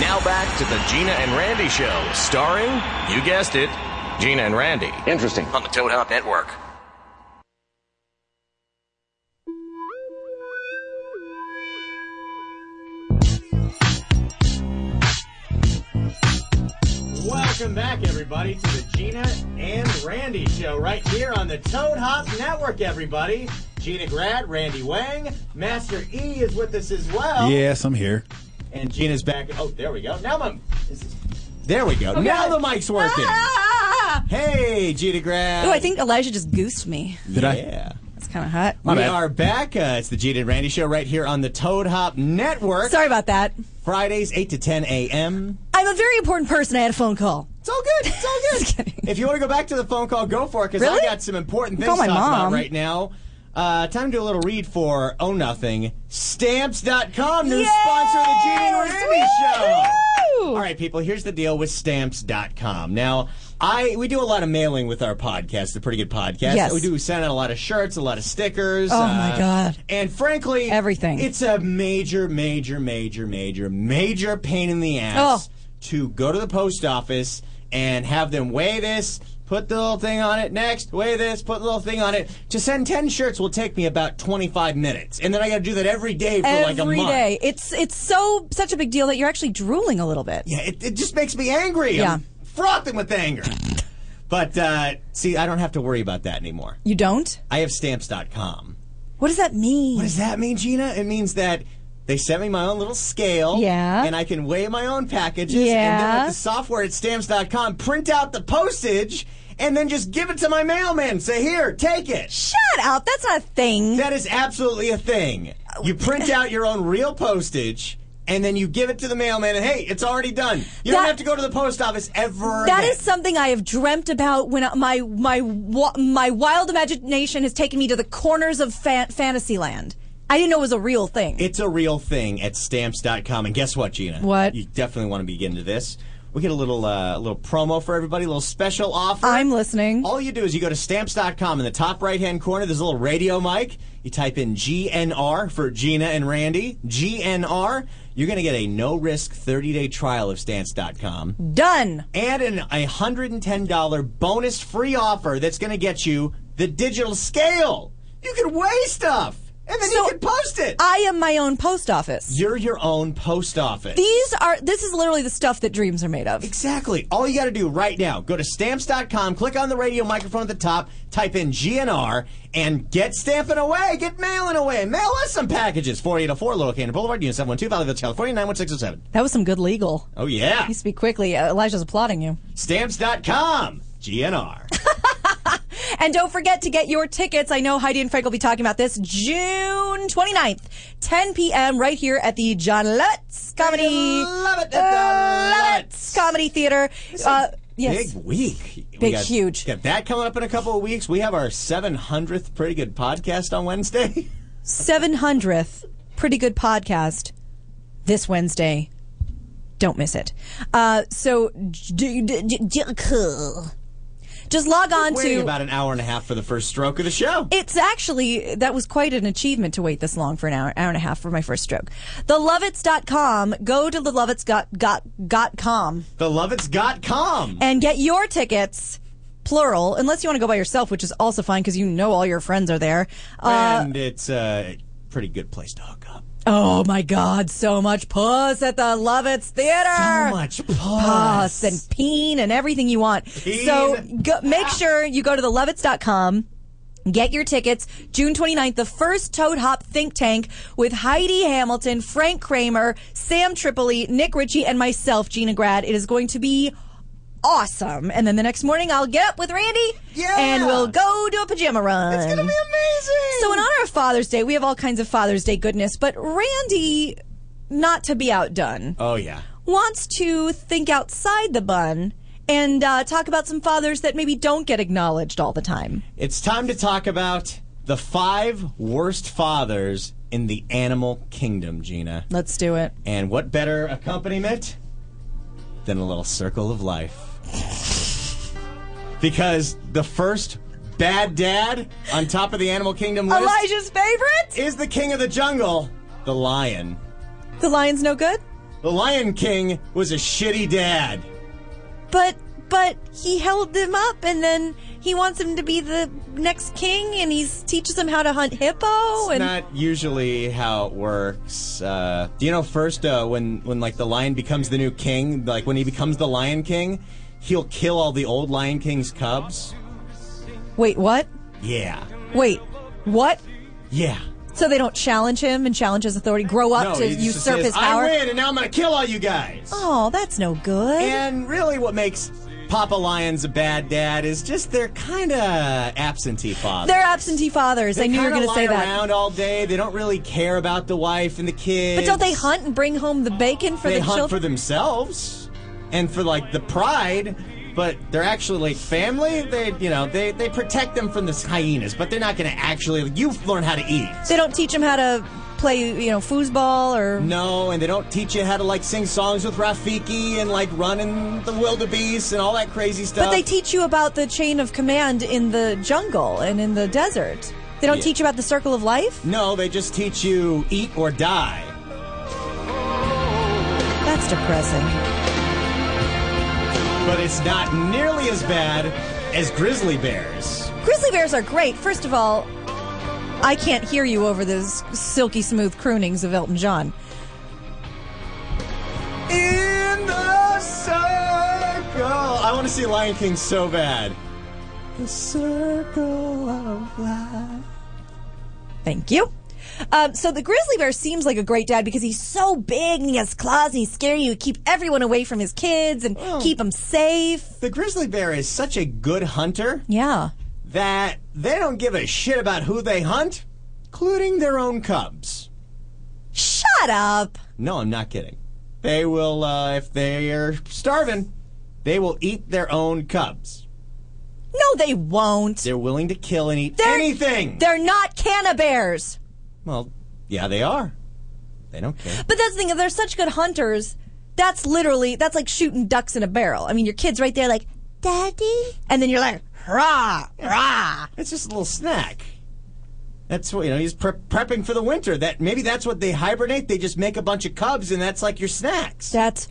S3: Now back to the Gina and Randy Show, starring, you guessed it, Gina and Randy. Interesting. On the Toad Hop Network.
S5: Welcome back, everybody, to the Gina and Randy Show right here on the Toad Hop Network, everybody. Gina Grad, Randy Wang. Master E is with us as well.
S7: Yes, I'm here.
S5: And Gina's back. Oh, there we go. Now my. is this- There we go. now the mic's working. Hey, Gina Grad.
S4: Ah! Oh, I think Elijah just goosed me.
S5: Did I? Yeah.
S4: That's kind of hot.
S5: we are back. Uh, it's the Gina and Randy show right here on the Toad Hop Network.
S4: Sorry about that.
S5: Fridays, 8 to 10 a.m.
S4: I'm a very important person. I had a phone call.
S5: It's all good. It's
S4: [laughs]
S5: all good. If you want to go back to the phone call, go for it because
S4: Really?
S5: I got some important things
S4: Call
S5: to
S4: my
S5: talk about
S4: mom.
S5: right now. Uh, time to do a little read for Oh Nothing. Stamps.com, new sponsor of the Gene and Randy Show. All right, people, here's the deal with Stamps.com. Now, I we do a lot of mailing with our podcast. It's a pretty good podcast.
S4: Yes.
S5: We do send out a lot of shirts, a lot of stickers. uh,
S4: Oh, my God.
S5: And frankly,
S4: Everything.
S5: It's a major, major, major, major, major pain in the ass
S4: Oh.
S5: to go to the post office and have them weigh this, put the little thing on it, next, weigh this, put the little thing on it. To send 10 shirts will take me about 25 minutes. And then I got to do that every day for like a
S4: Every
S5: month.
S4: day. It's it's so such a big deal that you're actually drooling a little bit.
S5: Yeah, it, it just makes me angry.
S4: Yeah.
S5: I'm frothing with anger. But uh, see, I don't have to worry about that anymore.
S4: You don't?
S5: I have stamps.com.
S4: What does that mean?
S5: What does that mean, Gina? It means that they sent me my own little scale.
S4: Yeah.
S5: And I can weigh my own packages. And then
S4: Yeah.
S5: with the software at stamps.com, print out the postage and then just give it to my mailman and say, here, take it.
S4: Shut up. That's not a thing.
S5: That is absolutely a thing. You print out your own real postage. And then you give it to the mailman, and hey, it's already done. You don't
S4: That-
S5: have to go to the post office ever.
S4: That
S5: again.
S4: is something I have dreamt about when I- my my wa- my wild imagination has taken me to the corners of fa- fantasy land. I didn't know it was a real thing.
S5: It's a real thing at stamps.com. And guess what, Gina?
S4: What?
S5: You definitely want to be into this. We get a little uh, little promo for everybody, a little special offer.
S4: I'm listening.
S5: All you do is you go to stamps.com in the top right hand corner, there's a little radio mic. You type in GNR for Gina and Randy. GNR. You're going to get a no risk 30 day trial of stamps.com
S4: Done.
S5: and an $110 bonus free offer that's going to get you the digital scale. You can weigh stuff and then you
S4: So-
S5: can post it.
S4: I am my own post office.
S5: You're your own post office.
S4: These are this is literally the stuff that dreams are made of.
S5: Exactly. All you got to do right now, go to stamps.com, click on the radio microphone at the top, type in GNR, and get stamping away, get mailing away. Mail us some packages. 484 Lower Cannon Boulevard, Unit 712, Valleyville, California, 91607.
S4: That was some good legal.
S5: Oh, yeah.
S4: You speak quickly. Uh, Elijah's applauding you.
S5: Stamps.com, GNR.
S4: And don't forget to get your tickets. I know Heidi and Frank will be talking about this June 29th, 10 p.m. right here at the John Lutz Comedy
S5: Love it. Love it.
S4: Comedy Theater. Uh, [laughs] yes.
S5: Big week. We
S4: Big,
S5: got-
S4: huge.
S5: Got that coming up in a couple of weeks. We have our 700th Pretty Good podcast
S4: [laughs]
S5: on Wednesday.
S4: 700th Pretty Good Podcast this Wednesday. Don't miss it. Uh, so j- j- j- j- just log on
S5: Waiting
S4: to.
S5: about an hour and a half for the first stroke of the show.
S4: It's actually, that was quite an achievement to wait this long for an hour, hour and a half for my first stroke. Thelovitz.com. Go to thelovitz.com
S5: The Lovitz.com.
S4: and get your tickets, plural, unless you want to go by yourself, which is also fine because you know all your friends are there. Uh,
S5: and it's a pretty good place to hook up.
S4: oh my God, so much puss at the Lovitz Theater.
S5: So much pause.
S4: Puss and peen and everything you want.
S5: Peen.
S4: So go, make sure you go to thelovitz.com. Get your tickets. June 29th, the first Toad Hop Think Tank with Heidi Hamilton, Frank Kramer, Sam Tripoli, Nick Ritchie, and myself, Gina Grad. It is going to be awesome. And then the next morning, I'll get up with Randy
S5: Yeah.
S4: and we'll go do a pajama run.
S5: It's gonna be amazing.
S4: So in honor of Father's Day, we have all kinds of Father's Day goodness, but Randy, not to be outdone,
S5: oh yeah,
S4: wants to think outside the bun and uh, talk about some fathers that maybe don't get acknowledged all the time.
S5: it's time to talk about the five worst fathers in the animal kingdom, Gina.
S4: Let's do it.
S5: And what better accompaniment than a little circle of life? Because the first bad dad on top of the animal kingdom list
S4: Elijah's favorite?
S5: is the king of the jungle, the lion.
S4: The lion's no good,
S5: The Lion King was a shitty dad.
S4: but but he held them up and then he wants him to be the next king and he teaches him how to hunt hippo
S5: It's
S4: and
S5: not usually how it works. Uh, do you know first uh, when when like the lion becomes the new king, like when he becomes the Lion King, he'll kill all the old Lion King's cubs.
S4: Wait, what?
S5: Yeah,
S4: Wait. What?
S5: Yeah.
S4: So they don't challenge him and challenge his authority, grow up
S5: No,
S4: to
S5: he just
S4: usurp
S5: says,
S4: his power.
S5: I win, and now I'm going to kill all you guys.
S4: Oh, that's no good.
S5: And really, what makes Papa Lions a bad dad is just they're kind of absentee fathers.
S4: They're absentee fathers. I knew you were going to say that.
S5: around all day. They don't really care about the wife and the kids.
S4: But don't they hunt and bring home the bacon for
S5: they
S4: the
S5: hunt
S4: children?
S5: for themselves and for like the pride but they're actually like family they you know they, they protect them from the hyenas but they're not going to actually you learn how to eat
S4: they don't teach them how to play, you know, foosball or.
S5: no and they don't teach you how to like sing songs with rafiki and like run in the wildebeest and all that crazy stuff
S4: But they teach you about the chain of command in the jungle and in the desert. They don't
S5: Yeah.
S4: teach you about the circle of life?
S5: no they just teach you eat or die
S4: That's depressing.
S5: but it's not nearly as bad as grizzly bears
S4: Grizzly bears are great. First of all, I can't hear you over those silky smooth croonings of Elton John.
S5: in the circle i want to see lion king so bad the circle of life
S4: Thank you. Um, so the grizzly bear seems like a great dad because he's so big and he has claws and he's scary. You keep everyone away from his kids and
S5: Oh.
S4: keep them safe.
S5: The grizzly bear is such a good hunter
S4: Yeah.
S5: that they don't give a shit about who they hunt, including their own cubs.
S4: Shut up.
S5: No, I'm not kidding. They will, uh, if they are starving, they will eat their own cubs.
S4: No, they won't.
S5: They're willing to kill and eat
S4: They're-
S5: anything.
S4: They're not canna bears.
S5: well, yeah, they are. They don't care.
S4: But that's the thing. If they're such good hunters, that's literally that's like shooting ducks in a barrel. I mean, your kids right there, like, daddy, and then you're like, rah, rah.
S5: It's just a little snack. That's what you know. He's pre- prepping for the winter. That maybe that's what they hibernate. They just make a bunch of cubs, and that's like your snacks.
S4: That's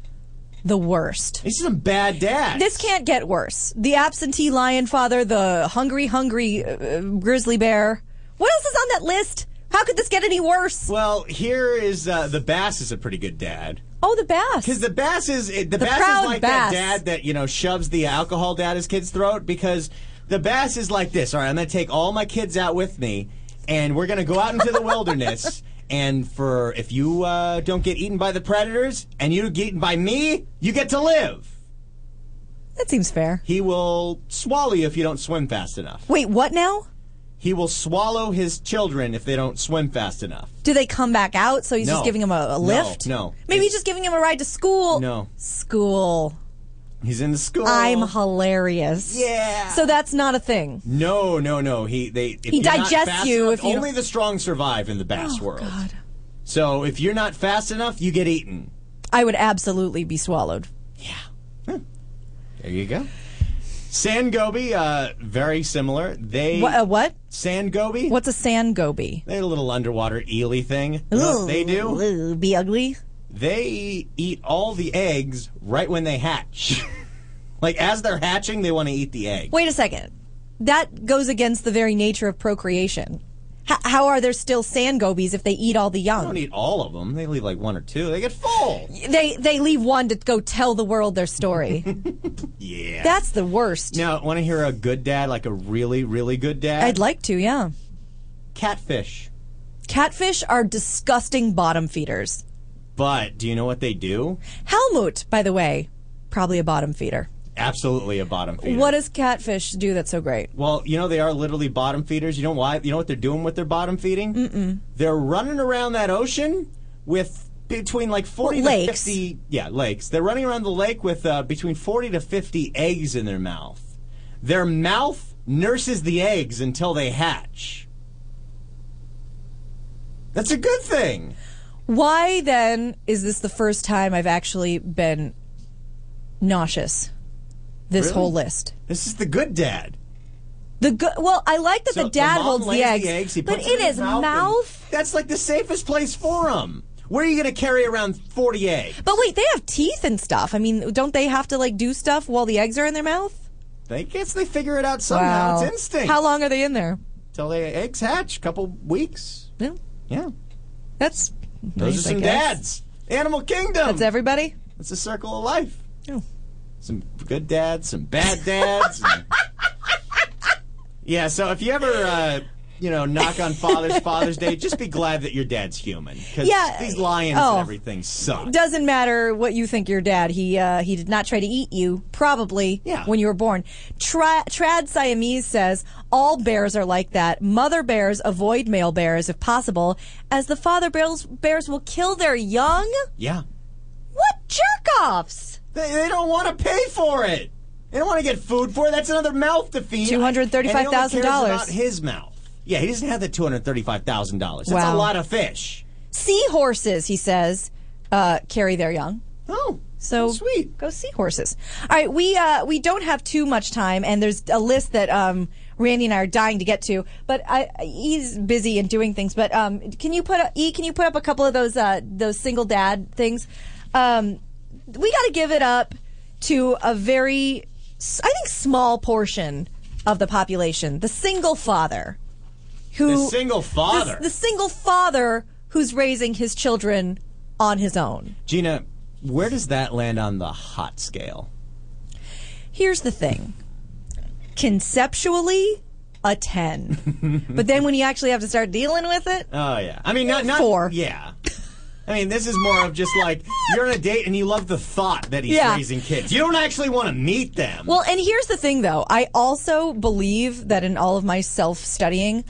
S4: the worst.
S5: These are some bad dads.
S4: This can't get worse. The absentee lion father, the hungry, hungry uh, uh, grizzly bear. What else is on that list? How could this get any worse?
S5: Well, here is uh, the bass is a pretty good dad
S4: Oh, the bass.
S5: because the bass is it- the, bass
S4: proud
S5: is like
S4: bass.
S5: that dad that you know shoves the alcohol down his kid's throat because the bass is like this. All right, I'm going to take all my kids out with me, and we're going to go out into
S4: [laughs]
S5: the wilderness. And for if you uh, don't get eaten by the predators and you get eaten by me, you get to live.
S4: That seems fair.
S5: He will swallow you if you don't swim fast enough.
S4: Wait, what now?
S5: He will swallow his children if they don't swim fast enough.
S4: Do they come back out? So he's
S5: No.
S4: just giving him a, a
S5: No,
S4: lift?
S5: no.
S4: Maybe he's just giving him a ride to school.
S5: No.
S4: School.
S5: He's in the school.
S4: I'm hilarious.
S5: Oh. Yeah.
S4: So that's not a thing.
S5: No, no, no. He they if
S4: He
S5: you're not
S4: digests
S5: fast
S4: you
S5: enough-
S4: if you Oh,
S5: only the strong survive in the bass world.
S4: God.
S5: So if you're not fast enough, you get eaten.
S4: I would absolutely be swallowed.
S5: There you go. Sand goby, uh, very similar. They
S4: What? Uh, what?
S5: sand goby.
S4: What's a sand goby?
S5: They're a little underwater eely thing. You know what they do.
S4: Ooh, be ugly.
S5: They eat all the eggs right when they hatch. [laughs] like as they're hatching, they want to eat the egg.
S4: Wait a second. That goes against the very nature of procreation. H- how are there still sand gobies if they eat all the
S5: They don't e-
S4: young?
S5: eat all of them. They leave like one or two. They get full.
S4: They they leave one to go tell the world their
S5: [laughs]
S4: story.
S5: Yeah.
S4: That's the worst.
S5: now, want to hear a good dad, like a really, really good dad?
S4: I'd like to, yeah.
S5: catfish.
S4: Catfish are disgusting bottom feeders.
S5: But do you know what they do?
S4: Helmut, by the way, probably a bottom feeder.
S5: Absolutely a bottom feeder.
S4: What does catfish do that's so great?
S5: well, you know they are literally bottom feeders. You know why? You know what they're doing with their bottom feeding? Mm-mm. They're running around that ocean with between like forty to
S4: Lakes.
S5: fifty. Yeah, lakes. They're running around the lake with uh, between forty to fifty eggs in their mouth. Their mouth nurses the eggs until they hatch. That's a good thing.
S4: Why then is this the first time I've actually been nauseous? This
S5: Really?
S4: whole list.
S5: This is the good dad.
S4: The good. Well, I like that
S5: So
S4: the dad
S5: mom
S4: holds the
S5: lays
S4: eggs,
S5: he
S4: but
S5: puts
S4: in
S5: in
S4: his mouth.
S5: and that's like the safest place for him. Where are you going to carry around 40 eggs?
S4: But wait, they have teeth and stuff. I mean, don't they have to like do stuff while the eggs are in their mouth?
S5: They guess they figure it out somehow. It's instinct.
S4: How long are they in there?
S5: Till the eggs hatch, couple weeks.
S4: Yeah,
S5: Yeah.
S4: that's
S5: Those
S4: nice,
S5: are
S4: I
S5: some
S4: guess.
S5: dads. Animal Kingdom.
S4: That's everybody.
S5: It's a circle of life.
S4: Oh.
S5: Some
S4: [laughs]
S5: good dads, some bad dads. and- yeah, so if you ever uh, you know, knock on Father's Father's Day. Just be glad that your dad's human. Because
S4: Yeah.
S5: these lions
S4: Oh.
S5: and everything suck.
S4: Doesn't matter what you think your dad. He uh, he did not try to eat you, probably when you were born. Tra- Trad Siamese says all bears are like that. Mother bears avoid male bears if possible, as the father bears bears will kill their young.
S5: Yeah.
S4: What jerk offs?
S5: They, they don't want to pay for it. They don't want to get food for it. That's another mouth to feed.
S4: $235,000.
S5: And he only cares about His mouth. Yeah, he doesn't have the two hundred thirty-five thousand dollars. That's
S4: Wow.
S5: a lot of fish.
S4: Seahorses, he says, uh, carry their young.
S5: Oh,
S4: so sweet. Go seahorses. All right, we uh, we don't have too much time, and there's a list that um, Randy and I are dying to get to, but I, he's busy and doing things. But um, can you put up, E? Can you put up a couple of those uh, those single dad things? Um, we got to give it up to a very, s- I think, small portion of the population, the single father who
S5: The single father.
S4: the, the single father who's raising his children on his own.
S5: Gina, where does that land on the hot scale?
S4: Here's the thing: conceptually, a ten, but then when you actually have to start dealing with it,
S5: Oh yeah. I mean, not not
S4: Four.
S5: Yeah. I mean, this is more of just like you're on a date and you love the thought that he's
S4: Yeah.
S5: raising kids. You don't actually want to meet them.
S4: Well, and here's the thing though. I also believe that in all of my self studying,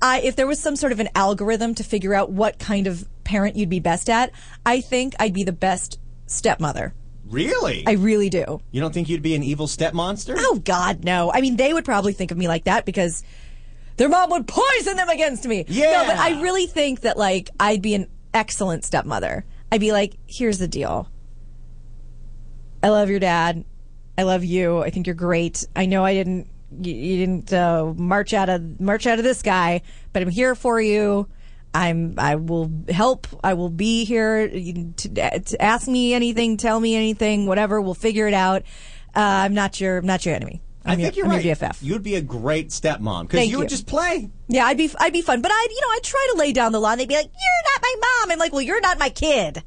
S4: I if there was some sort of an algorithm to figure out what kind of parent you'd be best at, I think I'd be the best stepmother.
S5: Really?
S4: I really do.
S5: you don't think you'd be an evil step monster?
S4: Oh God, no. I mean, they would probably think of me like that because their mom would poison them against me.
S5: Yeah.
S4: No, but I really think that like I'd be an excellent stepmother. I'd be like, here's the deal. I love your dad. I love you. I think you're great. I know I didn't you, you didn't uh, march out of march out of this guy, but I'm here for you. I'm I will help. I will be here You- to, to ask me anything, tell me anything, whatever. We'll figure it out. Uh, I'm not your I'm not your enemy.
S5: I
S4: I'm
S5: think
S4: your,
S5: you're
S4: I'm
S5: right.
S4: your BFF.
S5: You'd be a great stepmom because
S4: Thank
S5: you, would just play.
S4: Yeah, I'd be I'd be fun, but I'd you know I'd try to lay down the law. And they'd be like, "You're not my mom." I'm like, "Well, you're not my kid."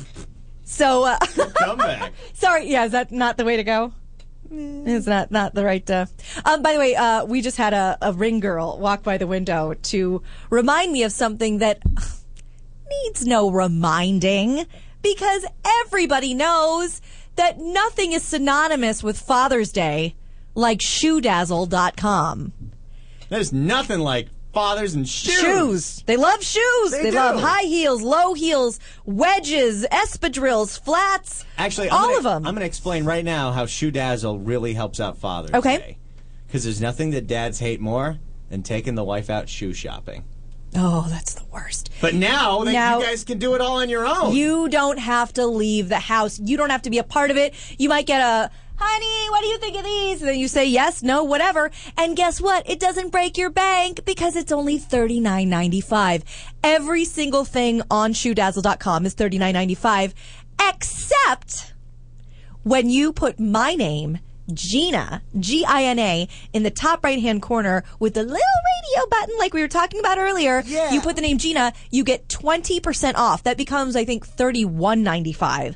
S4: [laughs] so uh,
S5: come back.
S4: Sorry, yeah, is that not the way to go?
S5: Mm.
S4: It's not not the right. Uh... Um, by the way, uh, we just had a, a ring girl walk by the window to remind me of something that [sighs] needs no reminding because everybody knows that nothing is synonymous with Father's Day like shoedazzle.com.
S5: That is nothing like fathers and shoes.
S4: Shoes. They love shoes.
S5: They
S4: They,
S5: do.
S4: love high heels, low heels, wedges, espadrilles, flats.
S5: Actually, I'm
S4: all
S5: gonna,
S4: of them.
S5: I'm going to explain right now how shoe dazzle really helps out fathers.
S4: Okay.
S5: Because there's nothing that dads hate more than taking the wife out shoe shopping.
S4: oh, that's the worst.
S5: But now, that
S4: Now-
S5: you guys can do it all on your own.
S4: You don't have to leave the house. You don't have to be a part of it. You might get a, honey, what do you think of these? And then you say yes, no, whatever. And guess what? It doesn't break your bank because it's only $39.95. Every single thing on shoedazzle.com is $39.95 except when you put my name, Gina, G I N A, in the top right hand corner with the little radio button like we were talking about earlier, you put the name Gina, you get 20% off. That becomes, I think, $31.95.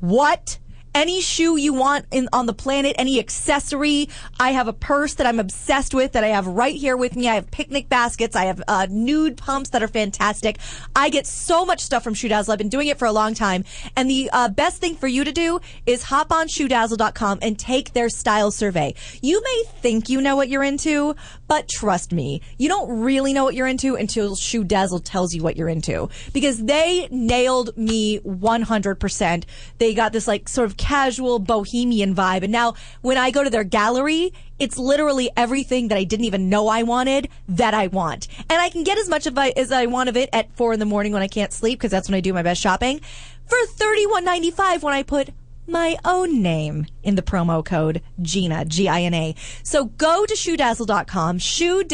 S4: What? Any shoe you want in, on the planet, any accessory. I have a purse that I'm obsessed with that I have right here with me. I have picnic baskets. I have uh, nude pumps that are fantastic. I get so much stuff from Shoe Dazzle. I've been doing it for a long time. And the uh, best thing for you to do is hop on shoedazzle.com and take their style survey. You may think you know what you're into, but trust me, you don't really know what you're into until Shoe Dazzle tells you what you're into because they nailed me 100%. They got this like sort of casual bohemian vibe. And now when I go to their gallery, it's literally everything that I didn't even know I wanted that I want. And I can get as much of I, as I want of it at four in the morning when I can't sleep because that's when I do my best shopping for $31.95 when I put my own name in the promo code Gina, G I N A. So go to shoedazzle.com,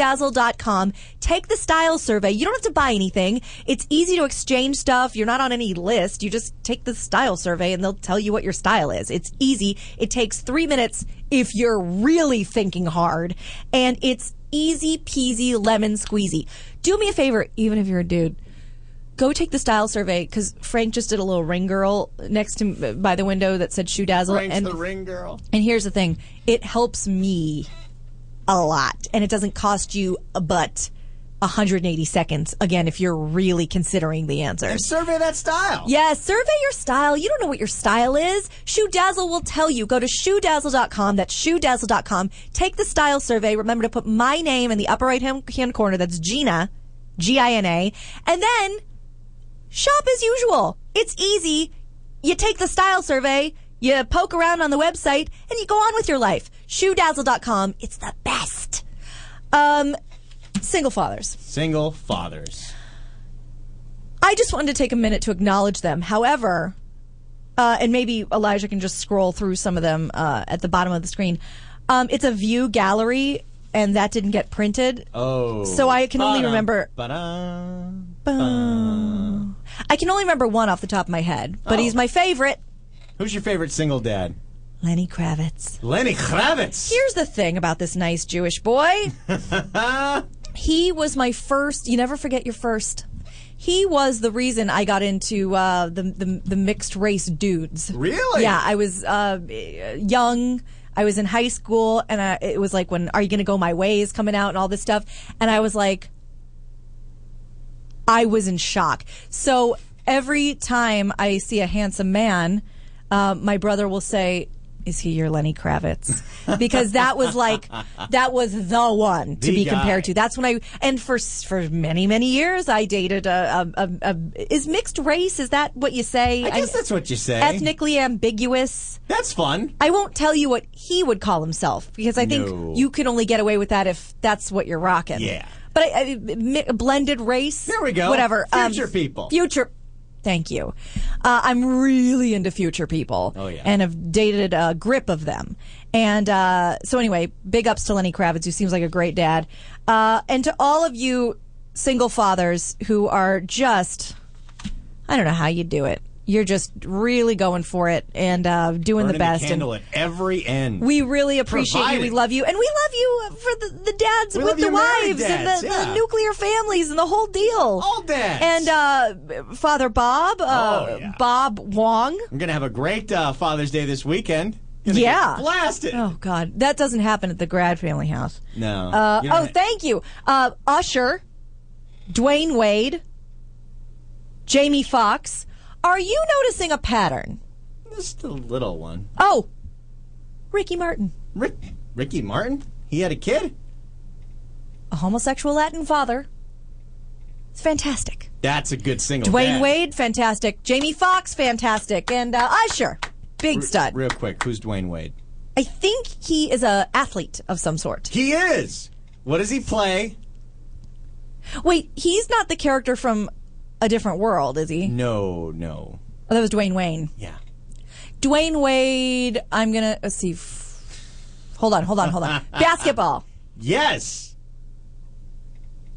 S4: shoedazzle.com, take the style survey. You don't have to buy anything. It's easy to exchange stuff. You're not on any list. You just take the style survey and they'll tell you what your style is. It's easy. It takes three minutes if you're really thinking hard. And it's easy peasy lemon squeezy. Do me a favor, even if you're a dude go take the style survey because Frank just did a little ring girl next to by the window that said shoe dazzle.
S5: Frank's
S4: and
S5: the ring girl.
S4: and here's the thing, it helps me a lot, and it doesn't cost you a but 180 seconds. Again, if you're really considering the answer.
S5: And survey that style.
S4: Yes, survey your style. You don't know what your style is. Shoe Dazzle will tell you. Go to shoedazzle.com. That's shoedazzle.com. Take the style survey. Remember to put my name in the upper right hand hand corner. That's Gina, G I N A. And then shop as usual. It's easy. You take the style survey, you poke around on the website, and you go on with your life. Shoedazzle.com. It's the best. Um, single fathers.
S5: Single fathers.
S4: I just wanted to take a minute to acknowledge them. However, uh, and maybe Elijah can just scroll through some of them uh, at the bottom of the screen. Um, it's a view gallery, and that didn't get printed.
S5: Oh.
S4: So I can only
S5: Ba-dum,
S4: remember-
S5: ba-dum.
S4: Boom. I can only remember one off the top of my head, but
S5: Oh.
S4: he's my favorite,
S5: Who's your favorite single dad?
S4: Lenny Kravitz.
S5: Lenny Kravitz.
S4: Here's the thing about this nice Jewish boy. he was my first. You never forget your first. He was the reason I got into uh, the, the the mixed race dudes.
S5: Really?
S4: Yeah, I was uh, young. I was in high school, and I, it was like when "Are You Gonna Go My Way" is coming out and all this stuff, and I was like, I was in shock. So every time I see a handsome man, uh, my brother will say, "Is he your Lenny
S5: [laughs]
S4: Kravitz?" Because that was like that was the one to
S8: The
S4: be
S8: guy.
S4: compared to. That's when I and for s- for many many years I dated a, a, a, a is mixed race. Is that what you say?
S5: I guess that's what you say.
S4: Ethnically ambiguous.
S5: That's fun.
S4: I won't tell you what he would call himself because I think
S5: No.
S4: you can only get away with that if that's what you're rocking.
S5: Yeah.
S4: But I, I, mi- blended race. There we
S5: go.
S4: Whatever. Um,
S5: Future people.
S4: Future. Thank you. Uh, I'm really into future people.
S5: Oh, yeah.
S4: And have dated a grip of them. And uh, so anyway, big ups to Lenny Kravitz, who seems like a great dad, uh, and to all of you single fathers who are just. I don't know how you do it. You're just really going for it and uh, doing
S5: Burning
S4: the best. and
S5: candle at every end.
S4: we really appreciate you. We
S5: Provided.
S4: love you, and we love you for the, the dads
S5: We
S4: with
S5: love
S4: the
S5: you married
S4: wives
S5: dads,
S4: and the,
S5: yeah.
S4: the nuclear families and the whole deal. All And
S5: dads.
S4: uh, Father Bob, uh,
S5: Oh, yeah.
S4: Bob Wong.
S5: I'm gonna have a great uh, Father's Day this weekend. Gonna get
S4: yeah,
S5: blasted.
S4: Oh God, that doesn't happen at the Grad family house.
S5: No.
S4: Uh,
S5: You know
S4: oh,
S5: what?
S4: thank you, uh, Usher, Dwayne Wade, Jamie Foxx. Are you noticing a pattern?
S5: Just a little one.
S4: Oh, Ricky Martin,
S5: Rick, Ricky Martin. He had a kid.
S4: a homosexual Latin father. It's fantastic.
S5: That's a good single.
S4: Dwayne
S5: dad.
S4: Wade, fantastic. Jamie Foxx, fantastic. And uh, Usher, big stud.
S5: Real quick, who's Dwayne Wade?
S4: I think he is a athlete of some sort.
S5: He is. What does he play?
S4: Wait, he's not the character from A Different World, is he?
S5: No, no.
S4: Oh, that was Dwayne Wayne.
S5: Yeah.
S4: Dwayne Wade, I'm going to, let's see. F- Hold on, hold on, hold on. Basketball.
S5: Yes.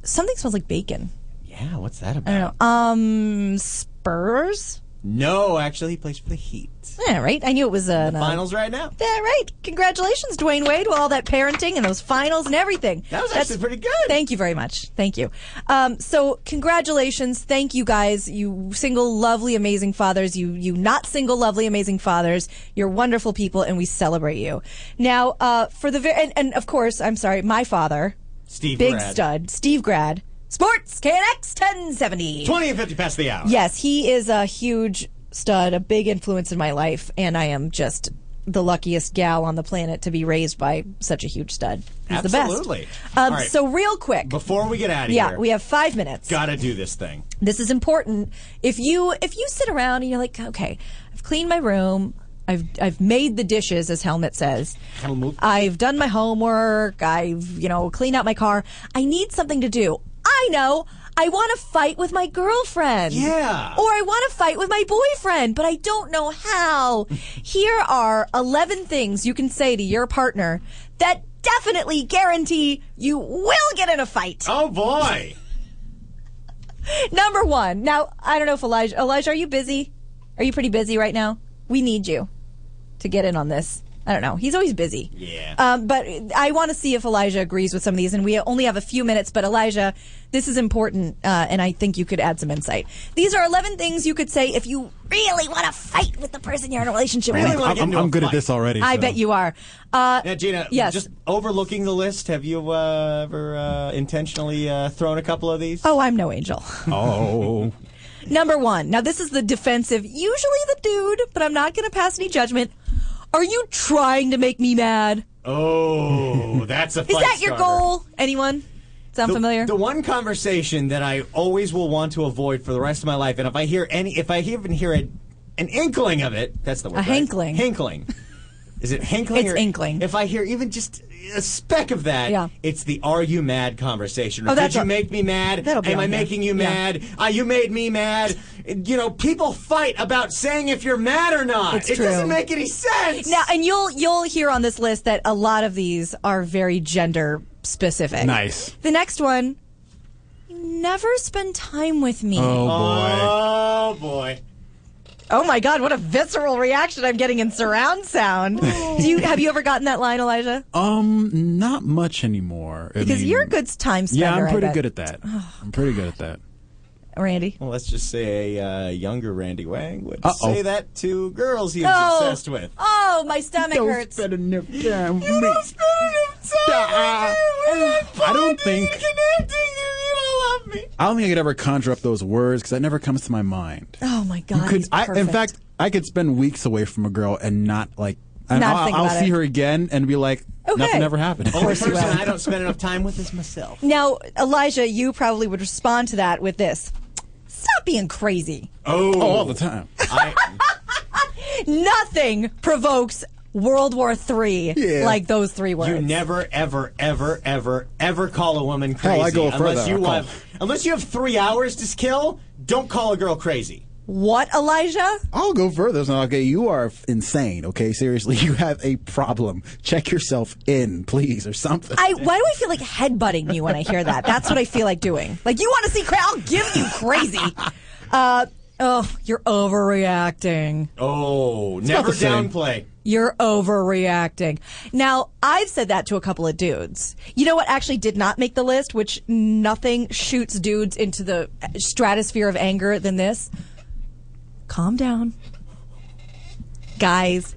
S4: Something smells like bacon.
S5: Yeah. What's that
S4: I
S5: about?
S4: don't know. Um, Spurs?
S5: No, actually, he plays for the Heat.
S4: Yeah, right? I knew it was uh,
S5: The finals right now.
S4: Yeah, right. Congratulations, Dwayne Wade, with all that parenting and those finals and everything.
S5: That was actually pretty good.
S4: Thank you very much. Thank you. Um, so, congratulations. Thank you guys. You single, lovely, amazing fathers. You, you not single, lovely, amazing fathers. You're wonderful people, and we celebrate you. Now, uh, for the very, and, and of course, I'm sorry, my father,
S5: Steve
S4: Big
S5: Grad.
S4: Stud, Steve Grad, Sports KNX 1070.
S5: Twenty and fifty past the hour.
S4: Yes, he is a huge stud, a big influence in my life, and I am just the luckiest gal on the planet to be raised by such a huge stud. He's
S5: Absolutely.
S4: the best. Um,
S5: All right.
S4: So, real quick.
S5: Before we get out of
S4: yeah,
S5: here,
S4: we have five minutes.
S5: gotta do this thing.
S4: This is important. If you if you sit around and you're like, okay, I've cleaned my room, I've I've made the dishes, as Helmet says.
S5: Helmut.
S4: I've done my homework. I've you know cleaned out my car. I need something to do. I know. I want to fight with my girlfriend.
S8: Yeah.
S4: Or I want to fight with my boyfriend, but I don't know how. Here are 11 things you can say to your partner that definitely guarantee you will get in a fight.
S5: Oh boy.
S4: Number one. Now, I don't know if Elijah, Elijah, are you busy? Are you pretty busy right now? We need you to get in on this. I don't know. He's always busy.
S5: Yeah.
S4: Um, but I want to see if Elijah agrees with some of these, and we only have a few minutes. But Elijah, this is important, uh, and I think you could add some insight. These are 11 things you could say if you really want to fight with the person you're in a relationship
S7: Really
S4: with.
S7: wanna get I'm- into I'm a good at fight. this already,
S4: I
S7: so.
S4: bet you are. Uh,
S5: Now, Gina,
S4: yes.
S5: just overlooking the list, have you uh, ever uh, intentionally uh, thrown a couple of these?
S4: Oh, I'm no angel. [laughs]
S7: Oh.
S4: Number one. Now, this is the defensive, usually the dude, but I'm not going to pass any judgment. Are you trying to make me mad?
S5: Oh, that's a
S4: Is that your goal? Anyone? Sound
S5: the,
S4: familiar?
S5: The one conversation that I always will want to avoid for the rest of my life, and if I hear any, if I even hear a, an inkling of it, that's the word.
S4: A
S5: right?
S4: hinkling. [laughs]
S5: Hinkling. Is it hinkling?
S4: It's
S5: or,
S4: inkling.
S5: If I hear even just a speck of that,
S4: Yeah.
S5: it's the "Are you mad?" conversation. Or,
S4: Oh, that's
S5: Did you
S4: a-
S5: make me mad?
S4: That'll be
S5: Am
S4: on
S5: I
S4: there.
S5: making you
S4: Yeah.
S5: mad? Ah, you made me mad. You know, people fight about saying if you're mad or not.
S4: It's
S5: it
S4: true.
S5: doesn't make any sense.
S4: Now, and you'll you'll hear on this list that a lot of these are very gender specific.
S7: Nice.
S4: The next one, you never spend time with me.
S7: Oh, boy.
S5: Oh boy.
S4: Oh my God! What a visceral reaction I'm getting in surround sound.
S7: Oh.
S4: Do you have you ever gotten that line, Elijah?
S7: Um, not much anymore. I
S4: Because
S7: mean-
S4: you're a good time spender.
S7: Yeah, I'm
S4: I
S7: pretty
S4: bet. Oh,
S7: good at Oh. that. I'm pretty good at that.
S4: Randy.
S5: Well, let's just say a uh, younger Randy Wang would
S7: Uh-oh.
S5: say that to girls he was obsessed with.
S4: oh, my stomach hurts.
S7: I don't think. I don't think I could ever conjure up those words because that never comes to my mind.
S4: Oh my God!
S7: You could,
S4: he's
S7: I, in
S4: perfect.
S7: fact, I could spend weeks away from a girl and not like. And
S4: Not
S7: I'll,
S4: think
S7: I'll
S4: about
S7: see
S4: it.
S7: her again and be like,
S4: Okay.
S7: nothing ever happened.
S5: Only
S4: you
S5: person
S4: will.
S5: I don't spend enough time with is myself.
S4: Now, Elijah, you probably would respond to that with this: "Stop being crazy."
S7: oh, [laughs] all the time.
S5: I,
S4: Nothing provokes World War III
S7: Yeah.
S4: like those three words.
S5: you never, ever, ever, ever, ever call a woman crazy.
S7: Hell, I go further.
S5: unless you
S7: I'll
S5: have, unless you have three hours to kill. Don't call a girl crazy.
S4: What, Elijah?
S7: I'll go further. So, okay, you are f- insane. Okay, seriously, [laughs] you have a problem. Check yourself in, please, or something.
S4: I why do I feel like headbutting you when I hear that? That's what I feel like doing. Like you want to see cra I'll give you crazy.
S7: [laughs]
S4: Uh, oh, you're overreacting.
S5: Oh, never
S7: the same.
S5: downplay.
S4: You're overreacting. Now, I've said that to a couple of dudes. You know what actually did not make the list, which nothing shoots dudes into the stratosphere of anger than this? Calm down. Guys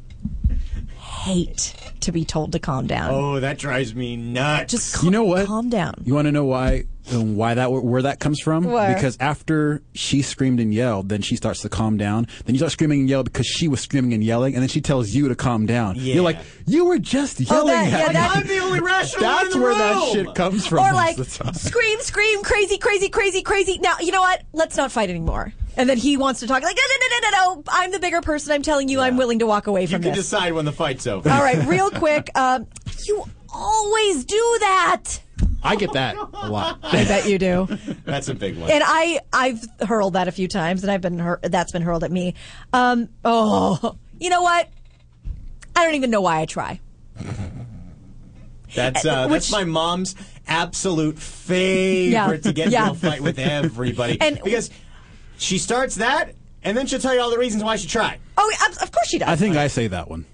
S4: hate to be told to calm down.
S5: Oh, that drives me nuts.
S4: Just
S7: you know what?
S4: calm down.
S7: You want to know why and why that where that comes from?
S4: Where?
S7: Because after she screamed and yelled, then she starts to calm down. Then you start screaming and yelling because she was screaming and yelling, and then she tells you to calm down.
S5: Yeah.
S7: You're like, you were just yelling
S4: Oh, that-
S7: at
S4: yeah,
S7: me.
S4: that-
S5: I'm the only rational one
S7: [laughs] That's
S5: in the
S7: where that
S5: room.
S7: shit comes from.
S4: Or
S7: most
S4: like
S7: of the time.
S4: scream, scream, crazy, crazy, crazy, crazy. Now you know what? Let's not fight anymore. And then he wants to talk like no, no, no, no, no. I'm the bigger person. I'm telling you, I'm willing to walk away
S5: you
S4: from
S5: can
S4: this.
S5: decide when the fight's over.
S4: All right, real quick. Um, you always do that.
S7: I
S4: [laughs]
S7: get that a lot.
S4: I bet you do.
S5: That's a big one.
S4: And I, I've hurled that a few times, and I've been hur- that's been hurled at me. Um, oh, you know what? I don't even know why I try.
S5: That's uh,
S4: Which-
S5: that's my mom's absolute favorite
S4: Yeah.
S5: to get
S4: Yeah.
S5: into a fight with everybody
S4: And-
S5: because she starts that and then she'll tell you all the reasons why she tried.
S4: Oh, of- of course she does.
S7: I think I say that one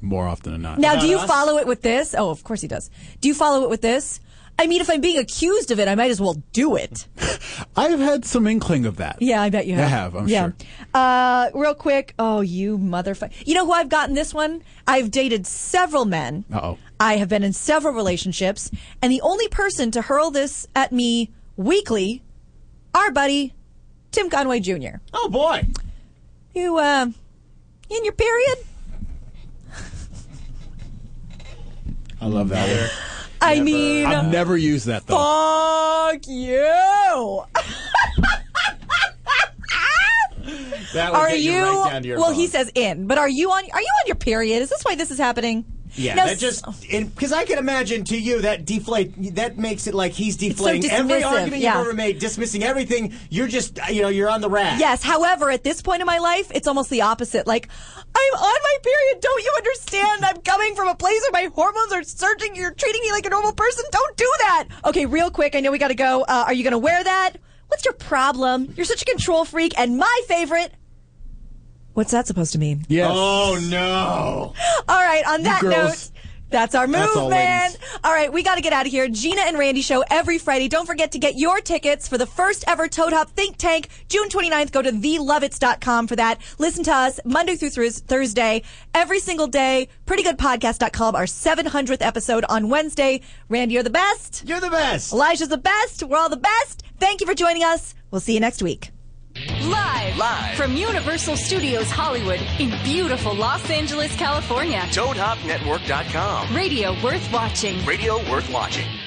S7: more often than not.
S4: Now, do you
S5: us?
S4: follow it with this? Oh, of course he does. Do you follow it with this? I mean, if I'm being accused of it, I might as well do it.
S7: I've had some inkling of that.
S4: Yeah, I bet you have.
S7: I have, I'm
S4: yeah.
S7: sure.
S4: Uh, real quick. Oh, you motherfucker. You know who I've gotten this one? I've dated several men.
S7: Uh-oh.
S4: I have been in several relationships, and the only person to hurl this at me weekly, our buddy, Tim Conway Jr.
S5: Oh boy,
S4: You, uh, in your period?
S7: I
S4: [laughs]
S7: love that.
S4: I mean,
S7: I've never used that though.
S4: fuck you.
S5: that would
S4: are
S5: get
S4: you,
S5: you, right down to your
S4: well
S5: mom.
S4: he says in but are you on are you on your period is this why this is happening
S5: yeah,
S4: Now,
S5: that just because I can imagine to you that deflate that makes it like he's deflating every
S4: dismissive,
S5: argument
S4: yeah.
S5: you've ever made, dismissing everything. You're just uh, you know you're on the rack.
S4: yes however at this point in my life it's almost the opposite like i'm on my period don't you understand i'm coming from a place where my hormones are surging you're treating me like a normal person don't do that okay real quick i know we gotta go uh, are you gonna wear that what's your problem you're such a control freak and my favorite What's that supposed to mean?
S5: Oh no.
S4: All right, on that note,
S5: girls.
S4: that's our move,
S5: That's all,
S4: man.
S5: ladies.
S4: All right, we got to get out of here. Gina and Randy show every Friday. Don't forget to get your tickets for the first ever Toad Hop Think Tank, June 29th. Go to thelovitz.com for that. Listen to us Monday through Thurs- Thursday, every single day. PrettyGoodPodcast.com, our 700th episode on Wednesday. Randy, you're the best.
S5: You're the best.
S4: Elijah's the best. We're all the best. Thank you for joining us. We'll see you next week.
S11: Live, Live from Universal Studios Hollywood in beautiful Los Angeles, California.
S3: ToadHopNetwork.com.
S11: Radio worth watching.
S3: Radio worth watching.